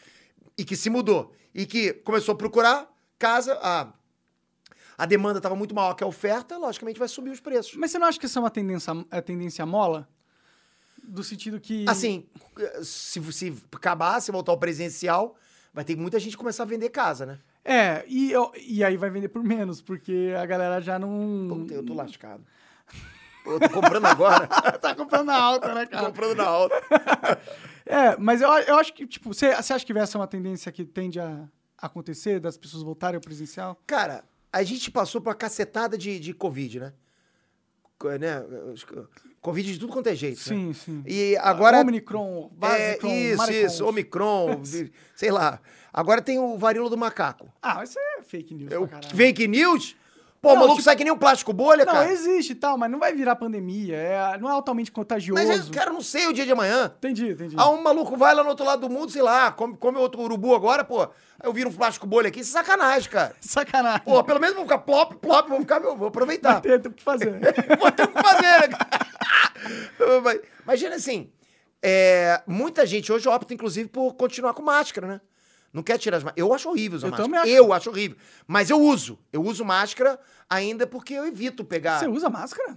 S2: E que se mudou. E que começou a procurar casa. A, a demanda estava muito maior que a oferta, logicamente vai subir os preços.
S1: Mas você não acha que isso é uma tendência, é tendência mola? Do sentido que.
S2: Assim, se, se acabar, se voltar ao presencial, vai ter muita gente começar a vender casa, né?
S1: É, e, eu- e aí vai vender por menos, porque a galera já não.
S2: Puta, eu tô lascado. Eu tô comprando agora.
S1: tá comprando alta, né,
S2: tô comprando na alta.
S1: É, mas eu, eu acho que, tipo, você você acha que essa é uma tendência que tende a acontecer, das pessoas voltarem ao presencial?
S2: Cara, a gente passou por uma cacetada de, de Covid, né? Co- né? Acho que- Covid de tudo quanto é jeito, né?
S1: Sim, sim.
S2: E agora...
S1: Omnicron,
S2: é,
S1: Basicron,
S2: isso,
S1: Maricon.
S2: isso, Omicron, vi- sei lá. Agora tem o varíola do macaco.
S1: Ah, isso é fake news
S2: É o
S1: pra caralho.
S2: fake news? Pô, o
S1: Não,
S2: maluco
S1: tipo-
S2: sai que nem um plástico bolha,
S1: Não, é
S2: cara.
S1: existe e tal, mas não vai virar pandemia, é, não é altamente contagioso.
S2: Mas, eu- cara, eu não sei o dia de amanhã.
S1: Entendi, entendi.
S2: Ah, um maluco vai lá no outro lado do mundo, sei lá, come, come outro urubu agora, pô. Aí Eu viro um plástico bolha aqui, isso é sacanagem, cara.
S1: Sacanagem.
S2: Pô, tá. pelo menos vou ficar plop, plop, vou ficar, vou aproveitar.
S1: Vai ter tem o que fazer.
S2: Vou ter o que fazer, né, cara? Mas- Imagina assim, é, muita gente hoje opta, inclusive, por continuar com máscara, né? Não quer tirar as máscaras. Eu acho horrível usar
S1: Eu
S2: máscara.
S1: também acho.
S2: Eu acho horrível. Mas eu uso. Eu uso máscara ainda porque eu evito pegar.
S1: Você usa máscara?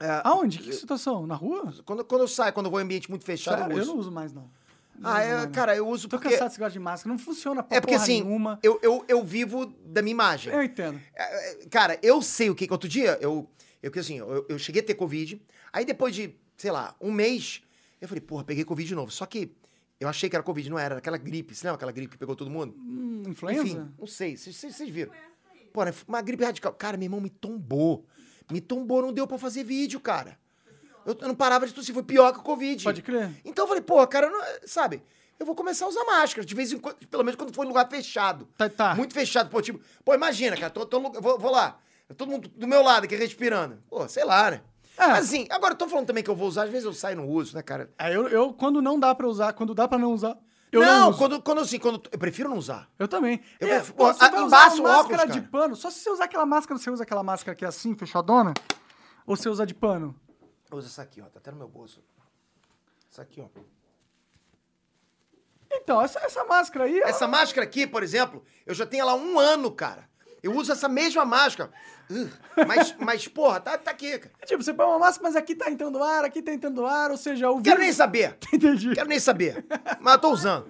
S2: é,
S1: Aonde? Que situação? Na rua?
S2: quando, quando eu saio, quando eu vou em ambiente muito fechado,
S1: Sério?
S2: eu
S1: Eu
S2: uso.
S1: não uso mais, não. Não uso
S2: Ah,
S1: mais,
S2: é,
S1: não.
S2: cara, eu uso
S1: Tô
S2: porque.
S1: cansado desse negócio de máscara. Não funciona pra
S2: É porque
S1: porra
S2: assim,
S1: nenhuma.
S2: eu, eu, eu vivo da minha imagem.
S1: Eu entendo.
S2: É, é, Cara, eu sei o que. que Outro dia, eu, eu que assim, eu, eu cheguei a ter Covid. Aí depois de, sei lá, um mês, eu falei, porra, peguei Covid de novo. Só que eu achei que era Covid, não era, era aquela gripe. Você lembra aquela gripe que pegou todo mundo?
S1: Hum, influenza?
S2: Enfim, não sei, vocês- vocês vocês viram. Pô, né, uma gripe radical. Cara, meu irmão me tombou. Me tombou, não deu pra fazer vídeo, cara. Eu, eu não parava de tossir, foi pior que o Covid.
S1: Pode crer.
S2: Então eu falei, porra, cara, eu não- sabe? Eu vou começar a usar máscara, de vez em quando, pelo menos quando for em lugar fechado.
S1: Tá, tá.
S2: Muito fechado, pô, tipo, pô, imagina, cara, tô, tô lu- vou, vou lá, todo mundo do meu lado aqui respirando. Pô, sei lá, né?
S1: É.
S2: Mas assim, agora eu tô falando também que eu vou usar, às vezes eu saio e não uso, né, cara?
S1: Ah, eu, eu, quando não dá pra usar, quando dá pra não usar, eu não,
S2: não,
S1: uso.
S2: quando, quando assim, quando. Eu prefiro não usar.
S1: Eu também.
S2: Eu
S1: é,
S2: prefiro-
S1: pô,
S2: pô,
S1: você
S2: a-
S1: vai usar
S2: embaça
S1: uma
S2: o óculos,
S1: máscara de
S2: cara.
S1: pano, só se você usar aquela máscara, você usa aquela máscara que é assim, fechadona? Ou você usa de pano?
S2: Eu uso essa aqui, ó, tá até no meu bolso. Essa aqui, ó.
S1: Então, essa, essa máscara aí...
S2: Essa máscara aqui, por exemplo, eu já tenho ela há um ano, cara. Eu uso essa mesma máscara. Ugh, mas, mas, porra, tá, tá aqui, cara.
S1: ela- Tipo, você põe uma máscara, mas aqui tá entrando ar, aqui tá entrando ar, ou seja, o
S2: Quero nem
S1: vírus...
S2: saber.
S1: Entendi.
S2: Quero nem saber. Mas eu tô usando.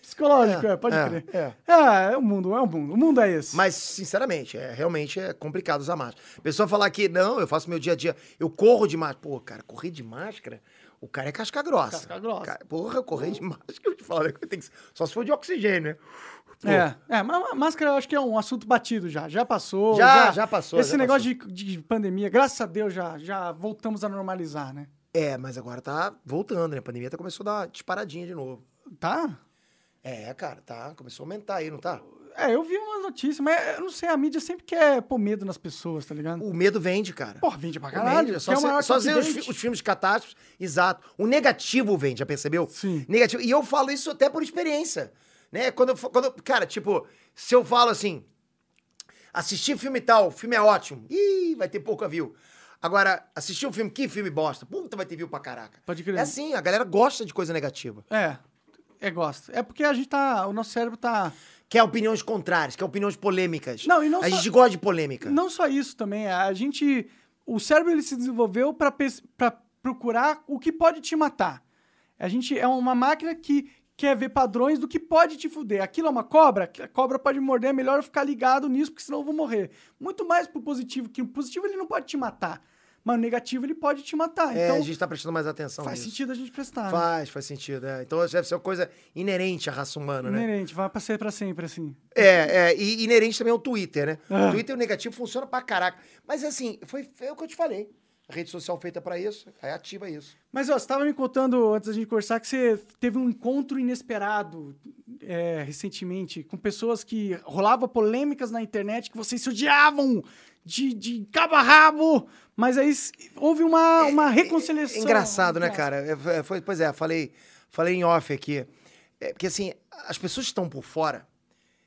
S1: Psicológico,
S2: É,
S1: é, pode
S2: é,
S1: crer.
S2: é.
S1: É, é o mundo, é o mundo. O mundo é esse.
S2: Mas, sinceramente, é, realmente é complicado usar máscara. A pessoa falar que, não, eu faço meu dia a dia, eu corro de máscara. Pô, cara, correr de máscara, o cara é casca grossa.
S1: Casca grossa.
S2: Cara, porra, correr de máscara, eu te falo, né? Tem que- só se for de oxigênio, né? Pô,
S1: É, é, mas a máscara eu acho que é um assunto batido já. Já passou.
S2: Já- já passou,
S1: Esse
S2: já
S1: negócio De, de pandemia, graças a Deus, já, já voltamos a normalizar, né?
S2: É, mas agora tá voltando, né? A pandemia tá começou a dar uma disparadinha de novo.
S1: Tá?
S2: É, cara, tá. Começou a aumentar aí, não tá?
S1: É, eu vi umas notícias, mas eu não sei, a mídia sempre quer pôr medo nas pessoas, tá ligado?
S2: O medo vende, cara.
S1: Porra, vende pra
S2: O
S1: caralho.
S2: vende,
S1: que
S2: só
S1: é o
S2: se-
S1: maior
S2: só ver os,
S1: concorrente.
S2: fi- os filmes de catástrofe. Exato. O negativo vende, já percebeu?
S1: Sim.
S2: Negativo. E eu falo isso até por experiência. Né? Quando, eu fa- quando, eu- cara, tipo, se eu falo assim, assistir filme tal, filme é ótimo. Ih, vai ter pouca view. Agora, assistir um filme, que filme bosta? Puta, vai ter view pra caraca.
S1: Pode crer.
S2: É assim, a galera gosta de coisa negativa.
S1: É. É, gosto. É porque a gente tá. O nosso cérebro tá.
S2: Quer opiniões contrárias, quer opiniões polêmicas.
S1: Não, e não
S2: A
S1: só-
S2: gente gosta de polêmica.
S1: Não só isso também, a gente. O cérebro ele se desenvolveu para procurar o que pode te matar. A gente é uma máquina que quer ver padrões do que pode te fuder. Aquilo é uma cobra? A cobra pode me morder, é melhor eu ficar ligado nisso, porque senão eu vou morrer. Muito mais pro positivo, que o positivo ele não pode te matar, mas o negativo ele pode te matar.
S2: É,
S1: então
S2: a gente tá prestando mais atenção
S1: faz
S2: nisso.
S1: sentido a gente prestar. né?
S2: Faz, faz sentido. é. Então deve ser uma coisa inerente à raça humana, né?
S1: Inerente, vai pra ser pra sempre, assim.
S2: É, é, e inerente também ao Twitter, né?
S1: Ah.
S2: O Twitter o negativo funciona pra caraca. Mas assim, foi, foi o que eu te falei. A rede social feita pra isso, aí ativa isso.
S1: Mas, ó, você tava me contando antes da gente conversar que você teve um encontro inesperado é, recentemente com pessoas que rolava polêmicas na internet que vocês se odiavam de, de cabo a rabo, mas aí s- houve uma, uma reconciliação.
S2: É engraçado, né,
S1: Engraçado.
S2: cara? É, é, foi, pois é, falei, falei em off aqui. É, porque assim, as pessoas que estão por fora.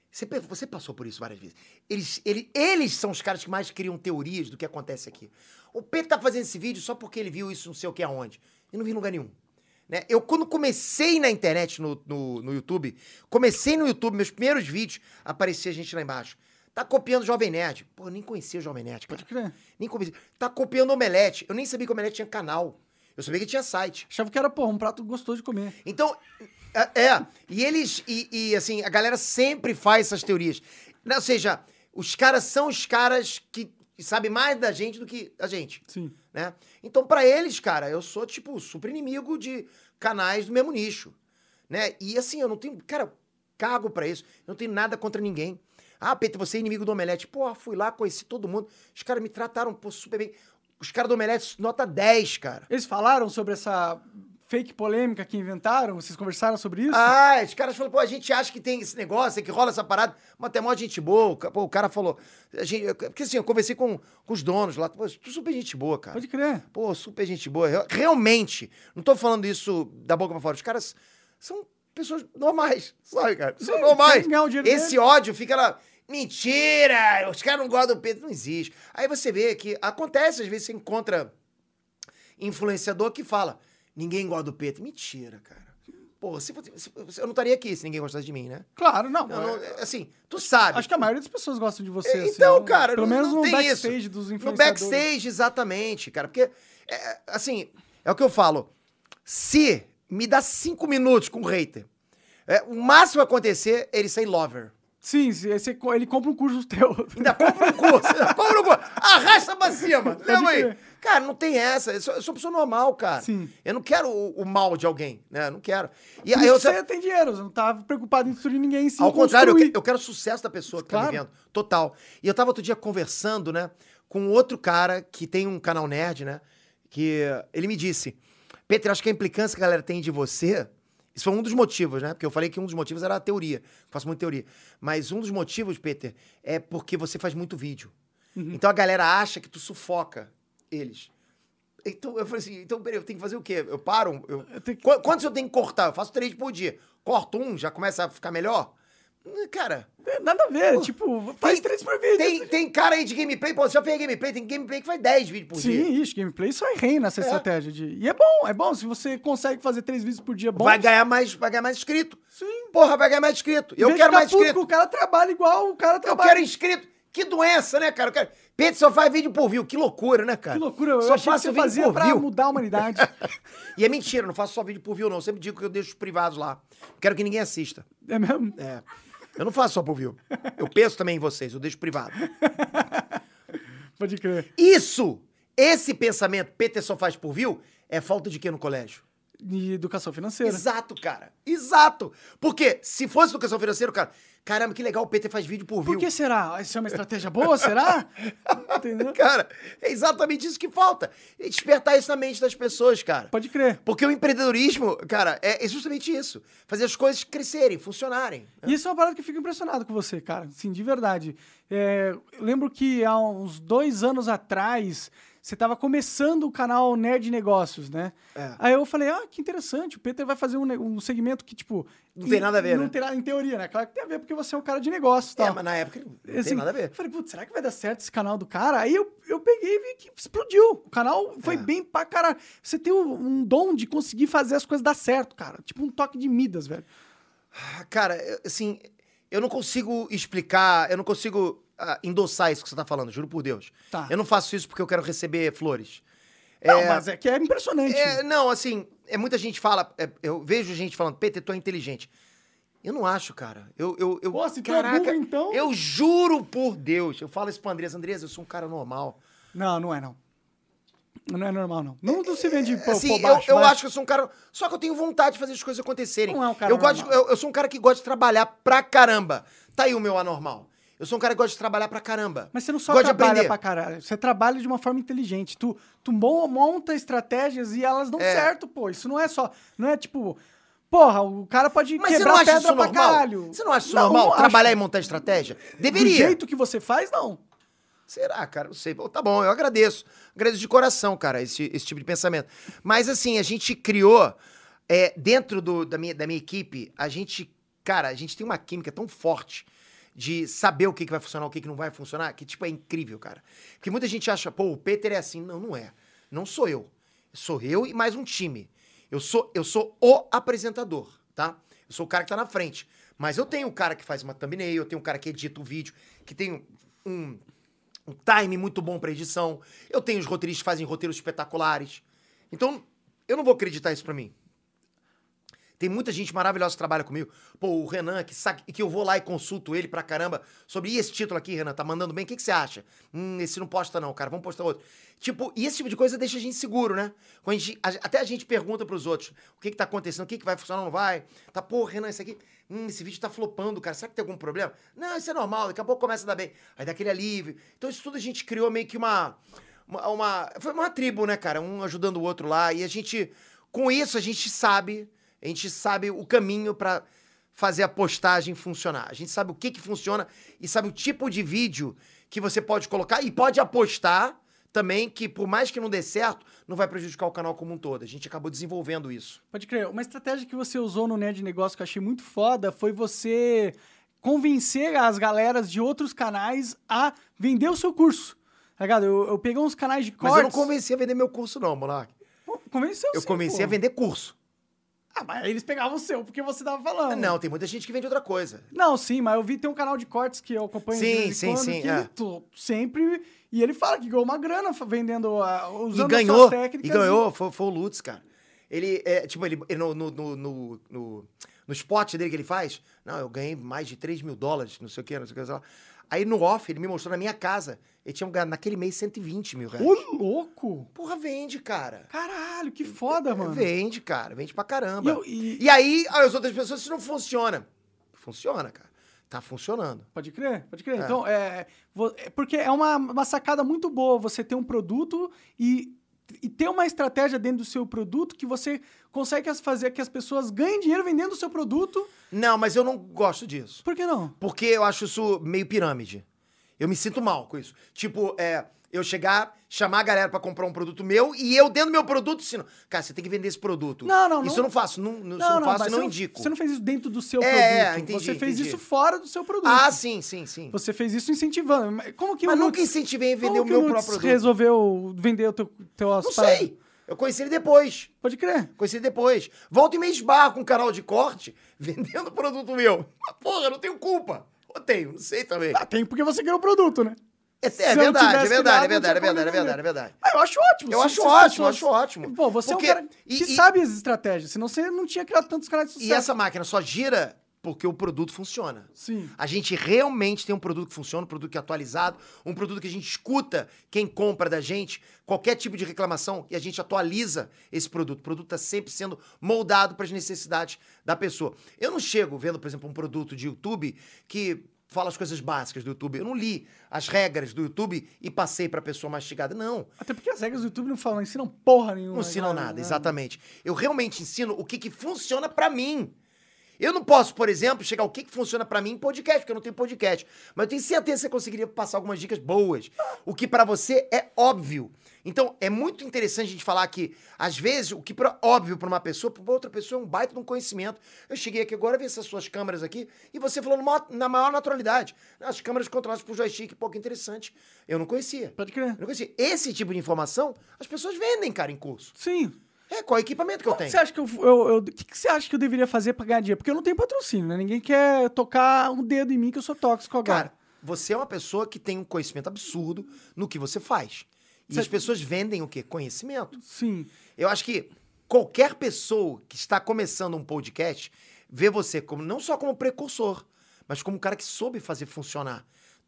S2: Você, pe- você passou por isso várias vezes. Eles, ele- eles são os caras que mais criam teorias do que acontece aqui. O Pedro tá fazendo esse vídeo só porque ele viu isso não sei o que aonde. Eu não vi em lugar nenhum. Né? Eu, quando comecei na internet, no, no, no YouTube, comecei no YouTube, meus primeiros vídeos, aparecia gente lá embaixo. Tá copiando o Jovem Nerd. Pô, eu nem conhecia o Jovem Nerd, cara.
S1: Pode crer.
S2: Nem comecei. Tá copiando Omelete. Eu nem sabia que Omelete tinha canal. Eu sabia que tinha site.
S1: Achava que era, pô, um prato gostoso de comer.
S2: Então, é. é. e eles. E, e, assim, a galera sempre faz essas teorias. Né, Ou seja, os caras são os caras que sabem mais da gente do que a gente.
S1: Sim.
S2: Né? Então, pra eles, cara, eu sou, tipo, super inimigo de canais do mesmo nicho. Né? E assim, eu não tenho. Cara, eu cago pra isso. Eu não tenho nada contra ninguém. Ah, Peter, você é inimigo do Omelete. Pô, fui lá, conheci todo mundo. Os caras me trataram pô, super bem. Os caras do Omelete, nota 10, cara.
S1: Eles falaram sobre essa fake polêmica que inventaram? Vocês conversaram sobre isso?
S2: Ah, os caras falam, pô, a gente acha que tem esse negócio, que rola essa parada, mas tem mó gente boa. O ca- Pô, o cara falou. a gente- eu- porque assim, eu conversei com, com os donos lá, pô, tu super gente boa, cara.
S1: Pode crer.
S2: Pô, super gente boa. Re- Realmente, não tô falando isso da boca pra fora. Os caras são pessoas normais, sabe, cara? São
S1: Sim,
S2: normais.
S1: querem ganhar o dinheiro
S2: Esse ódio fica lá. Mentira! Os caras não gostam do Pedro. Não existe. Aí você vê que acontece, às vezes você encontra influenciador que fala: ninguém gosta do Pedro. Mentira, cara. Pô, se, você- se- eu não estaria aqui se ninguém gostasse de mim, né?
S1: Claro, não. é,
S2: Eu não- assim, tu sabe.
S1: Acho que a maioria das pessoas gosta de você.
S2: É,
S1: assim,
S2: então,
S1: né?
S2: cara,
S1: Pelo
S2: não-
S1: menos
S2: não
S1: no
S2: tem
S1: backstage
S2: isso.
S1: dos
S2: No
S1: influenciadores.
S2: backstage, exatamente, cara. Porque, é, assim, é o que eu falo. Se me dá cinco minutos com um hater, é, o máximo que acontecer é ele sair lover.
S1: Sim, sim, esse co- ele compra um curso teu.
S2: Ainda compra um curso, ainda compra um curso. Arrasta pra cima. Lembra aí?
S1: crer.
S2: Cara, não tem essa. Eu sou, eu sou uma pessoa normal, cara.
S1: Sim.
S2: Eu não quero o, o mal de alguém, né? Eu não quero. E
S1: Por
S2: aí
S1: isso
S2: eu...
S1: que você tem dinheiro, você não tá preocupado em destruir ninguém em si.
S2: Ao contrário, eu, que-
S1: construir.
S2: eu quero o sucesso da pessoa que tá me
S1: Claro.
S2: vendo. Total. E eu tava outro dia conversando, né, com outro cara que tem um canal nerd, né? Que ele me disse: Peter, acho que a implicância que a galera tem de você. Isso foi um dos motivos, né? Porque eu falei que um dos motivos era a teoria. Eu faço muita teoria. Mas um dos motivos, Peter, é porque você faz muito vídeo.
S1: Uhum.
S2: Então a galera acha que tu sufoca eles. Então eu falei assim: então, peraí, eu tenho que fazer o quê? Eu paro? Eu...
S1: Eu tenho que-
S2: Qu- Quantos eu tenho que cortar? Eu faço três por dia. Corto um, já começa a ficar melhor? Hum, Cara,
S1: É, Nada a ver,
S2: Pô,
S1: tipo, faz
S2: tem-
S1: três por vídeo.
S2: tem, tem cara aí de gameplay, pô, você já fez gameplay, tem gameplay que faz 10 vídeos por
S1: Sim,
S2: dia.
S1: isso, gameplay só é rei nessa estratégia de... E é bom, é bom, se você consegue fazer três vídeos por dia bom.
S2: Vai ganhar, mais, vai ganhar mais inscrito.
S1: Sim.
S2: Porra, vai ganhar mais inscrito.
S1: em
S2: Eu
S1: vez de
S2: quero
S1: ficar
S2: mais
S1: puto
S2: inscrito.
S1: que O cara trabalha igual o cara
S2: Eu
S1: trabalha.
S2: quero inscrito. Que doença, né, cara? Eu quero... Pedro só faz vídeo por view. Que loucura, né, cara?
S1: Que loucura, eu
S2: só
S1: achei que
S2: faço
S1: você
S2: vídeo
S1: fazia
S2: por
S1: pra
S2: view.
S1: mudar a humanidade.
S2: E é mentira, eu não faço só vídeo por view, não. Eu sempre digo que eu deixo os privados lá. Quero que ninguém assista.
S1: é mesmo?
S2: É. Eu não faço só por view. Eu penso também em vocês, eu deixo privado.
S1: Pode crer.
S2: Isso! Esse pensamento, Peter só faz por view, é falta de quê no colégio?
S1: E educação financeira.
S2: Exato, cara. Exato. Porque se fosse educação financeira, cara, caramba, que legal o Peter faz vídeo por view.
S1: Por que será? Isso é uma estratégia boa, será? Entendeu?
S2: Cara, é exatamente isso que falta. E despertar isso na mente das pessoas, cara.
S1: Pode crer.
S2: Porque o empreendedorismo, cara, é é justamente isso. Fazer as coisas crescerem, funcionarem.
S1: E isso é uma parada que eu fico impressionado com você, cara. Sim, de verdade. É, eu lembro que há uns dois anos atrás Você tava começando o canal Nerd Negócios, né?
S2: É.
S1: Aí eu falei, ah, que interessante, o Peter vai fazer um, ne- um segmento que, tipo...
S2: Não tem nada a ver,
S1: Não
S2: né?
S1: tem nada, em teoria, né? Claro que tem a ver, porque você é um cara de negócios e tal.
S2: É, mas na época não
S1: Assim,
S2: tem nada a ver.
S1: eu Falei, putz, será que vai dar certo esse canal do cara? Aí eu, eu peguei e vi que explodiu. O canal foi
S2: É.
S1: bem pra caralho. Você tem um, um dom de conseguir fazer as coisas dar certo, cara. Tipo um toque de Midas, velho.
S2: Ah, Cara, eu- assim, eu não consigo explicar, eu não consigo ah, endossar isso que você tá falando, juro por Deus.
S1: Tá.
S2: Eu não faço isso porque eu quero receber flores.
S1: Não,
S2: É,
S1: mas é que é impressionante.
S2: é, não, assim, é, muita gente fala, é, eu vejo gente falando, Peter, tu é inteligente. Eu não acho, cara. Eu, eu, eu
S1: Pô, se tu é
S2: caraca,
S1: burro, então-
S2: eu juro por Deus. Eu falo isso pra Andresa, Andresa, eu sou um cara normal.
S1: Não, não é, não. Não é normal, não. Não, não se vende por,
S2: assim,
S1: por
S2: eu-
S1: baixo,
S2: eu,
S1: mas-
S2: acho que eu sou um cara. Só que eu tenho vontade de fazer as coisas acontecerem.
S1: Não é um cara
S2: eu, gosto de-
S1: normal.
S2: eu- eu sou um cara que gosta de trabalhar pra caramba. Tá aí o meu anormal. Eu sou um cara que gosta de trabalhar pra caramba.
S1: Mas você não só
S2: Gosto de
S1: trabalha
S2: aprender.
S1: pra caralho. Você trabalha de uma forma inteligente. Tu, tu mo- monta estratégias e elas dão
S2: É.
S1: certo, pô. Isso não é só... Não é tipo... Porra, o cara pode
S2: Mas você
S1: quebrar
S2: não acha
S1: pedra
S2: isso
S1: pra
S2: normal?
S1: caralho.
S2: Você não acha isso
S1: Não,
S2: normal?
S1: não acho.
S2: trabalhar e montar estratégia? Deveria.
S1: Do jeito que você faz, não.
S2: Será, cara? Não sei. Bom, tá bom, eu agradeço. Agradeço de coração, cara, esse, esse tipo de pensamento. Mas assim, a gente criou, é, dentro do- da, minha, da minha equipe, a gente, cara, a gente tem uma química tão forte de saber o que, que vai funcionar, o que, que não vai funcionar, que tipo, é incrível, cara. Porque muita gente acha, pô, o Peter é assim. Não, não é. Não sou eu. Sou eu e mais um time. Eu sou, eu sou o apresentador, tá? Eu sou o cara que tá na frente. Mas eu tenho um cara que faz uma thumbnail, eu tenho um cara que edita o vídeo, que tem um- um um time muito bom pra edição. Eu tenho os roteiristas que fazem roteiros espetaculares. Então, eu não vou acreditar isso pra mim. Tem muita gente maravilhosa que trabalha comigo. Pô, o Renan, que, sabe, que eu vou lá e consulto ele pra caramba sobre "Ih, esse título aqui, Renan, tá mandando bem? O que, que você acha? Hum, esse não posta não, cara, vamos postar outro. Tipo, e esse tipo de coisa deixa a gente seguro, né? Quando a gente- a- até a gente pergunta pros outros o que que tá acontecendo, o que que vai funcionar, não vai. Tá, pô, Renan, isso aqui, hum, esse vídeo tá flopando, cara, será que tem algum problema? Não, isso é normal, daqui a pouco começa a dar bem. Aí dá aquele alívio. Então isso tudo a gente criou meio que uma... uma, uma- foi uma tribo, né, cara? Um ajudando o outro lá e a gente... Com isso, a gente sabe... A gente sabe o caminho pra fazer a postagem funcionar. A gente sabe o que, que funciona e sabe o tipo de vídeo que você pode colocar e pode apostar também que, por mais que não dê certo, não vai prejudicar o canal como um todo. A gente acabou desenvolvendo isso.
S1: Pode crer. Uma estratégia que você usou no Nerd Negócio que eu achei muito foda foi você convencer as galeras de outros canais a vender o seu curso. Tá ligado? Eu, eu peguei uns canais de
S2: Mas
S1: cortes...
S2: eu não convenci a vender meu curso, não, moleque.
S1: Pô, Convenceu
S2: Eu
S1: sim,
S2: convenci
S1: pô.
S2: a vender curso.
S1: Ah, mas aí eles pegavam o seu, porque você tava falando.
S2: Não, tem muita gente que vende outra coisa.
S1: Não, sim, mas eu vi, tem um canal de cortes que eu acompanho de
S2: Sim,
S1: vez em
S2: sim,
S1: quando,
S2: sim,
S1: que
S2: é.
S1: ele tu- sempre... E ele fala que ganhou uma grana fa- vendendo, a- usando
S2: E
S1: as suas
S2: ganhou, e
S1: técnicas.
S2: ganhou, foi, foi o Lutz, cara. Ele, é, tipo, ele, ele no, no, no, no, no- no spot dele que ele faz, não, eu ganhei mais de 3 mil dólares, não sei o que, não sei o que, sei lá. Aí no off, ele me mostrou na minha casa, ele tinha ganhado naquele mês 120 mil reais.
S1: Ô, louco!
S2: Porra, vende, cara.
S1: Caralho, que foda, mano.
S2: Vende, cara, vende pra
S1: E
S2: caramba.
S1: eu- e-
S2: E aí, as outras pessoas, isso não funciona. Funciona, cara. Tá funcionando.
S1: Pode crer, pode crer.
S2: É.
S1: Então, é, vo- é Porque é uma, uma sacada muito boa você ter um produto e, e ter uma estratégia dentro do seu produto que você consegue as- fazer que as pessoas ganhem dinheiro vendendo o seu produto.
S2: Não, mas eu não gosto disso.
S1: Por que não?
S2: Porque eu acho isso meio pirâmide. Eu me sinto mal com isso. Tipo, é, eu chegar, chamar a galera pra comprar um produto meu e eu, dentro do meu produto, ensino. Cara, você tem que vender esse produto.
S1: Não, não,
S2: Isso
S1: não-
S2: eu não faço. Não, não, isso eu não faço
S1: mas
S2: e não
S1: você
S2: indico.
S1: Você não fez isso dentro do seu
S2: É,
S1: produto.
S2: é, entendi,
S1: você fez
S2: entendi.
S1: isso fora do seu produto.
S2: Ah, sim, sim, sim.
S1: Você fez isso incentivando. Mas Como que
S2: Mas
S1: o
S2: nunca
S1: Lutz,
S2: incentivei a
S1: como
S2: vender o
S1: que
S2: meu
S1: Lutz
S2: próprio produto.
S1: resolveu vender o teu, teu as
S2: Não
S1: paradas?
S2: sei. Eu conheci ele depois.
S1: Pode crer.
S2: Conheci ele depois. Volta e meia esbarro com um canal de corte vendendo produto meu. Mas, porra, eu não tenho culpa. Ou tenho, não sei também.
S1: Ah, tem porque você criou o produto, né?
S2: É, é
S1: se eu não
S2: verdade, é
S1: tivesse criado,
S2: verdade, é
S1: não tinha
S2: verdade, é
S1: como
S2: verdade, é
S1: vender.
S2: verdade, é verdade.
S1: Ah, eu acho ótimo.
S2: Eu
S1: se-
S2: acho
S1: se as
S2: ótimo, eu acho ótimo.
S1: Pô, você
S2: Porque-
S1: é um cara
S2: e-
S1: que
S2: e-
S1: sabe as estratégias, senão você não tinha criado tantos canais de sucesso.
S2: E essa máquina só gira porque o produto funciona.
S1: Sim.
S2: A gente realmente tem um produto que funciona, um produto que é atualizado, um produto que a gente escuta quem compra da gente, qualquer tipo de reclamação, e a gente atualiza esse produto. O produto está sempre sendo moldado para as necessidades da pessoa. Eu não chego vendo, por exemplo, um produto de YouTube que fala as coisas básicas do YouTube. Eu não li as regras do YouTube e passei para a pessoa mastigada. Não.
S1: Até porque as regras do YouTube não falam, não ensinam porra nenhuma.
S2: Não ensinam
S1: né?
S2: nada, exatamente. Eu realmente ensino o que, que funciona pra mim. Eu não posso, por exemplo, chegar o que, que funciona pra mim em podcast, porque eu não tenho podcast. Mas eu tenho certeza que você conseguiria passar algumas dicas boas. O que pra você é óbvio. Então, é muito interessante a gente falar que, às vezes, o que é óbvio para uma pessoa, para outra pessoa é um baita de um conhecimento. Eu cheguei aqui agora, vi essas suas câmeras aqui, e você falou numa- na maior naturalidade. As câmeras controladas por joystick, pouco interessante. Eu não conhecia.
S1: Pode crer.
S2: Eu não conhecia. Esse tipo de informação, as pessoas vendem, cara, em curso.
S1: Sim.
S2: É, qual equipamento que eu tenho?
S1: Você acha que eu. eu, eu- o que, que você acha que eu deveria fazer pra ganhar dinheiro? Porque eu não tenho patrocínio, né? Ninguém quer tocar um dedo em mim que eu sou tóxico agora.
S2: Cara, você é uma pessoa que tem um conhecimento absurdo no que você faz. E
S1: Cê-
S2: as pessoas vendem o quê? Conhecimento.
S1: Sim.
S2: Eu acho que qualquer pessoa que está começando um podcast vê você como não só como precursor, mas como um cara que soube fazer funcionar.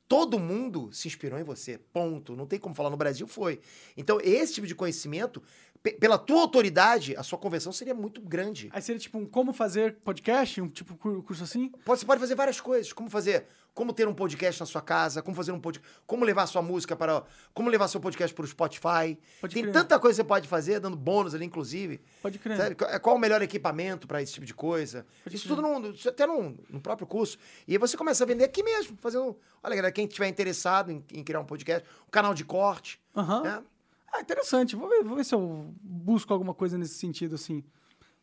S2: Todo mundo se inspirou em você. Ponto. Não tem como falar no Brasil foi. Então, esse tipo de conhecimento, pe- pela tua autoridade, a sua conversão seria muito grande.
S1: Aí seria tipo um como fazer podcast, um tipo cur- curso assim?
S2: Pode- Você pode fazer várias coisas. Como fazer, como ter um podcast na sua casa, como fazer um podcast, como levar sua música para, como levar seu podcast para o Spotify.
S1: Pode
S2: Tem
S1: crer.
S2: tanta coisa que você pode fazer, dando bônus ali, inclusive.
S1: Pode crer.
S2: Sabe? Qu- Qual o melhor equipamento para esse tipo de coisa?
S1: Pode
S2: isso
S1: crer.
S2: tudo num, isso até num, no próprio curso. E aí você começa a vender aqui mesmo, fazendo. Olha, galera, quem tiver interessado em, em criar um podcast, um canal de corte.
S1: Aham.
S2: né?
S1: Ah, interessante. Vou ver, vou ver se eu busco alguma coisa nesse sentido, assim.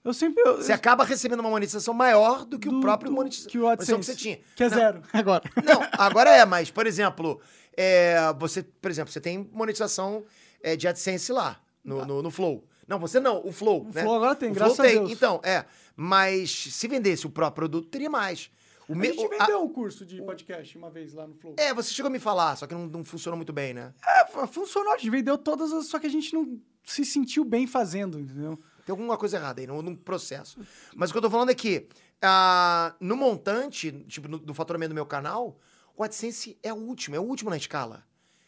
S1: Eu sempre. Eu,
S2: Você acaba recebendo uma monetização maior do que
S1: do-
S2: o próprio
S1: do-
S2: monetização
S1: Que o AdSense.
S2: que você tinha.
S1: Que é
S2: Não,
S1: zero, agora.
S2: Não, agora é, mas, por exemplo, é, você, por exemplo, você tem monetização é, de AdSense lá, no, no, no Flow. Não, você não, o Flow.
S1: O
S2: né?
S1: Flow agora tem,
S2: O
S1: graças a
S2: Flow tem.
S1: Deus.
S2: Então, é. Mas se vendesse o próprio produto, teria mais. O
S1: A
S2: me-
S1: gente
S2: o- a-
S1: vendeu um curso de podcast uma vez lá no Flow.
S2: É, você chegou a me falar, só que não, não funcionou muito bem, né?
S1: É, fu- funcionou, a gente vendeu todas, as- só que a gente não se sentiu bem fazendo, entendeu?
S2: Tem alguma coisa errada aí, num, num processo. Mas o que eu tô falando é que ah, no montante, tipo, no- do faturamento do meu canal, o AdSense é o último, é o último na escala.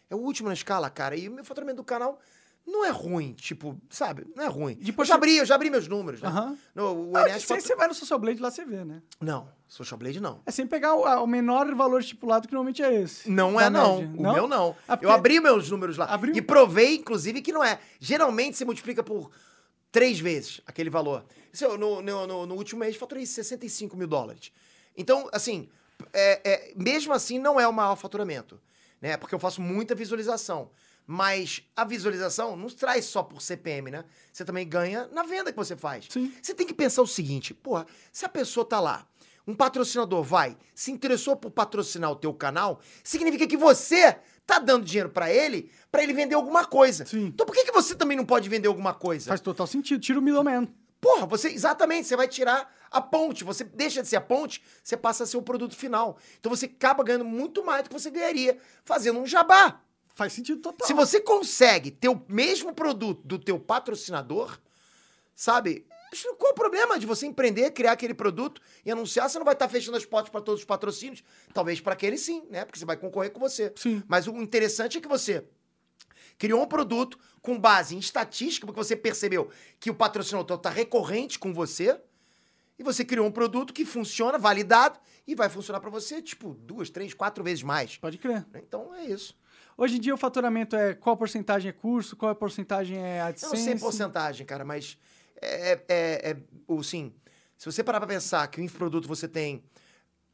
S2: É o último na escala, cara. E o meu faturamento do canal não é ruim, tipo, sabe? Não é ruim.
S1: Depois
S2: eu já
S1: você-
S2: abri, eu já abri meus números, né?
S1: Aham.
S2: No, o
S1: Ah,
S2: NS
S1: Você
S2: fatu-
S1: você vai no Social Blade lá você vê, né?
S2: Não, Social Blade não.
S1: É sem pegar o, a- o menor valor estipulado, que normalmente é esse.
S2: Não
S1: da
S2: é, não.
S1: média.
S2: O meu não.
S1: Ah, porque-
S2: Eu abri meus números lá.
S1: Abriu?
S2: E provei, inclusive, que não é. Geralmente você multiplica por três vezes aquele valor. Se eu- no, no- no- no último mês faturei 65 mil dólares. Então, assim, é- é- mesmo assim não é o maior faturamento. Né? Porque eu faço muita visualização. Mas a visualização não traz só por CPM, né? Você também ganha na venda que você faz.
S1: Sim.
S2: Você tem que pensar o seguinte, porra, se a pessoa tá lá, um patrocinador vai, se interessou por patrocinar o teu canal, significa que você tá dando dinheiro pra ele, pra ele vender alguma coisa.
S1: Sim.
S2: Então por que, que você também não pode vender alguma coisa?
S1: Faz total sentido, tira o middleman.
S2: Porra, você exatamente, você vai tirar a ponte, você deixa de ser a ponte, você passa a ser o produto final. Então você acaba ganhando muito mais do que você ganharia fazendo um jabá.
S1: Faz sentido total.
S2: Se você consegue ter o mesmo produto do teu patrocinador, sabe? acho- Qual o problema de você empreender, criar aquele produto e anunciar? Você não vai estar fechando as portas para todos os patrocínios? Talvez para aquele sim, né? Porque você vai concorrer com você.
S1: Sim.
S2: Mas o interessante é que você criou um produto com base em estatística, porque você percebeu que o patrocinador está recorrente com você, e você criou um produto que funciona, validado, e vai funcionar para você, tipo, duas, três, quatro vezes mais.
S1: Pode crer.
S2: Então é isso.
S1: Hoje em dia o faturamento é qual porcentagem é curso, qual porcentagem é
S2: Eu
S1: AdSense.
S2: não sei porcentagem, cara, mas é, é, é, é o sim. Se você parar pra pensar que o infoproduto você tem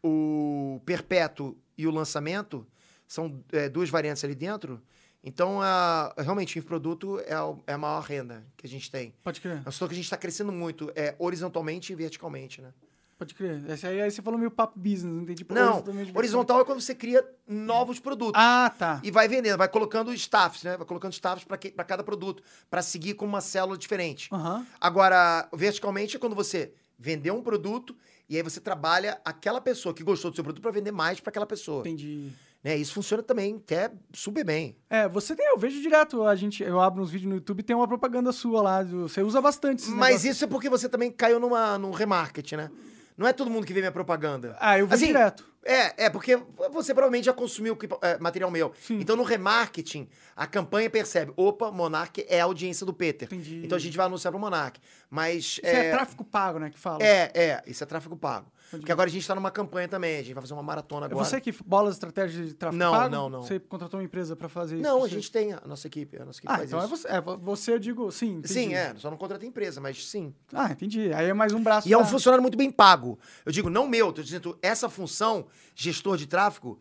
S2: o perpétuo e o lançamento, são é, duas variantes ali dentro, então a, realmente o infoproduto é, o- é a maior renda que a gente tem.
S1: Pode crer,
S2: É um setor que a gente está crescendo muito, é, horizontalmente e verticalmente, né?
S1: pode crer. Esse aí, aí você falou meio papo business, não entendi. por
S2: Não,
S1: horizontalmente-
S2: horizontal é quando você cria novos produtos.
S1: Ah, tá.
S2: E vai vendendo, vai colocando staffs, né? Vai colocando staffs para cada produto, para seguir com uma célula diferente.
S1: Aham.
S2: Agora, verticalmente é quando você vendeu um produto e aí você trabalha aquela pessoa que gostou do seu produto para vender mais para aquela pessoa.
S1: Entendi.
S2: Né? Isso funciona também até super bem.
S1: É, você tem, eu vejo direto, a gente, eu abro uns vídeos no YouTube e tem uma propaganda sua lá, do- você usa bastante esses
S2: Mas
S1: negócios.
S2: isso é porque você também caiu numa, num remarketing, né? Não é todo mundo que vê minha propaganda.
S1: Ah, eu vejo
S2: assim,
S1: direto.
S2: É, é porque você provavelmente já consumiu equipa- é, material meu.
S1: Sim.
S2: Então, no remarketing, a campanha percebe: opa, Monark é a audiência do Peter.
S1: Entendi.
S2: Então a gente vai anunciar pro Monark. Mas.
S1: Isso é, tráfico pago, né, que fala.
S2: É, é, isso é tráfego pago.
S1: Pode
S2: Porque agora a gente tá numa campanha também, a gente vai fazer uma maratona
S1: É
S2: agora.
S1: você que bola as estratégias de tráfico
S2: Não,
S1: pago?
S2: não, não.
S1: Você contratou uma empresa pra fazer isso?
S2: Não,
S1: pra
S2: a
S1: você?
S2: gente tem a nossa equipe, a nossa equipe
S1: Ah,
S2: faz
S1: então é
S2: isso.
S1: você, é vo- você, eu digo, sim. entendi.
S2: Sim, é, só não contrata empresa, mas sim.
S1: Ah, entendi. Aí é mais um braço.
S2: E é um
S1: da-
S2: funcionário muito bem pago. Eu digo, não meu, tô dizendo, essa função, gestor de tráfego,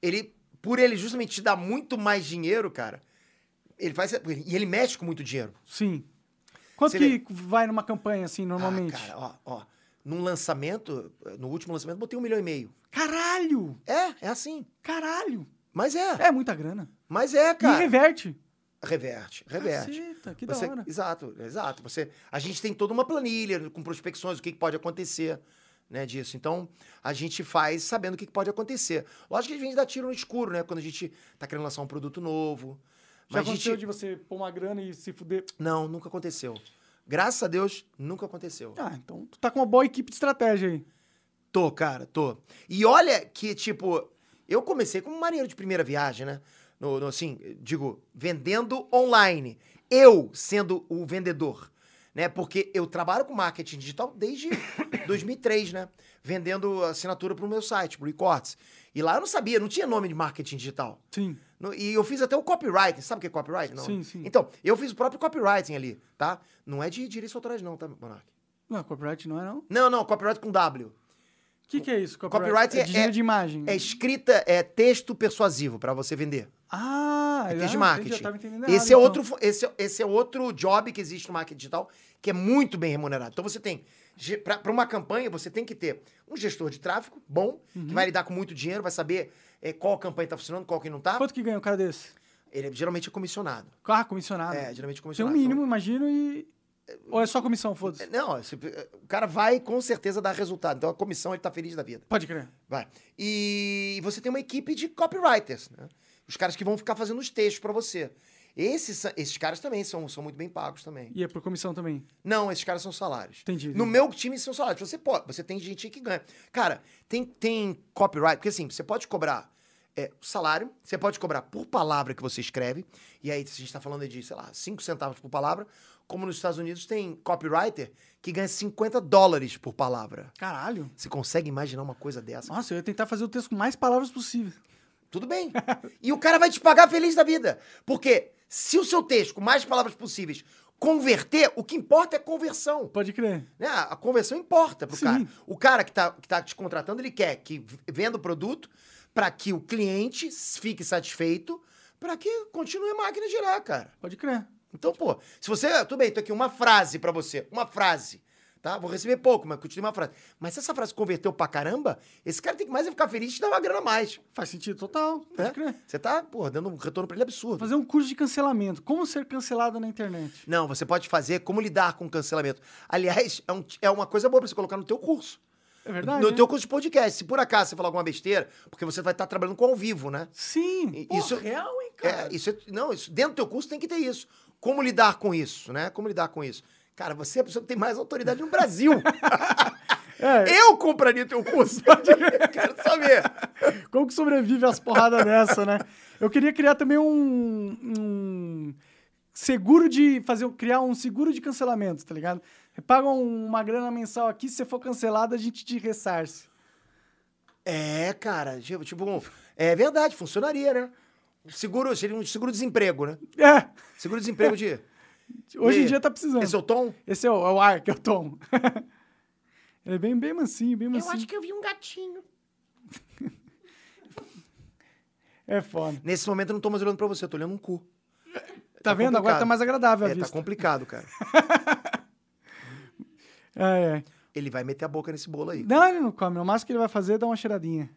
S2: ele, por ele justamente te dar muito mais dinheiro, cara, Ele faz. E ele mexe com muito dinheiro.
S1: Sim. Quanto
S2: Você
S1: que vai numa campanha, assim,
S2: Ah,
S1: normalmente?
S2: cara, ó, ó. Num lançamento, no último lançamento, botei um milhão e meio.
S1: Caralho!
S2: É, é assim.
S1: Caralho!
S2: Mas é.
S1: É muita grana.
S2: Mas é, cara.
S1: E reverte. Ah,
S2: Reverte, reverte.
S1: Caceta, que
S2: Você-
S1: da hora.
S2: Exato, exato. Você, a gente tem toda uma planilha com prospecções, o que, que pode acontecer né, disso. Então, a gente faz sabendo o que, que pode acontecer. Lógico que a gente dá tiro no escuro, né? Quando a gente tá querendo lançar um produto novo.
S1: Já
S2: Mas a
S1: aconteceu
S2: gente...
S1: de você pôr uma grana e se fuder?
S2: Não, nunca aconteceu. Graças a Deus, nunca aconteceu.
S1: Ah, então tu tá com uma boa equipe de estratégia aí.
S2: Tô, cara, tô. E olha que, tipo, eu comecei como marinheiro de primeira viagem, né? No, no, assim, digo, vendendo online. Eu sendo o vendedor, né? Porque eu trabalho com marketing digital desde 2003, né? Vendendo assinatura pro meu site, pro Records. E lá eu não sabia, não tinha nome de marketing digital.
S1: Sim.
S2: No- e eu fiz até o copyright. Sabe o que é copyright? Não.
S1: Sim, sim.
S2: Então, eu fiz o próprio copywriting ali, tá? Não é de direitos autorais não, tá, Monark?
S1: Não, copyright não é, não? O
S2: Não, não, copyright com W.
S1: que, que é isso?
S2: Copyright
S1: é,
S2: é-
S1: dinheiro
S2: é-
S1: de imagem.
S2: É escrita, é texto persuasivo pra você vender.
S1: Ah, ah,
S2: É texto de
S1: entendi,
S2: marketing.
S1: eu tava entendendo errado,
S2: Esse é,
S1: então.
S2: outro, fo- esse, é- esse é outro job que existe no marketing digital que é muito bem remunerado. Então você tem. Para uma campanha, você tem que ter um gestor de tráfego bom,
S1: Uhum.
S2: que vai lidar com muito dinheiro, vai saber eh, qual campanha está funcionando, qual que não está.
S1: Quanto que ganha um cara desse?
S2: Ele é, geralmente é comissionado.
S1: Ah, comissionado.
S2: É, geralmente é
S1: Tem um
S2: comissionado.
S1: mínimo, imagino, e. Ou é só comissão, foda-se.
S2: Então, não, esse- o cara vai com certeza dar resultado. Então a comissão ele tá feliz da vida.
S1: Pode crer.
S2: Vai. E você tem uma equipe de copywriters, né? Os caras que vão ficar fazendo os textos pra você. Esses, sa- esses caras também são, são muito bem pagos também.
S1: E é por comissão também.
S2: Não, esses caras são salários.
S1: Entendi.
S2: No meu time são salários. Você pode, você tem gente que ganha. Cara, tem, tem copyright, porque assim, você pode cobrar é, salário, você pode cobrar por palavra que você escreve, e aí se a gente tá falando aí de, sei lá, 5 centavos por palavra, como nos Estados Unidos tem copywriter que ganha 50 dólares por palavra.
S1: Caralho.
S2: Você consegue imaginar uma coisa dessa?
S1: Nossa, eu ia tentar fazer o texto com mais palavras possível.
S2: Tudo bem. E o cara vai te pagar feliz da vida. Porque se o seu texto, com mais palavras possíveis, converter, o que importa é conversão.
S1: Pode crer.
S2: Né? A a conversão importa pro
S1: Sim.
S2: cara. O cara que tá, que tá te contratando, ele quer que v- venda o produto para que o cliente s- fique satisfeito, para que continue a máquina a girar, cara.
S1: Pode crer.
S2: Então, pô, se você. Tudo bem, tô aqui uma frase pra você. Uma frase. Tá? Vou receber pouco, mas continue uma frase. Mas se essa frase converteu pra caramba, esse cara tem que mais é ficar feliz e te dar uma grana a mais.
S1: Faz sentido total. Pode
S2: É?
S1: crer.
S2: Você tá, porra, dando um retorno pra ele absurdo.
S1: Fazer um curso de cancelamento. Como ser cancelado na internet?
S2: Não, você pode fazer como lidar com cancelamento. Aliás, é, um- é uma coisa boa pra você colocar no teu curso.
S1: É verdade?
S2: no
S1: né?
S2: teu curso de podcast. Se por acaso você falar alguma besteira, porque você vai estar trabalhando com ao vivo, né?
S1: Sim.
S2: I-
S1: Pô,
S2: isso-
S1: real, hein, cara?
S2: É, isso é- não, isso, dentro do teu curso tem que ter isso. Como lidar com isso, né? Como lidar com isso. Cara, você é a pessoa que tem mais autoridade no Brasil.
S1: É,
S2: Eu compraria o teu curso. Quero saber.
S1: como que sobrevive às porradas dessa, né? Eu queria criar também um, um seguro de fazer criar um seguro de cancelamento, tá ligado? Você Paga um- uma grana mensal aqui, se você for cancelado, a gente te ressarce.
S2: É, cara, tipo, tipo, um- é verdade, funcionaria, né? Seguro, seria um seguro-desemprego, né?
S1: É,
S2: Seguro-desemprego de.
S1: hoje
S2: E-
S1: em dia tá precisando.
S2: Esse é o tom?
S1: Esse é o, é o ar que eu tomo. Ele é bem, bem mansinho, bem mansinho.
S2: que eu vi um gatinho.
S1: É foda.
S2: Nesse momento eu não tô mais olhando pra você, eu tô olhando um cu.
S1: Tá vendo? Agora
S2: complicado.
S1: tá mais agradável a
S2: É, tá
S1: vista.
S2: complicado, cara.
S1: É, é.
S2: Ele vai meter a boca nesse bolo aí.
S1: Não, ele não come. O máximo que ele vai fazer é dar uma cheiradinha.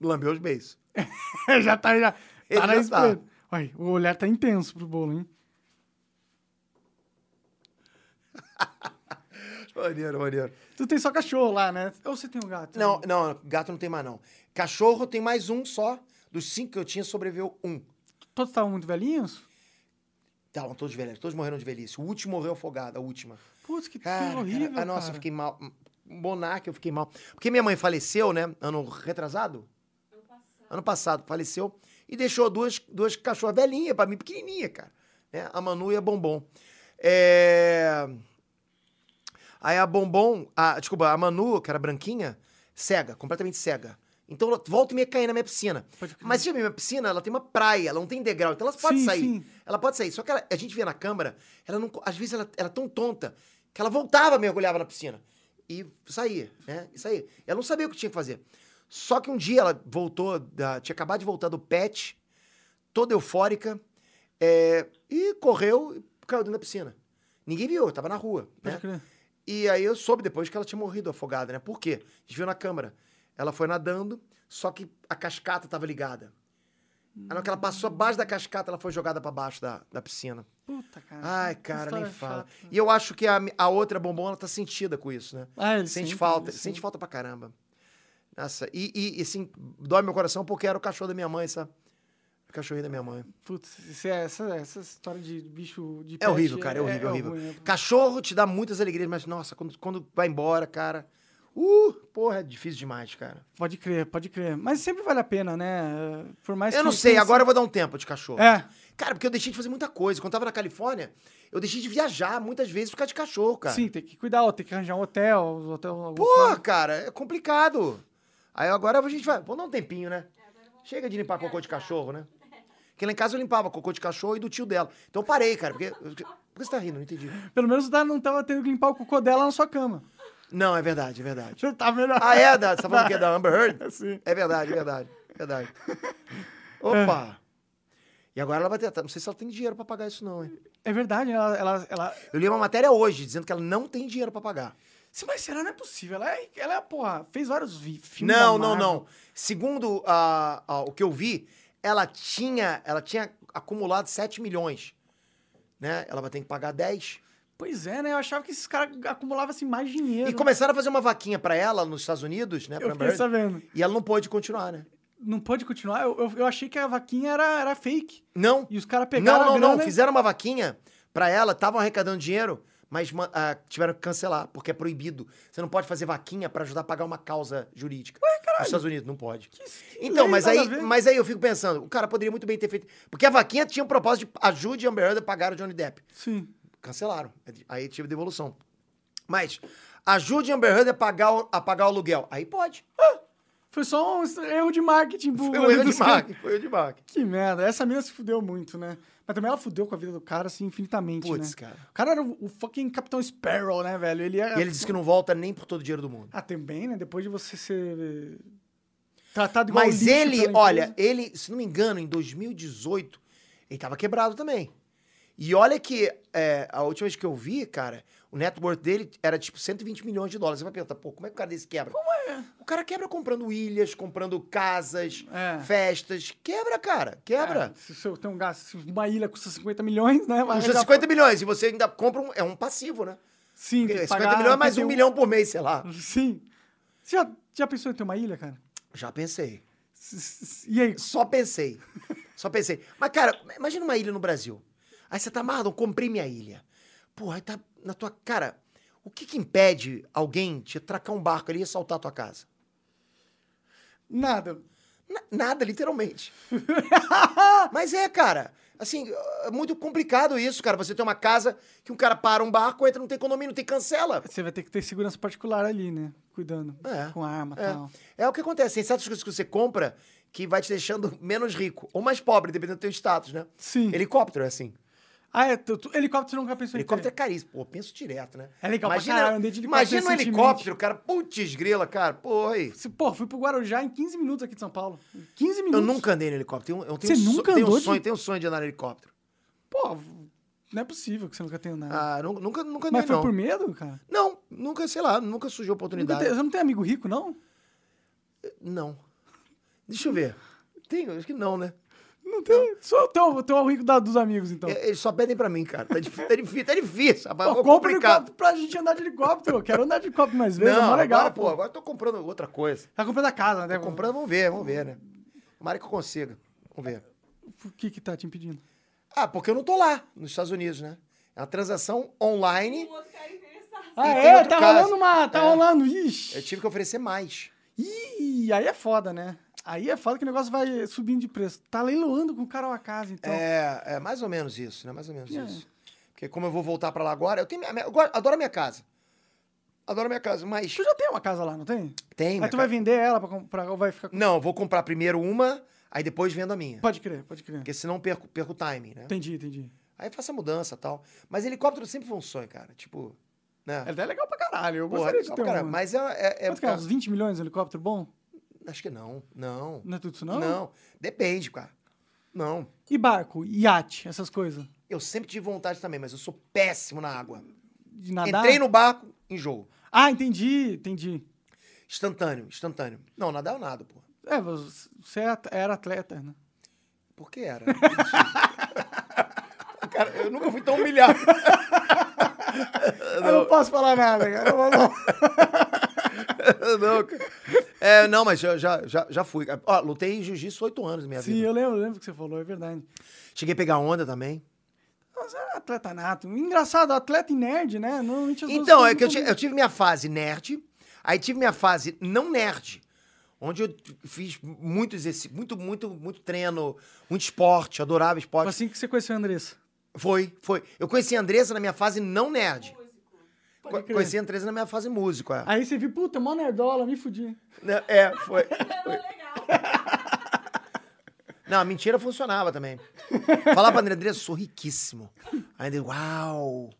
S2: Lambeu os beijos.
S1: já tá, já.
S2: Ele
S1: Tá na
S2: já tá.
S1: espreita. Olha, o olhar tá intenso pro bolo, hein?
S2: Maneiro, maneiro.
S1: Tu tem só cachorro lá, né? Ou você tem um gato?
S2: Não, não, gato não tem mais, não. Cachorro tem mais um só. Dos cinco que eu tinha, sobreviveu um.
S1: Todos estavam muito velhinhos?
S2: Estavam todos velhos, todos morreram de velhice. O último morreu afogado, a última.
S1: Putz, que
S2: Cara,
S1: coisa horrível,
S2: cara, ah, nossa, eu
S1: cara.
S2: fiquei mal. Monarca, eu fiquei mal. Porque minha mãe faleceu, né? Ano retrasado?
S3: Ano passado.
S2: Ano passado, faleceu. E deixou duas, duas cachorras velhinhas pra mim, pequenininha, cara. Né? A Manu e a Bombom. É... Aí a Bombom... A, desculpa, a Manu, que era branquinha, cega, completamente cega. Então, ela volta e meia cair na minha piscina.
S1: Pode crer.
S2: Mas, já minha piscina, ela tem uma praia, ela não tem degrau. Então, ela pode
S1: Sim,
S2: sair.
S1: sim.
S2: Ela pode sair. Só que ela- a gente vê na câmera, ela não, co- às vezes ela era tão tonta que ela voltava, mergulhava na piscina. E saía, né? E saía. Ela não sabia o que tinha que fazer. Só que um dia ela voltou, da- tinha acabado de voltar do pet, toda eufórica. É, e correu e caiu dentro da piscina. Ninguém viu, eu tava na rua.
S1: Pode
S2: né?
S1: crer.
S2: E aí eu soube depois que ela tinha morrido afogada, né? Por quê? A gente viu na câmera. Ela foi nadando, só que a cascata tava ligada.
S1: Hum.
S2: Aí na hora que ela passou abaixo da cascata, ela foi jogada pra baixo da, da piscina.
S1: Puta, cara.
S2: Ai,
S1: que
S2: cara, nem
S1: história é
S2: fala.
S1: chata.
S2: E eu acho que a, a outra bombona tá sentida com isso, né?
S1: Ah, ele
S2: Sente
S1: sente,
S2: falta,
S1: ele
S2: sente falta pra caramba. Nossa, e, e, e, assim, dói meu coração porque era o cachorro da minha mãe, sabe? O cachorrinho da minha mãe.
S1: Putz, isso é- essa, essa história de bicho de
S2: É horrível, cara, é horrível, horrível.
S1: ruim, né?
S2: Cachorro te dá muitas alegrias, mas nossa, quando, quando vai embora, cara. Uh, porra, é difícil demais, cara.
S1: Pode crer, pode crer. Mas sempre vale a pena, né? Por mais
S2: Eu
S1: que
S2: não sei,
S1: tenha-
S2: agora eu vou dar um tempo de cachorro.
S1: É,
S2: Cara, porque eu deixei de fazer muita coisa. Quando tava na Califórnia, eu deixei de viajar muitas vezes por causa de cachorro, cara.
S1: sim, tem que cuidar, ó, tem que arranjar um hotel, um hotel algum
S2: Porra, cara, é complicado. Aí agora a gente vai. Vamos dar um tempinho, né? Chega de limpar cocô de cachorro, né? Porque lá em casa eu limpava cocô de cachorro e do tio dela. Então eu parei, cara. Porque... Por que você tá rindo? Não entendi.
S1: Pelo menos tá- não tava tendo que limpar o cocô dela na sua cama.
S2: Não, é verdade, é verdade.
S1: Já tá melhor.
S2: Ah, é? Da... Você tá falando o quê? Da Amber Heard?
S1: Sim.
S2: É verdade, é verdade, é verdade. Opa! E agora ela vai tentar. Não sei se ela tem dinheiro pra pagar isso, não, hein?
S1: É verdade, ela, ela, ela...
S2: Eu li uma matéria hoje dizendo que ela não tem dinheiro pra pagar.
S1: Se- Mas será? Não é possível. Ela é, ela é porra, fez vários vi- filmes
S2: Não,
S1: da
S2: não,
S1: Marvel.
S2: não. Segundo ah, ah, o que eu vi, ela tinha, ela tinha acumulado 7 milhões. Né? Ela vai ter que pagar 10.
S1: Pois é, né? Eu achava que esses caras acumulavam, assim, mais dinheiro.
S2: E começaram a fazer uma vaquinha pra ela nos Estados Unidos, né? pra
S1: Eu
S2: Amber
S1: fiquei
S2: Heard,
S1: sabendo.
S2: E ela não pôde continuar, né?
S1: Não pode continuar? Eu, eu, eu achei que a vaquinha era, era fake.
S2: Não.
S1: E os caras pegaram
S2: Não, não,
S1: a grana
S2: não.
S1: e-
S2: Fizeram uma vaquinha pra ela, estavam arrecadando dinheiro, mas ma- ah, tiveram que cancelar, porque é proibido. Você não pode fazer vaquinha pra ajudar a pagar uma causa jurídica. Ué, caralho. Nos Estados Unidos, não pode.
S1: Que- que
S2: Então,
S1: lei
S2: mas
S1: nada
S2: aí,
S1: a ver?
S2: mas aí eu fico pensando, o cara poderia muito bem ter feito. Porque a vaquinha tinha um propósito de ajude a Amber Heard a pagar o Johnny Depp.
S1: Sim.
S2: Cancelaram. Aí tive devolução. Mas ajude a Amber Heard a pagar o, a pagar o aluguel. Aí pode.
S1: Foi só um erro de marketing.
S2: Foi
S1: burro,
S2: o erro
S1: né,
S2: de
S1: dos caras.
S2: marketing. Foi o erro de marketing.
S1: Que merda. Essa mina se fudeu muito, né? Mas também ela fudeu com a vida do cara, assim, infinitamente,
S2: Putz,
S1: né?
S2: cara.
S1: O cara era o, o fucking Capitão Sparrow, né, velho? Ele era...
S2: E ele disse que não volta nem por todo o dinheiro do mundo.
S1: Ah, também, né? Depois de você ser... eh, Tratado igual um
S2: Mas
S1: lixo
S2: ele,
S1: pela
S2: olha,
S1: empresa.
S2: ele, se não me engano, em 2018, ele tava quebrado também. E olha que é, a última vez que eu vi, cara, o net worth dele era tipo 120 milhões de dólares. Você vai perguntar, pô, como é que o cara desse quebra? Como é? O cara quebra comprando ilhas, comprando casas,
S1: É.
S2: festas. Quebra, cara, quebra.
S1: É, se o seu tem um gasto, se uma ilha custa 50 milhões, né? vai
S2: Custa
S1: arranjar-
S2: 50 milhões e você ainda compra um. É um passivo, né?
S1: Sim, tem que
S2: 50
S1: pagar
S2: milhões é mais um
S1: 51.
S2: milhão por mês, sei lá.
S1: Sim. Você já, já pensou em ter uma ilha, cara?
S2: Já pensei.
S1: S- s- E aí?
S2: Só pensei. Só pensei. Mas, cara, imagina uma ilha no Brasil. Aí você tá, Marlon, comprei minha ilha. Porra, aí tá na tua. Cara, o que que impede alguém te atracar um barco ali e assaltar a tua casa?
S1: Nada.
S2: Na- nada, literalmente. Mas é, cara. Assim, é muito complicado isso, cara. Você tem uma casa que um cara para um barco, entra, não tem condomínio, não tem cancela.
S1: Você vai ter que ter segurança particular ali, né? Cuidando.
S2: É.
S1: Com arma e
S2: É.
S1: tal.
S2: É o que acontece. Tem certas coisas que você compra que vai te deixando menos rico ou mais pobre, dependendo do teu status, né?
S1: Sim.
S2: Helicóptero é assim.
S1: Ah, é. Tu, tu- helicóptero nunca pensou em ter.
S2: Helicóptero é caríssimo. Pô, penso direto, né?
S1: É legal pra
S2: imagina,
S1: caralho, andei de helicóptero
S2: Imagina um
S1: recentemente.
S2: helicóptero, cara. Putz, grila, cara. Pô, aí.
S1: Se- Pô, fui pro Guarujá em 15 minutos aqui de São Paulo. 15
S2: é Eu
S1: minutos.
S2: nunca andei no helicóptero. Eu tenho, eu tenho
S1: Você
S2: um so-
S1: nunca
S2: tenho um
S1: andou de-
S2: sonho, tenho um sonho de andar no helicóptero.
S1: Pô, não é possível que você nunca tenha nada.
S2: Ah, nu- nunca, nunca andei,
S1: Mas foi
S2: não.
S1: por medo, cara?
S2: Não, nunca, sei lá, nunca surgiu a
S1: Nunca
S2: oportunidade.
S1: te- Você não tem amigo rico, não?
S2: Não. Deixa eu ver. Tenho, acho que não, né?
S1: Não tem. Sou o teu, teu rico da- dos amigos, então.
S2: É, Eles só pedem pra mim, cara. Tá difícil, tá difícil, tá difícil. rapaz,
S1: Pô,
S2: ficou
S1: compra um
S2: complicado.
S1: helicóptero pra gente andar de helicóptero. Eu quero andar de helicóptero mais vezes. é
S2: Não,
S1: mó legal,
S2: agora, pô, agora eu tô comprando outra coisa.
S1: Tá comprando a casa, né?
S2: Tô comprando, vamos ver, vamos ver, né? Tomara que eu consiga. Vamos ver.
S1: O que que tá te impedindo?
S2: Ah, porque eu não tô lá nos Estados Unidos, né? É uma transação
S3: Um
S2: online.
S3: outro cara interessado.
S1: Ah,
S2: tem
S1: é?
S2: outro
S1: Tá
S2: caso.
S1: rolando uma... Tá
S2: É.
S1: rolando... Ixi.
S2: Eu tive que oferecer mais.
S1: Ih, aí é foda, né? Aí é foda que o negócio vai subindo de preço. Tá leiloando com o cara uma casa, então.
S2: É, é mais ou menos isso, né? Mais ou menos
S1: É.
S2: isso. Porque como eu vou voltar pra lá agora, eu tenho. minha- minha- Eu go- adoro a minha casa. Adoro a minha casa, mas
S1: Tu já tem uma casa lá, não tem?
S2: tem.
S1: Aí tu vai vender ela pra, com- pra, ou vai ficar... com-
S2: Não, eu vou comprar primeiro uma, aí depois vendo a minha.
S1: Pode crer, pode crer.
S2: Porque senão eu perco, perco o timing, né?
S1: Entendi, entendi.
S2: Aí eu faço a mudança e tal. Mas helicóptero sempre foi um sonho, cara. Tipo. Né?
S1: Ela é legal pra caralho. Eu
S2: Porra,
S1: gostaria
S2: legal,
S1: de ter um.
S2: cara,
S1: uma.
S2: Mas é. é, é-
S1: Quanto que é? Uns 20 milhões de helicóptero bom?
S2: Acho que não. Não.
S1: Não é tudo isso, não?
S2: Não. Depende, cara. Não.
S1: E barco? Iate? Essas coisas?
S2: Eu sempre tive vontade também, mas eu sou péssimo na água.
S1: De nadar?
S2: Entrei no barco, enjoo.
S1: Ah, entendi, entendi.
S2: Instantâneo, instantâneo. Não, nadar eu nado, pô.
S1: É, você era atleta, né?
S2: Por que era? Cara, eu nunca fui tão humilhado.
S1: Eu não posso falar nada, cara. Não, não.
S2: não, cara. É, não, mas eu já, já, já fui. Ó, lutei em jiu-jitsu oito anos, minha
S1: Sim,
S2: vida.
S1: eu lembro, lembro o que você falou, é verdade.
S2: Cheguei a pegar onda também.
S1: Mas era atleta nato. Engraçado, atleta e nerd, né? Normalmente as duas
S2: Então,
S1: coisas
S2: é que eu,
S1: não
S2: ti-
S1: combinam.
S2: eu tive minha fase nerd, aí tive minha fase não nerd, onde eu t- fiz muito exercício, muito, muito, muito treino, muito esporte, adorava
S1: Foi
S2: esporte.
S1: assim que você conheceu a Andressa.
S2: Foi, foi. Eu conheci a Andressa na minha fase não nerd.
S1: Pode
S2: Co-
S1: crer.
S2: Conheci a Andressa na minha fase músico. É,
S1: Aí você viu, puta, mó nerdola, me fudi.
S2: é foi.
S3: Era legal.
S2: Não, a mentira funcionava também. Falar pra Andressa, sou riquíssimo. Aí ele, uau!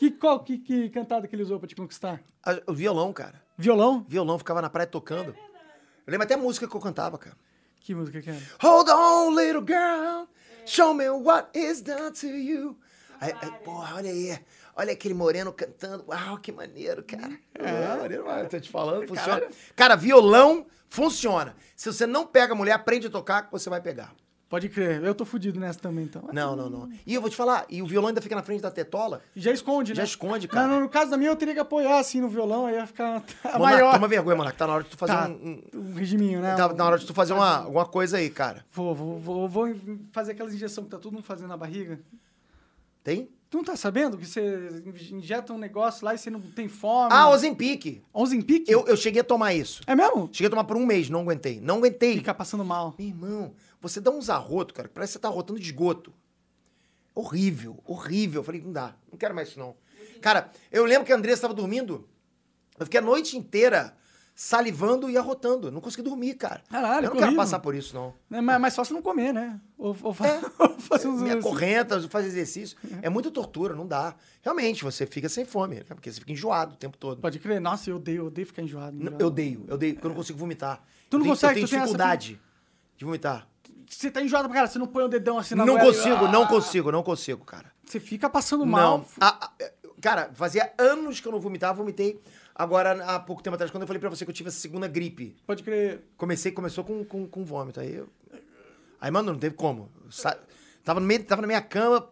S1: Que, qual, que, que cantada que ele usou pra te conquistar?
S2: A- Ah, O violão, cara.
S1: Violão?
S2: Violão, ficava na praia tocando. Eu lembro até a música que eu cantava, cara.
S1: Que música que era?
S2: Hold on, little girl. Show me what is done to you. Aí, aí, porra, olha aí. Olha aquele moreno cantando. Uau, que maneiro, cara. É, maneiro, mas tô te falando, funciona. Cara, violão funciona. Se você não pega a mulher, aprende a tocar, que você vai pegar.
S1: Pode crer, eu tô fudido nessa também, então.
S2: Não, não, não. E eu vou te falar, e o violão ainda fica na frente da tetola.
S1: Já esconde, né?
S2: Já esconde, cara.
S1: Não, no, no caso da minha, eu teria que apoiar assim no violão, aí ia ficar a
S2: Monarca,
S1: maior.
S2: Toma vergonha, mano, que tá na hora de tu fazer
S1: Tá,
S2: um... um-
S1: um regiminho, né?
S2: tá
S1: Um-
S2: na hora de tu fazer uma, alguma coisa aí, cara.
S1: Vou, vou, vou, vou fazer aquelas injeções que tá todo mundo fazendo na barriga.
S2: Tem?
S1: Tu não tá sabendo que você injeta um negócio lá e você não tem fome?
S2: Ah, Ozempic.
S1: Onze em pique?
S2: Eu, eu cheguei a tomar isso.
S1: É mesmo?
S2: Cheguei a tomar por um mês, não aguentei. Não aguentei.
S1: Fica passando mal.
S2: Meu irmão, você dá uns arrotos, cara, que parece que você tá arrotando de esgoto. Horrível, horrível. Eu falei, não dá, não quero mais isso não. Cara, eu lembro que a Andressa estava dormindo, eu fiquei a noite inteira salivando e arrotando. Não consegui dormir, cara.
S1: Caralho,
S2: eu não
S1: que
S2: quero
S1: horrível.
S2: passar por isso, não.
S1: É mais, mais fácil não comer, né? Ou, ou, fa- ou fazer uns... Uhum.
S2: É. Minha correnta, fazer exercício. É muita tortura, não dá. Realmente, você fica sem fome, né? porque você fica enjoado o tempo todo.
S1: Pode crer. Nossa, eu odeio, eu odeio ficar enjoado.
S2: N-
S1: enjoado.
S2: Eu odeio, eu odeio, porque eu não consigo vomitar.
S1: Tu não
S2: Eu tenho-
S1: consegue,
S2: Eu tenho
S1: tu tem essa-
S2: dificuldade de vomitar.
S1: Você tá enjoado pra caralho, você não põe o dedão assim na
S2: Não
S1: goela e-
S2: consigo,
S1: Ah!
S2: não consigo, não consigo, cara.
S1: Você fica passando mal.
S2: Não. A- a- cara, fazia anos que eu não vomitava, vomitei agora há pouco tempo atrás, quando eu falei pra você que eu tive essa segunda gripe.
S1: Pode crer.
S2: Comecei, começou com, com, com vômito. Aí, eu- aí mano, não teve como. Eu sa- Tava, no meio, tava na minha cama,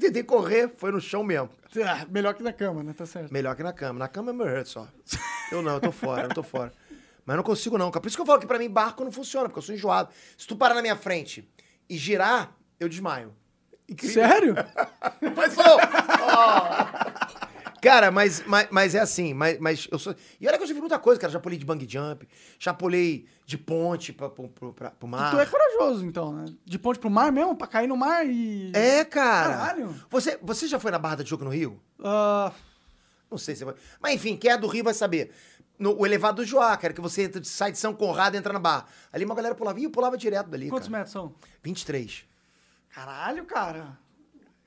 S2: tentei correr, foi no chão mesmo.
S1: Ah, melhor que na cama, né? Tá certo.
S2: Melhor que na cama. Na cama eu me hurt só. Eu não, eu tô fora, eu tô fora. Mas eu não consigo não, cara. Por isso que eu falo que pra mim barco não funciona, porque eu sou enjoado. Se tu parar na minha frente e girar, eu desmaio.
S1: Sério?
S2: Mas não! Cara, mas, mas, mas é assim, mas, mas eu sou. E olha que eu já vi muita coisa, cara. Já pulei de bang jump, já pulei de ponte pra, pro- pro- pra- pro mar.
S1: Tu é corajoso, então, né? De ponte pro mar mesmo, pra cair no mar e...
S2: É, cara.
S1: Caralho.
S2: Você, você já foi na Barra da Tijuca no Rio?
S1: Ah,
S2: Não sei se você vai. Mas enfim, quem é do Rio vai saber. No- o elevado do Joá, cara, que você entra- sai de São Conrado e entra na barra. Ali uma galera pulava e eu pulava direto dali.
S1: quantos
S2: cara.
S1: metros são?
S2: 23.
S1: Caralho, cara.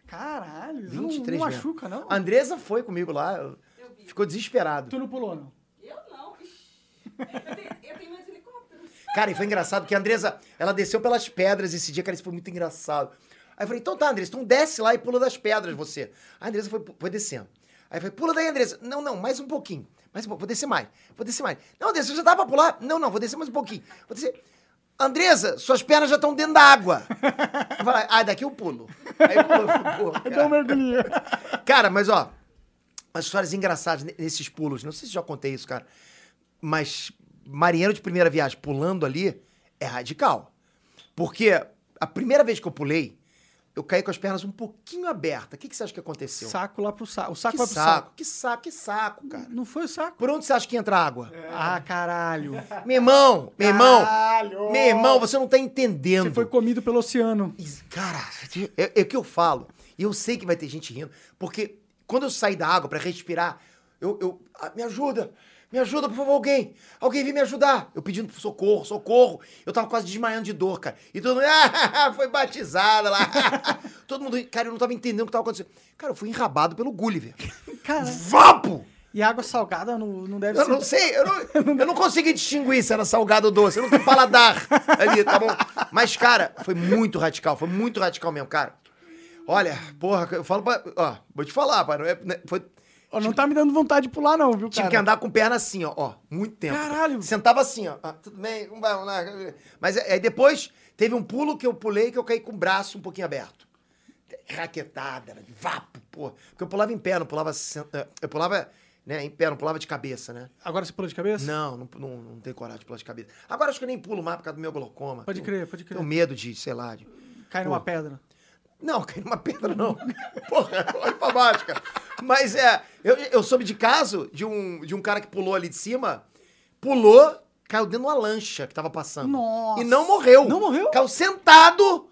S1: Caralho. isso Não,
S2: 23
S1: não
S2: mesmo.
S1: machuca, não?
S2: A Andresa foi comigo lá, eu- ficou desesperado.
S1: Tu não pulou, não?
S3: Eu não. Eu tenho- Eu tenho medo de helicóptero.
S2: Cara, e foi engraçado, porque a Andresa, ela desceu pelas pedras esse dia, cara, isso foi muito engraçado. Aí eu falei, então tá, Andresa, então desce lá e pula das pedras você. A Andresa foi, foi descendo. Aí eu falei, pula daí, Andresa. Não, não, mais um pouquinho. Mais um pouco, vou descer mais. Vou descer mais. Não, Andresa, você já dá pra pular? Não, não, vou descer mais um pouquinho. Vou descer. Andresa, suas pernas já estão dentro da água. Eu falei, ah, daqui eu pulo. Aí eu pulo, eu pulo,
S1: Então
S2: É cara.
S1: mergulhinho.
S2: Cara, mas ó, umas histórias engraçadas ne- nesses pulos. Não sei se já contei isso, cara. Mas marinheiro de primeira viagem pulando ali é radical. Porque a primeira vez que eu pulei, eu caí com as pernas um pouquinho abertas. O que, que você acha que aconteceu?
S1: Saco lá pro saco. O saco
S2: um- que
S1: vai
S2: saco,
S1: pro saco.
S2: que saco, que saco, cara. É.
S1: Não foi o saco.
S2: Por onde você acha que entra a água?
S1: Ah, caralho.
S2: Meu irmão, meu irmão,
S1: Caralho.
S2: meu irmão, você não tá entendendo.
S1: Você foi comido pelo oceano.
S2: Isso, Cara, é, é o que eu falo. E eu sei que vai ter gente rindo, porque quando eu saí da água pra respirar, eu. eu- ah, me ajuda! Me ajuda, por favor, alguém! Alguém vem me ajudar! Eu pedindo por socorro, socorro! Eu tava quase desmaiando de dor, cara. E todo mundo. Ah, foi batizada lá! todo mundo. Cara, eu não tava entendendo o que tava acontecendo. Cara, eu fui enrabado pelo Gulliver.
S1: Cara,
S2: Vapo!
S1: E água salgada não, não deve
S2: Eu
S1: ser.
S2: não sei, eu não, eu não consegui distinguir se era salgado ou doce. Eu não tenho paladar ali, tá bom? Mas, cara, foi muito radical, foi muito radical mesmo, cara. Olha, porra, eu falo pra. Ó, vou te falar, pai. não é- né, foi,
S1: Ó, não tá me dando vontade de pular, não, viu,
S2: Tive
S1: cara?
S2: que andar com perna assim, ó, ó, muito tempo.
S1: Caralho.
S2: Sentava assim, ó. Ah, tudo bem, vamos lá, vamos lá. Mas é, aí depois teve um pulo que eu pulei que eu caí com o braço um pouquinho aberto. Raquetada, velho, vapo, pô. Porque eu pulava em pé, não pulava. sen- eh, Eu pulava, né, em pé, não pulava de cabeça, né?
S1: Agora você pulou de cabeça?
S2: Não, não, não, não tenho coragem de pular de cabeça. Agora acho que eu nem pulo mais por causa do meu glaucoma.
S1: Pode
S2: Eu-
S1: crer, pode crer.
S2: Tenho medo de, sei lá. de-
S1: Cai numa pedra.
S2: Não, caí numa pedra, não. Porra, olha pra baixo, cara. Mas é, eu, eu soube de caso de um, de um cara que pulou ali de cima, pulou, caiu dentro de uma lancha que tava passando.
S1: Nossa.
S2: E não morreu.
S1: Não morreu?
S2: Caiu sentado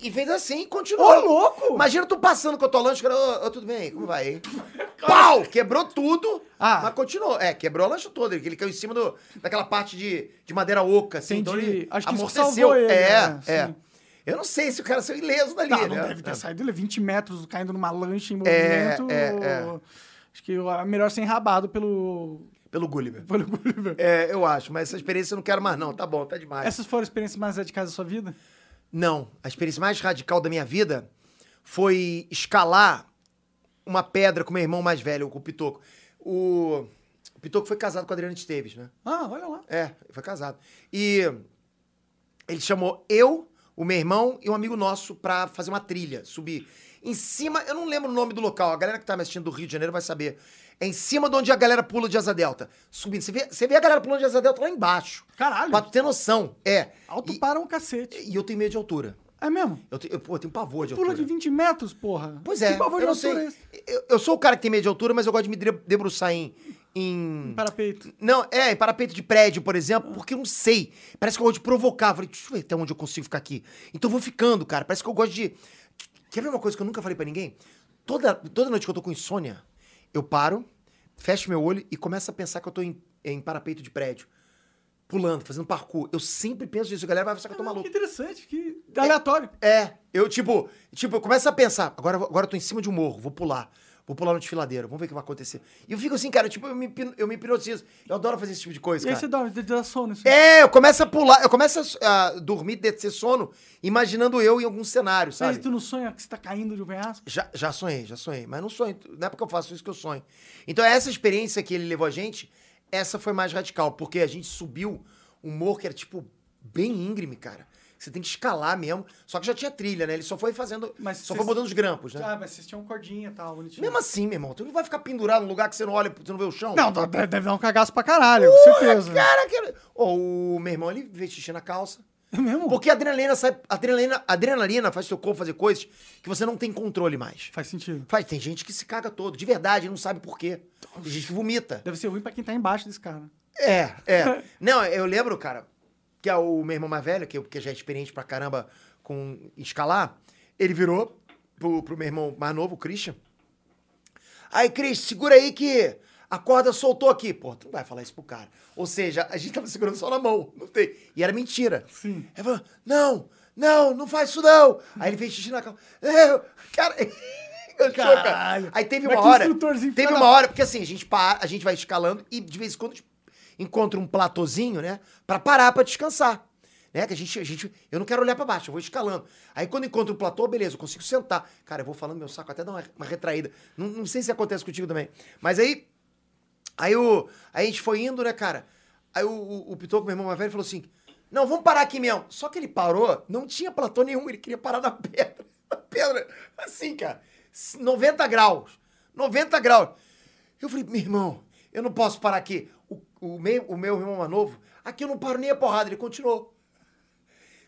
S2: e fez assim e continuou.
S1: Ô, louco!
S2: Imagina tu passando com a tua lancha, cara, ô, ô, tudo bem, como vai? hein? Pau! Quebrou tudo,
S1: Ah.
S2: mas continuou. É, quebrou a lancha toda. Ele caiu em cima do, daquela parte de, de madeira oca, assim. Então
S1: Entendi.
S2: ele
S1: Acho que isso que
S2: amorteceu.
S1: salvou ele,
S2: é,
S1: né?
S2: é.
S1: Sim.
S2: Eu não sei se o cara saiu ileso dali,
S1: Tá,
S2: né?
S1: não deve ter
S2: É.
S1: saído ele é 20 metros caindo numa lancha em
S2: É,
S1: movimento.
S2: é, é.
S1: Acho que é melhor ser enrabado pelo.
S2: Pelo Gulliver.
S1: pelo Gulliver.
S2: É, eu acho, mas essa experiência eu não quero mais, não. Tá bom, tá demais.
S1: Essas foram as experiências mais radicais da sua vida?
S2: Não, a experiência mais radical da minha vida foi escalar uma pedra com meu irmão mais velho, com o Pitoco. O, o Pitoco foi casado com a Adriana Esteves, né?
S1: Ah, olha lá.
S2: É, foi casado. E ele chamou eu, o meu irmão e um amigo nosso pra fazer uma trilha, subir. Em cima, eu não lembro o nome do local, a galera que tá me assistindo do Rio de Janeiro vai saber. É em cima de onde a galera pula de asa delta. Subindo. Você vê, você vê a galera pulando de asa delta lá embaixo.
S1: Caralho.
S2: Pra tu ter noção. É.
S1: Alto
S2: e,
S1: para um cacete.
S2: e eu tenho medo de altura.
S1: É mesmo?
S2: Eu, te- eu, pô, eu tenho pavor de
S1: Pula
S2: altura.
S1: de 20 metros, porra.
S2: Pois é,
S1: Que pavor de
S2: eu não
S1: altura é
S2: sei.
S1: esse?
S2: Eu, eu sou o cara que tem medo de altura, mas eu gosto de me debru- debruçar em- em
S1: Parapeito.
S2: não, é, em parapeito de prédio, por exemplo, porque eu não sei. Parece que eu gosto de provocar. Eu Falei, deixa eu ver até onde eu consigo ficar aqui. Então eu vou ficando, cara. Parece que eu gosto de. Quer ver uma coisa que eu nunca falei pra ninguém? Toda, toda noite que eu tô com insônia, eu paro, fecho meu olho e começo a pensar que eu tô em, em parapeito de prédio. Pulando, fazendo parkour. Eu sempre penso isso. A galera vai achar que eu tô
S1: Caralho,
S2: maluco.
S1: Ah, que interessante, que aleatório.
S2: É, eu tipo, tipo, eu começo a pensar, agora, agora eu tô em cima de um morro, vou pular. Vou pular no desfiladeiro, vamos ver o que vai acontecer. E eu fico assim, cara, tipo, eu me, hipno- eu me hipnotizo. Eu adoro fazer esse tipo de coisa,
S1: E aí
S2: cara.
S1: você dorme, dá sono. Isso.
S2: É, eu começo a pular, eu começo a a dormir, de ter sono, imaginando eu em algum cenário,
S1: Mas
S2: sabe?
S1: tu não sonha que você tá caindo de um penhasco?
S2: Já, já sonhei, já sonhei, mas não sonho, não é porque eu faço isso que eu sonho. Então essa experiência que ele levou a gente, essa foi mais radical, porque a gente subiu um morro que era tipo bem íngreme, cara. Você tem que escalar mesmo, só que já tinha trilha, né? Ele só foi fazendo,
S1: Mas
S2: só
S1: vocês-
S2: foi botando os grampos, né?
S1: Ah, mas vocês tinham cordinha e tal, bonitinho.
S2: Mesmo assim, meu irmão, tu não vai ficar pendurado num lugar que você não olha, você não vê o chão?
S1: Não, é. dá- deve dar um cagaço pra caralho, com certeza.
S2: Cara, que... Ô, o meu irmão, ele fez xixi na calça.
S1: É mesmo?
S2: Porque a adrenalina sai. a Adrenalina, a adrenalina faz seu corpo fazer coisas que você não tem controle mais.
S1: Faz sentido.
S2: Faz, tem gente que se caga todo, de verdade, não sabe por quê. Tem gente que vomita.
S1: Deve ser ruim pra quem tá embaixo desse cara.
S2: É, é. Não, eu lembro, cara, que é o meu irmão mais velho, que, eu- que já é experiente pra caramba com escalar, ele virou pro, pro meu irmão mais novo, o Christian. Aí, Cris, segura aí que a corda soltou aqui. Pô, tu não vai falar isso pro cara. Ou seja, a gente tava segurando só na mão, não tem. E era mentira.
S1: Sim.
S2: Aí falou, não, não, não faz isso não. Aí ele fez xixi na calça. Eu, cara... Eu choro, cara.
S1: Caralho.
S2: Aí teve
S1: Mas
S2: uma
S1: que
S2: hora.
S1: instrutorzinho
S2: Teve
S1: filha
S2: uma
S1: da
S2: hora, porque assim, a gente para, a gente vai escalando e de vez em quando a gente encontra um platôzinho, né? Pra parar pra descansar. Né? Que a gente, a gente. Eu não quero olhar pra baixo, eu vou escalando. Aí quando encontro um platô, beleza, eu consigo sentar. Cara, eu vou falando meu saco até dá uma, uma retraída. Não, não sei se acontece contigo também. Mas aí. Aí, o, aí a gente foi indo, né, cara? Aí o, o, o Pitoco, meu irmão mais velho, falou assim: Não, vamos parar aqui mesmo. Só que ele parou, não tinha platô nenhum, ele queria parar na pedra. Na pedra, assim, cara, 90 graus. 90 graus. Eu falei, meu irmão, eu não posso parar aqui. O, o, meu, o meu irmão mais novo, aqui eu não paro nem a porrada. Ele continuou.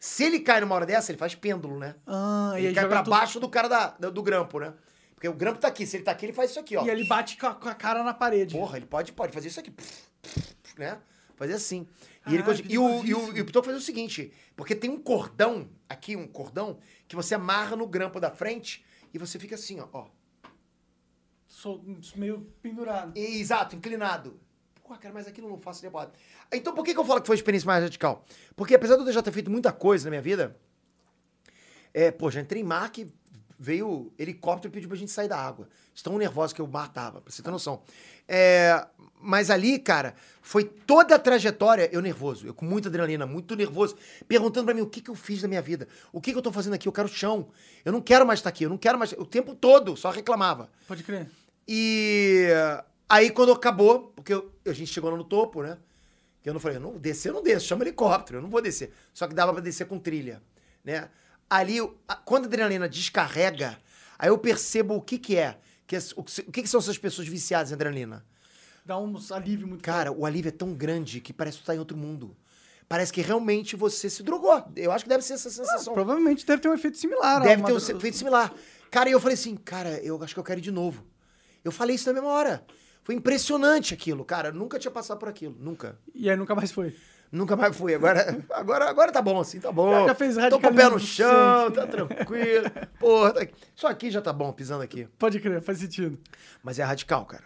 S2: Se ele cai numa hora dessa, ele faz pêndulo, né?
S1: Ah,
S2: ele cai pra baixo do cara da, do, do grampo, né? Porque o grampo tá aqui. Se ele tá aqui, ele faz isso aqui, ó.
S1: E ele bate com a, com a cara na parede.
S2: Porra, ele pode, pode fazer isso aqui. Né? Fazer assim. E, ele
S1: Caralho,
S2: continua- e o, e o,
S1: perigosíssimo.
S2: e o Pitoco fazia o seguinte: porque tem um cordão, aqui, um cordão, que você amarra no grampo da frente e você fica assim, ó. ó.
S1: Sou meio pendurado.
S2: E- Exato, inclinado. Pô, cara, mas aquilo eu não faço depois. Então por que, que eu falo que foi a experiência mais radical? Porque apesar de eu já ter feito muita coisa na minha vida, é, pô, já entrei em mar que veio helicóptero e pediu pra gente sair da água. De tão nervoso que o mar tava, pra você ter noção. É, mas ali, cara, foi toda a trajetória eu nervoso, eu com muita adrenalina, muito nervoso, perguntando pra mim o que, que eu fiz da minha vida, o que, que eu tô fazendo aqui, eu quero chão, eu não quero mais estar aqui, eu não quero mais. O tempo todo só reclamava.
S1: Pode crer.
S2: E aí, quando acabou, porque eu- a gente chegou lá no topo, né? Que eu não falei, não, descer eu não desço, chama helicóptero, eu não vou descer. Só que dava pra descer com trilha, né? Ali, eu- a- quando a adrenalina descarrega, aí eu percebo o que que é. Que as- o que, se- o que que são essas pessoas viciadas em adrenalina?
S1: Dá um alívio muito
S2: Cara, o alívio é tão grande que parece que tu tá em outro mundo. Parece que realmente você se drogou. Eu acho que deve ser essa sensação.
S1: Provavelmente deve ter um efeito similar. a
S2: Deve
S1: uma
S2: ter um
S1: dro-
S2: feito similar. Cara, e eu falei assim, cara, eu acho que eu quero ir de novo. Eu falei isso na mesma hora. Foi impressionante aquilo, cara. Nunca tinha passado por aquilo. Nunca.
S1: E aí nunca mais foi.
S2: Nunca mais fui. Agora, agora, agora tá bom, assim, tá bom.
S1: Já fez
S2: Tô com o pé
S1: radicalismo
S2: no
S1: do
S2: chão, tá
S1: suficiente.
S2: tranquilo. Porra, tá... só aqui já tá bom, pisando aqui.
S1: Pode crer, faz sentido.
S2: Mas é radical, cara.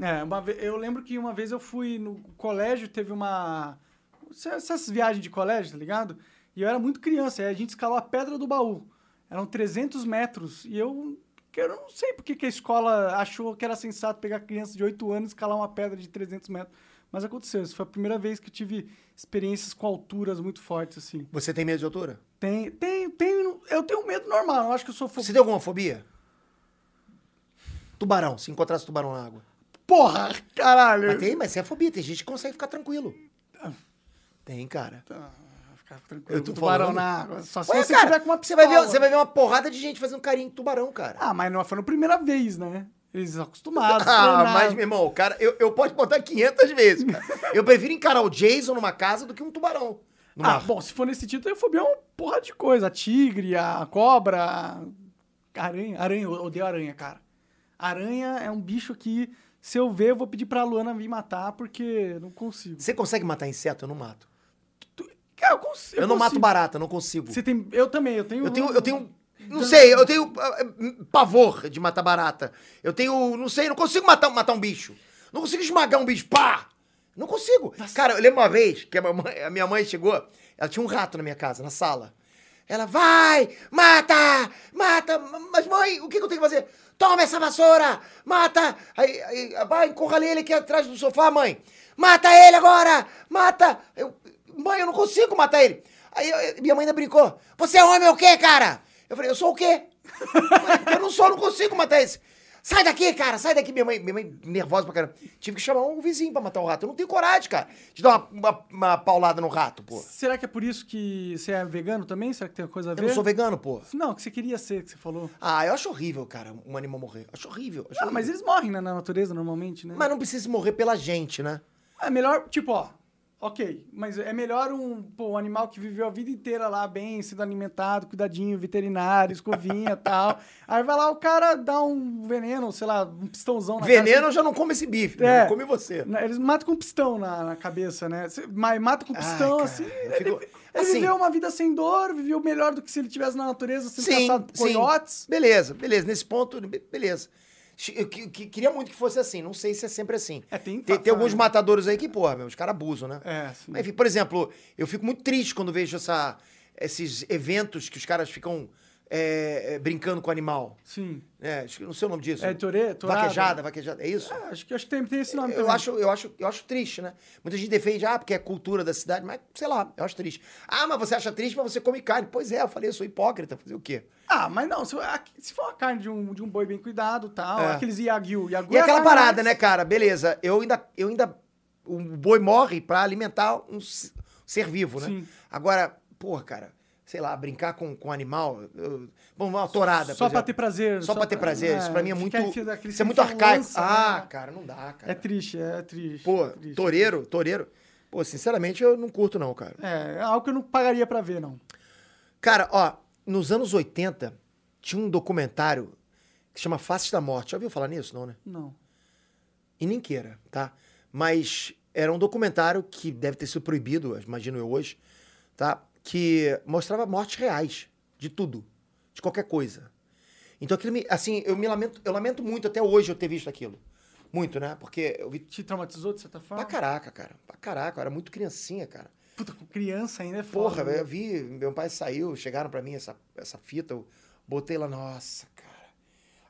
S1: É, uma ve- eu lembro que uma vez eu fui no colégio, teve uma. Essas viagens de colégio, tá ligado? E eu era muito criança, e a gente escalou a pedra do baú. Eram 300 metros. E eu, que eu não sei porque que a escola achou que era sensato pegar criança de 8 anos e escalar uma pedra de 300 metros. Mas aconteceu, isso foi a primeira vez que eu tive experiências com alturas muito fortes, assim.
S2: Você tem medo de altura?
S1: Tem, tem, tem, eu tenho um medo normal, eu acho que eu sou fo-
S2: Você tem alguma fobia? Tubarão, se encontrasse tubarão na água.
S1: Porra, caralho!
S2: Mas tem, mas é fobia. Tem gente que consegue ficar tranquilo.
S1: Ah.
S2: Tem, cara.
S1: Tá, fica tranquilo,
S2: Eu tô
S1: tubarão
S2: falando.
S1: na água. Só se
S2: Ué,
S1: você
S2: cara,
S1: tiver com uma
S2: você
S1: pistola.
S2: vai, ver, você vai ver uma porrada de gente fazendo carinho em tubarão, cara.
S1: Ah, mas não foi na primeira vez, né? Eles acostumados.
S2: Ah,
S1: treinados.
S2: mas, meu irmão, cara, eu, eu posso botar 500 vezes, cara. Eu prefiro encarar o Jason numa casa do que um tubarão. no
S1: Ah,
S2: mar.
S1: bom, se for nesse título, eu fobia é uma porra de coisa. A tigre, a cobra, a aranha. Aranha, eu odeio aranha, cara. Aranha é um bicho que, se eu ver, eu vou pedir pra Luana vir matar, porque não consigo.
S2: Você consegue matar inseto? Eu não mato.
S1: Cara, eu, cons-
S2: Eu, não mato
S1: consigo.
S2: barata, não consigo.
S1: Você tem... Eu também, eu tenho... um
S2: Eu tenho, eu tenho. Não sei, eu tenho ah, eh, pavor de matar barata. Eu tenho. Não sei, não consigo matar, matar um bicho. Não consigo esmagar um bicho. Pá! Não consigo. Cara, eu lembro uma vez que a, mamãe- a minha mãe chegou, ela tinha um rato na minha casa, na sala. Ela, vai, mata, mata, mas mãe, o que, que eu tenho que fazer? Toma essa vassoura, mata, aí, aí, vai, encurrala ele aqui atrás do sofá, mãe. Mata ele agora, mata. Eu, mãe, eu não consigo matar ele. Aí eu- eu- minha mãe ainda brincou. Você é homem ou o quê, cara? Eu falei, eu sou o quê? eu não sou, eu não consigo matar esse. Sai daqui, cara, sai daqui. Minha mãe, minha mãe nervosa pra caramba. Tive que chamar um vizinho pra matar o rato. Eu não tenho coragem, cara, de dar uma, uma, uma paulada no rato, pô.
S1: Será que é por isso que você é vegano também? Será que tem coisa a ver?
S2: Eu não sou vegano, pô.
S1: Não, que você queria ser, que você falou.
S2: Ah, eu acho horrível, cara, um animal morrer. Acho horrível. acho
S1: Ah, mas
S2: horrível.
S1: eles morrem né, na natureza normalmente, né?
S2: Mas não precisa morrer pela gente, né?
S1: É melhor, tipo, ó. Ok, mas é melhor um, pô, um animal que viveu a vida inteira lá bem, sendo alimentado, cuidadinho, veterinário, escovinha e tal. Aí vai lá o cara dá um veneno, sei lá, um pistãozão na
S2: Veneno, eu já não como esse bife. né?
S1: É.
S2: Eu come você.
S1: cabeça. Na- Eles matam com um pistão na, na cabeça, né? Cê- Mas mata com
S2: Ai,
S1: pistão,
S2: cara,
S1: assim.
S2: eu
S1: Ele,
S2: fico-
S1: ele
S2: assim-
S1: viveu uma vida sem dor, viveu melhor do que se ele tivesse na natureza, sendo
S2: Sim,
S1: caçado por
S2: sim.
S1: coiotes.
S2: Beleza, beleza. Nesse ponto, be- beleza. Che- Eu que- que- queria muito que fosse assim. Não sei se é sempre assim.
S1: É, tem
S2: Tem, tem
S1: fato,
S2: alguns
S1: né?
S2: matadores aí que, porra, meu, os caras abusam, né?
S1: É, sim.
S2: Mas, enfim, por exemplo, eu fico muito triste quando vejo essa- esses eventos que os caras ficam é, é, brincando com o animal.
S1: Sim.
S2: É, acho que- não sei o nome disso.
S1: É, torê, torada.
S2: Vaquejada, vaquejada. É isso?
S1: Ah, acho que, acho que tem, tem esse nome
S2: Eu
S1: também.
S2: acho, eu, acho, eu acho triste, né? Muita gente defende, ah, porque é cultura da cidade, mas sei lá, eu acho triste. Ah, mas você acha triste, mas você come carne. Pois é, eu falei, eu sou hipócrita, fazer o quê?
S1: Ah, mas não, se, se for uma carne de um, de um boi bem cuidado e tal,
S2: É.
S1: aqueles Yagyu. Yagyu
S2: E
S1: é a
S2: aquela
S1: carne
S2: parada,
S1: mais-
S2: né, cara? Beleza, eu ainda. Eu ainda o boi morre pra alimentar um s- ser vivo, né?
S1: Sim.
S2: Agora, porra, cara, sei lá, brincar com, com animal. eu- Vamos lá, uma
S1: Só
S2: torada. por
S1: pra
S2: exemplo.
S1: ter prazer.
S2: Só pra ter prazer. isso pra mim é muito.
S1: fica aquele- aquele
S2: Isso é
S1: sem
S2: muito arcaico.
S1: falhança,
S2: Ah,
S1: né?
S2: cara, não dá, cara.
S1: É triste, é triste.
S2: Pô,
S1: é triste.
S2: toureiro, toureiro. Pô, sinceramente, eu não curto, não, cara.
S1: É, é algo que eu não pagaria pra ver, não.
S2: Cara, ó, nos anos 80 tinha um documentário que chama Faces da Morte. Já ouviu falar nisso, não, né?
S1: Não.
S2: E nem queira, tá? Mas era um documentário que deve ter sido proibido, imagino eu hoje, tá? Que mostrava mortes reais de tudo, de qualquer coisa. Então aquilo me, assim, eu me lamento, eu lamento muito até hoje eu ter visto aquilo. Muito, né? Porque eu vi
S1: Te traumatizou de certa forma?
S2: pra caraca, cara. Pra caraca, eu era muito criancinha, cara.
S1: Puta, com criança ainda é foda.
S2: Porra,
S1: né?
S2: eu vi, meu pai saiu, chegaram pra mim essa, essa fita, eu Botei lá, nossa, cara.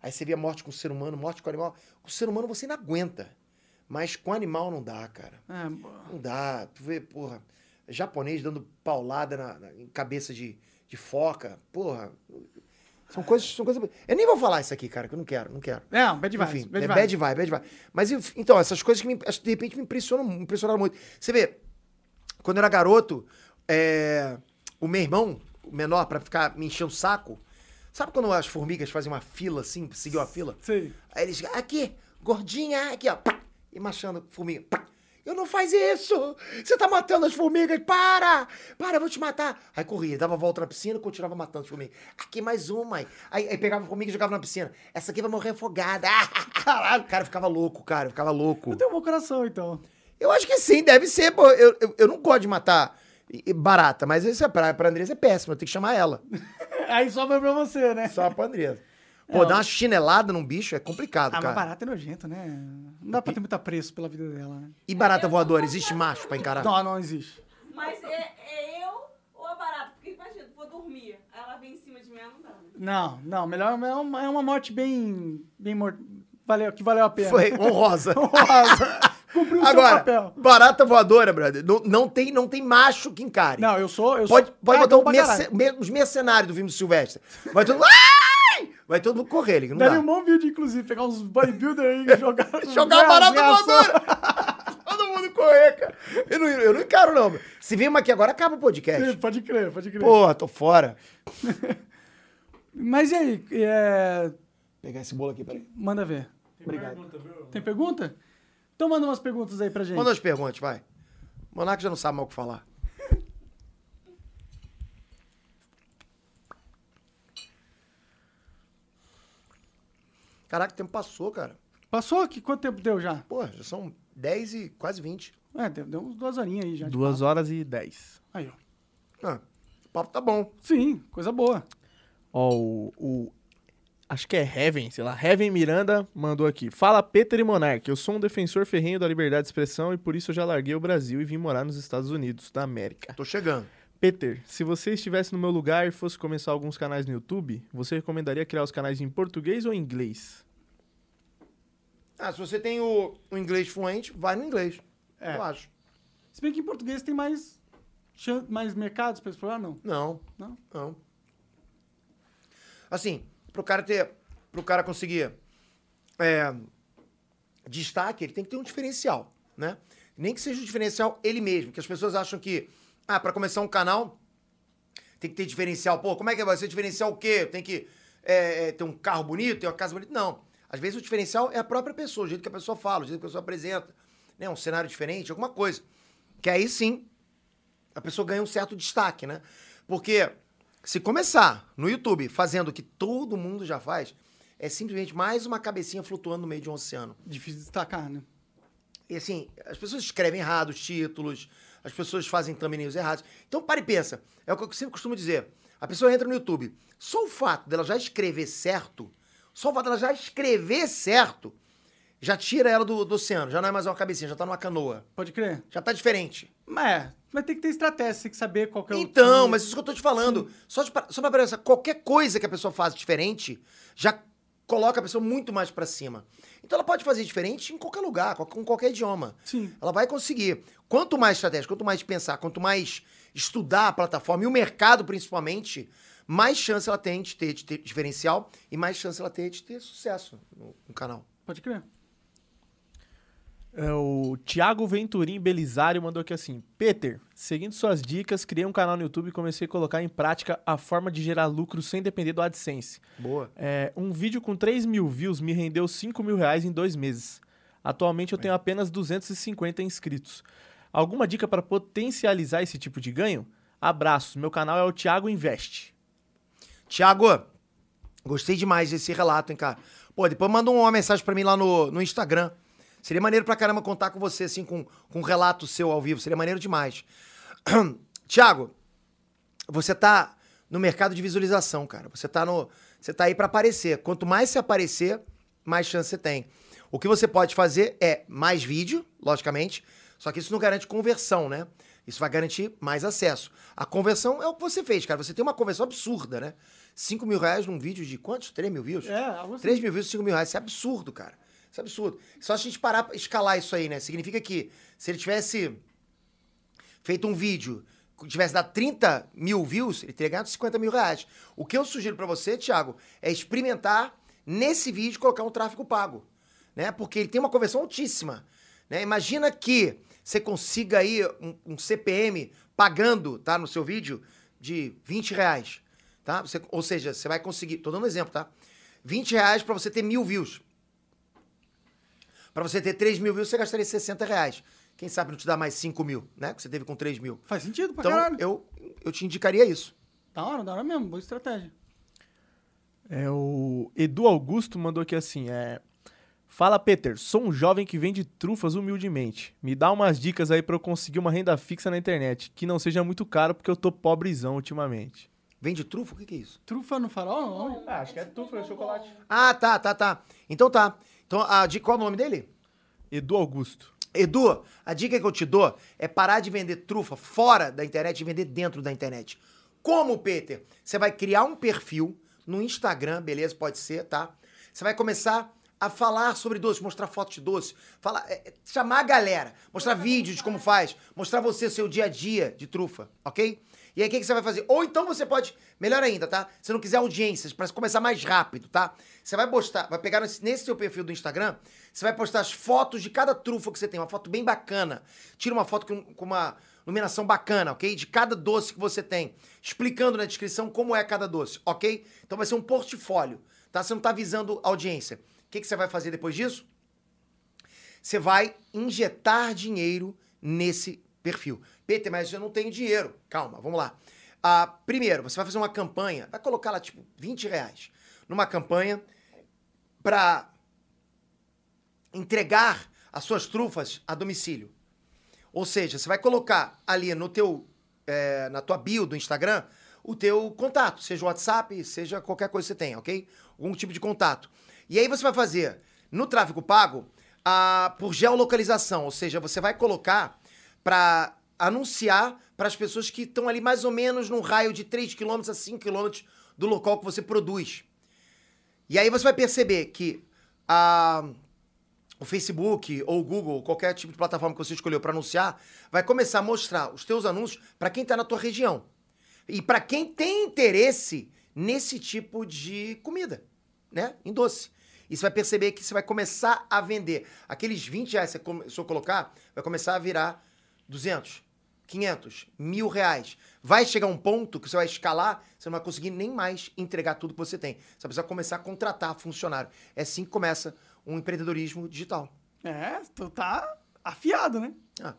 S2: Aí você vê a morte com o ser humano, morte com o animal. Com o ser humano você ainda aguenta. Mas com o animal não dá, cara.
S1: É,
S2: Não dá. Tu vê, porra, japonês dando paulada na, na- em cabeça de, de foca. Porra. São coisas, são coisas. Eu nem vou falar isso aqui, cara, que eu não quero, não quero.
S1: é bad vibes.
S2: Enfim,
S1: bad
S2: é
S1: vibes.
S2: bad vibe, bad vibe. Mas enf- então, essas coisas que me, acho que, de repente me impressionam, me impressionaram muito. Você vê, quando eu era garoto, é, o meu irmão, o menor, pra ficar me enchendo o saco, sabe quando as formigas fazem uma fila assim, pra seguir uma fila?
S1: Sei.
S2: Aí eles chegam, aqui, gordinha, aqui, ó, pá, e machando formiga, pá. Eu não faz isso! Você tá matando as formigas! Para! Para, eu vou te matar! Aí corria, dava a volta na piscina e continuava matando as formigas. Aqui mais uma, aí. Aí, aí pegava a formiga e jogava na piscina. Essa aqui vai morrer afogada. Ah, caralho! Cara, eu ficava louco, cara, eu ficava louco.
S1: Eu tenho um bom coração, então.
S2: Eu acho que sim, deve ser, pô. Eu, eu, eu não gosto de matar e- e barata, mas isso é pra, pra Andressa é péssimo, eu tenho que chamar ela.
S1: É, Aí sobra pra você, né?
S2: Só pra Andressa. Pô, dar uma chinelada num bicho é complicado,
S1: Ah, mas
S2: cara.
S1: barata é nojento, né? Não dá pra ter muito apreço pela vida dela, né?
S2: E barata voadora, existe macho pra encarar?
S1: Não, não existe.
S3: Mas é, é eu ou a barata? Porque imagina, vou dormir. aí Ela vem em cima de mim, ela não dá. né?
S1: Não, não. Melhor é uma, é uma morte bem. bem mor... valeu, que valeu a pena.
S2: Foi honrosa.
S1: Né? Honrosa. Cumpriu o seu
S2: Agora,
S1: papel.
S2: barata voadora, brother, não, não tem, não tem macho que encare.
S1: Não, eu sou. Eu
S2: pode
S1: sou
S2: pode botar
S1: cagão
S2: um
S1: pra
S2: merce-
S1: caralho.
S2: me- os mercenários do filme do Silvestre. Vai todo mundo... Ai! Vai todo mundo correr, ele não dá.
S1: Daria um bom vídeo, inclusive, pegar uns bodybuilder aí e jogar.
S2: Jogar a barata
S1: ameaça.
S2: voadora. Todo mundo correr, cara. Eu não, eu não encaro, não. Se vir uma aqui agora, acaba o podcast.
S1: Sim, Pode crer, pode crer.
S2: Porra, tô fora.
S1: Mas e aí? é,
S2: Pegar esse bolo aqui, peraí.
S1: Manda ver.
S4: Pergunta, viu?
S1: Tem pergunta? Então manda umas perguntas aí pra gente.
S2: Manda as perguntas, vai. O Monarca já não sabe mal o que falar. Caraca, o tempo passou, cara.
S1: Passou? Que, quanto tempo deu já?
S2: Pô, já são 10 e quase 20.
S1: É, deu, deu uns duas horinhas aí já. de
S5: Duas horas e dez.
S1: papo. Aí, ó.
S2: Ah, o papo tá bom.
S1: Sim, coisa boa.
S5: Ó, o, o- Acho que é Heaven, sei lá. Heaven Miranda mandou aqui. Fala Peter e Monark. Eu sou um defensor ferrenho da liberdade de expressão e por isso eu já larguei o Brasil e vim morar nos Estados Unidos, da América.
S2: Tô chegando.
S5: Peter, se você estivesse no meu lugar e fosse começar alguns canais no YouTube, você recomendaria criar os canais em português ou em inglês?
S2: Ah, se você tem o, o inglês fluente, vai no inglês.
S1: É.
S2: Eu acho.
S1: Se bem que em português tem mais, chan- mais mercados pra explorar, não.
S2: Não.
S1: Não?
S2: Não. Assim, pro cara ter. Pro cara conseguir é, destaque, ele tem que ter um diferencial, né? Nem que seja um diferencial ele mesmo, que as pessoas acham que, ah, pra começar um canal, tem que ter diferencial. Pô, como é que vai ser diferencial o quê? Tem que é, é, ter um carro bonito, ter uma casa bonita? Não. Às vezes o diferencial é a própria pessoa, o jeito que a pessoa fala, o jeito que a pessoa apresenta, né? Um cenário diferente, alguma coisa. Que aí sim a pessoa ganha um certo destaque, né? Porque se começar no YouTube fazendo o que todo mundo já faz, é simplesmente mais uma cabecinha flutuando no meio de um oceano.
S1: Difícil de destacar, né?
S2: E assim, as pessoas escrevem errado os títulos, as pessoas fazem thumbnails errados. Então, para e pensa. É o que eu sempre costumo dizer. A pessoa entra no YouTube. Só o fato dela já escrever certo, só o fato dela já escrever certo, já tira ela do, do oceano. Já não é mais uma cabecinha, já tá numa canoa.
S1: Pode crer?
S2: Já tá diferente.
S1: Mas é, mas tem que ter estratégia, você tem que saber qual que é o...
S2: Então, mas isso que eu tô te falando. Só, de, pa- só pra pensar, qualquer coisa que a pessoa faz diferente já coloca a pessoa muito mais pra cima. Então ela pode fazer diferente em qualquer lugar, qual- com qualquer idioma.
S1: Sim.
S2: Ela vai conseguir. Quanto mais estratégia, quanto mais pensar, quanto mais estudar a plataforma e o mercado principalmente, mais chance ela tem de ter, de ter diferencial e mais chance ela tem de ter sucesso no, no canal.
S1: Pode crer.
S5: É, o Thiago Venturim Belisário mandou aqui assim: Peter, seguindo suas dicas, criei um canal no YouTube e comecei a colocar em prática a forma de gerar lucro sem depender do AdSense.
S2: Boa.
S5: É, um vídeo com 3 mil views me rendeu 5 mil reais em dois meses. Atualmente eu tenho apenas 250 inscritos. Alguma dica para potencializar esse tipo de ganho? Abraços, meu canal é o Thiago Invest.
S2: Tiago, gostei demais desse relato, hein, cara. Pô, depois manda uma mensagem pra mim lá no, no Instagram. Seria maneiro pra caramba contar com você, assim, com, com um relato seu ao vivo. Seria maneiro demais. Tiago, você tá no mercado de visualização, cara. Você tá no, você tá aí pra aparecer. Quanto mais você aparecer, mais chance você tem. O que você pode fazer é mais vídeo, logicamente, só que isso não garante conversão, né? Isso vai garantir mais acesso. A conversão é o que você fez, cara. Você tem uma conversão absurda, né? 5 mil reais num vídeo de quantos? 3 mil views?
S1: É, algo assim.
S2: 3 mil views, 5 mil reais. Isso é absurdo, cara. Isso é absurdo. Só se a gente parar pra escalar isso aí, né? Significa que se ele tivesse feito um vídeo, tivesse dado 30 mil views, ele teria ganhado 50 mil reais. O que eu sugiro pra você, Thiago, é experimentar nesse vídeo colocar um tráfego pago. Né? Porque ele tem uma conversão altíssima. Né? Imagina que você consiga aí um, um CPM pagando tá, no seu vídeo de 20 reais. Tá? Você- ou seja, você vai conseguir. Tô dando um exemplo, tá? 20 reais pra você ter mil views. Pra você ter 3 mil views, você gastaria 60 reais. Quem sabe não te dá mais 5 mil, né? Que você teve com 3 mil.
S1: Faz sentido pra
S2: Então,
S1: caralho.
S2: eu, eu te indicaria isso.
S1: Da hora, da hora mesmo. Boa estratégia.
S5: É o Edu Augusto mandou aqui assim, é... Fala, Peter, sou um jovem que vende trufas humildemente. Me dá umas dicas aí pra eu conseguir uma renda fixa na internet, que não seja muito caro, porque eu tô pobrezão ultimamente.
S2: Vende trufo? O que que é isso?
S1: Trufa no farol?
S3: Bombom.
S5: Ah, acho que é
S3: tipo um
S5: trufa, é
S3: bombom.
S5: chocolate.
S2: Ah, tá, tá, tá. Então tá. Então, a, de qual é o nome dele?
S5: Edu Augusto.
S2: Edu, a dica que eu te dou é parar de vender trufa fora da internet e vender dentro da internet. Como, Peter? Você vai criar um perfil no Instagram, beleza? Pode ser, tá? Você vai começar a falar sobre doce, mostrar fotos de doce, falar, é, é, chamar a galera, mostrar vídeos de como faz, mostrar você seu dia a dia de trufa, ok? E aí, o que, que você vai fazer? Ou então você pode, melhor ainda, tá? Se não quiser audiências, pra começar mais rápido, tá? Você vai postar, vai pegar nesse, nesse seu perfil do Instagram, você vai postar as fotos de cada trufa que você tem, uma foto bem bacana. Tira uma foto com, com uma iluminação bacana, ok? De cada doce que você tem, explicando na descrição como é cada doce, ok? Então vai ser um portfólio, tá? Você não tá visando audiência. O que, que você vai fazer depois disso? Você vai injetar dinheiro nesse perfil. Peter, mas eu não tenho dinheiro. Calma, vamos lá. Ah, primeiro, você vai fazer uma campanha, vai colocar lá tipo 20 reais numa campanha para entregar as suas trufas a domicílio. Ou seja, você vai colocar ali no teu, é, na tua bio do Instagram o teu contato, seja o WhatsApp, seja qualquer coisa que você tenha, ok? Algum tipo de contato. E aí você vai fazer no tráfego pago a, por geolocalização, ou seja, você vai colocar para anunciar para as pessoas que estão ali mais ou menos num raio de 3 km a 5 km do local que você produz. E aí você vai perceber que a, o Facebook ou o Google, qualquer tipo de plataforma que você escolheu para anunciar, vai começar a mostrar os teus anúncios para quem está na tua região. E para quem tem interesse nesse tipo de comida, né? Em doce. E você vai perceber que você vai começar a vender. Aqueles 20 reais que você começou a colocar, vai começar a virar 200, 500, mil reais. Vai chegar um ponto que você vai escalar, você não vai conseguir nem mais entregar tudo que você tem. Você vai precisar começar a contratar funcionário. É assim que começa um empreendedorismo digital.
S1: É, tu tá afiado, né?
S2: Ah,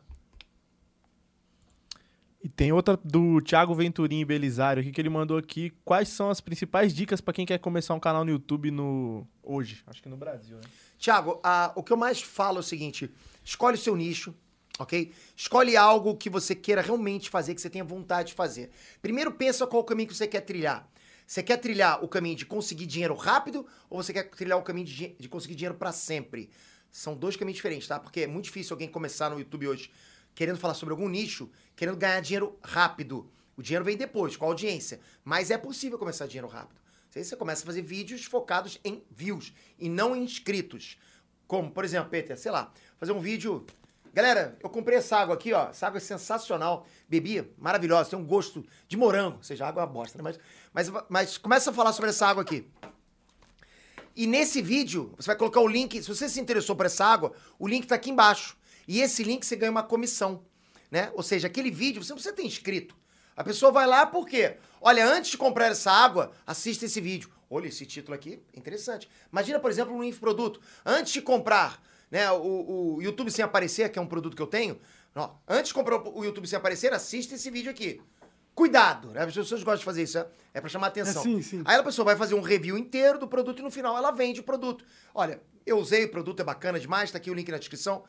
S5: E tem outra do Thiago Venturim Belisário aqui que ele mandou aqui. Quais são as principais dicas pra quem quer começar um canal no YouTube no hoje? Acho que no Brasil, né?
S2: Tiago, ah, o que eu mais falo é o seguinte: escolhe o seu nicho, ok? Escolhe algo que você queira realmente fazer, que você tenha vontade de fazer. Primeiro pensa qual o caminho que você quer trilhar. Você quer trilhar o caminho de conseguir dinheiro rápido ou você quer trilhar o caminho de, dinhe- de conseguir dinheiro para sempre? São dois caminhos diferentes, tá? Porque é muito difícil alguém começar no YouTube hoje querendo falar sobre algum nicho, querendo ganhar dinheiro rápido. O dinheiro vem depois, com a audiência. Mas é possível começar dinheiro rápido. Aí você começa a fazer vídeos focados em views e não em inscritos. Como, por exemplo, Peter, sei lá, fazer um vídeo. Galera, eu comprei essa água aqui, ó. Essa água é sensacional. Bebi, maravilhosa, tem um gosto de morango. Ou seja, a água é uma bosta, né? Mas, mas, mas começa a falar sobre essa água aqui. E nesse vídeo, você vai colocar o link. Se você se interessou por essa água, o link tá aqui embaixo. E esse link você ganha uma comissão. Né? Ou seja, aquele vídeo, você não precisa ter inscrito. A pessoa vai lá por quê? Olha, antes de comprar essa água, assista esse vídeo. Olha, esse título aqui é interessante. Imagina, por exemplo, um infoproduto. Antes de comprar né, o, o YouTube Sem Aparecer, que é um produto que eu tenho, ó, antes de comprar o YouTube Sem Aparecer, assista esse vídeo aqui. Cuidado, né? As pessoas gostam de fazer isso, é, é para chamar atenção.
S1: É, sim, sim.
S2: Aí a pessoa vai fazer um review inteiro do produto e no final ela vende o produto. Olha, eu usei, o produto é bacana demais, tá aqui o link na descrição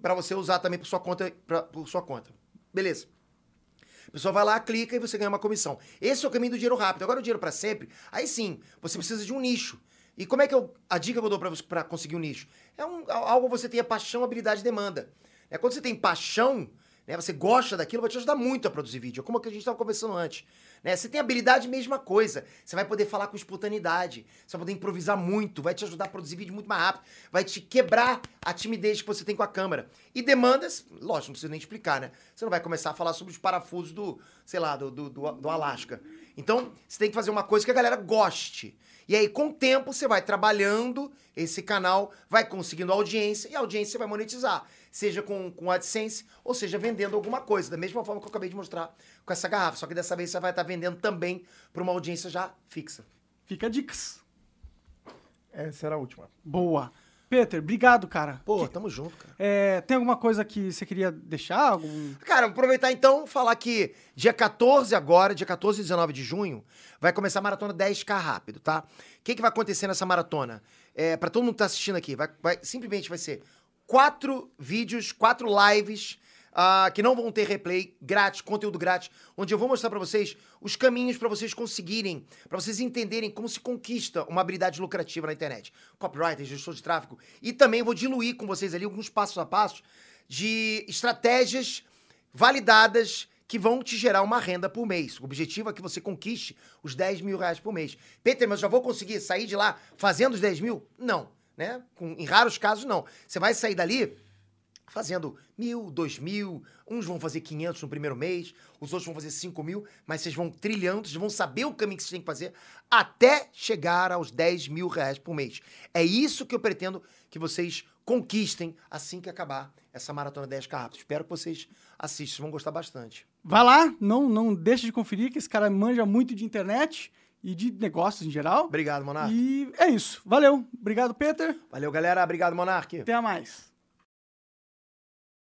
S2: para você usar também por sua conta, pra- por sua conta. Beleza. A pessoa vai lá, clica e você ganha uma comissão. Esse é o caminho do dinheiro rápido. Agora o dinheiro para sempre, aí sim, você precisa de um nicho. E como é que eu, a dica que eu dou para você para Né? conseguir um nicho? É um, algo que você tenha paixão, habilidade e demanda. É quando você tem paixão, né, você gosta daquilo, vai te ajudar muito a produzir vídeo. Como é que a gente estava conversando antes. Né? Você tem habilidade, mesma coisa. Você vai poder falar com espontaneidade. Você vai poder improvisar muito. Vai te ajudar a produzir vídeo muito mais rápido. Vai te quebrar a timidez que você tem com a câmera. E demandas, lógico, não preciso nem explicar, né? Você não vai começar a falar sobre os parafusos do, sei lá, do, do, do, do Alasca. Então, você tem que fazer uma coisa que a galera goste. E aí, com o tempo, você vai trabalhando esse canal, vai conseguindo audiência e a audiência você vai monetizar. Seja com, com AdSense ou seja vendendo alguma coisa. Da mesma forma que eu acabei de mostrar com essa garrafa. Só que dessa vez você vai estar vendendo também para uma audiência já fixa.
S1: Fica dicas.
S5: Essa era a última.
S1: Boa. Peter, obrigado, cara.
S2: Pô, tamo junto, cara.
S1: É, tem alguma coisa que você queria deixar? Algum...
S2: Cara, aproveitar então falar que dia 14 agora, dia 14 e 19 de junho, vai começar a maratona 10K rápido, tá? O que, que vai acontecer nessa maratona? É, para todo mundo que tá assistindo aqui, vai, vai- simplesmente vai ser quatro vídeos, quatro lives. ah, que não vão ter replay grátis, conteúdo grátis, onde eu vou mostrar pra vocês os caminhos pra vocês conseguirem, pra vocês entenderem como se conquista uma habilidade lucrativa na internet. Copywriter, gestor de tráfego. E também vou diluir com vocês ali alguns passos a passos de estratégias validadas que vão te gerar uma renda por mês. O objetivo é que você conquiste os 10 mil reais por mês. Peter, mas eu já vou conseguir sair de lá fazendo os 10 mil? Não, né? Com- em raros casos, não. Você vai sair dali fazendo mil, dois mil, uns vão fazer 500 no primeiro mês, os outros vão fazer 5 mil, mas vocês vão trilhando, vocês vão saber o caminho que vocês têm que fazer até chegar aos 10 mil reais por mês. É isso que eu pretendo que vocês conquistem assim que acabar essa maratona 10 carros. Espero que vocês assistam, vocês vão gostar bastante.
S1: Vai lá, não, não deixa de conferir, que esse cara manja muito de internet e de negócios em geral.
S2: Obrigado, Monark.
S1: E é isso. Valeu. Obrigado, Peter.
S2: Valeu, galera. Obrigado, Monark.
S1: Até mais.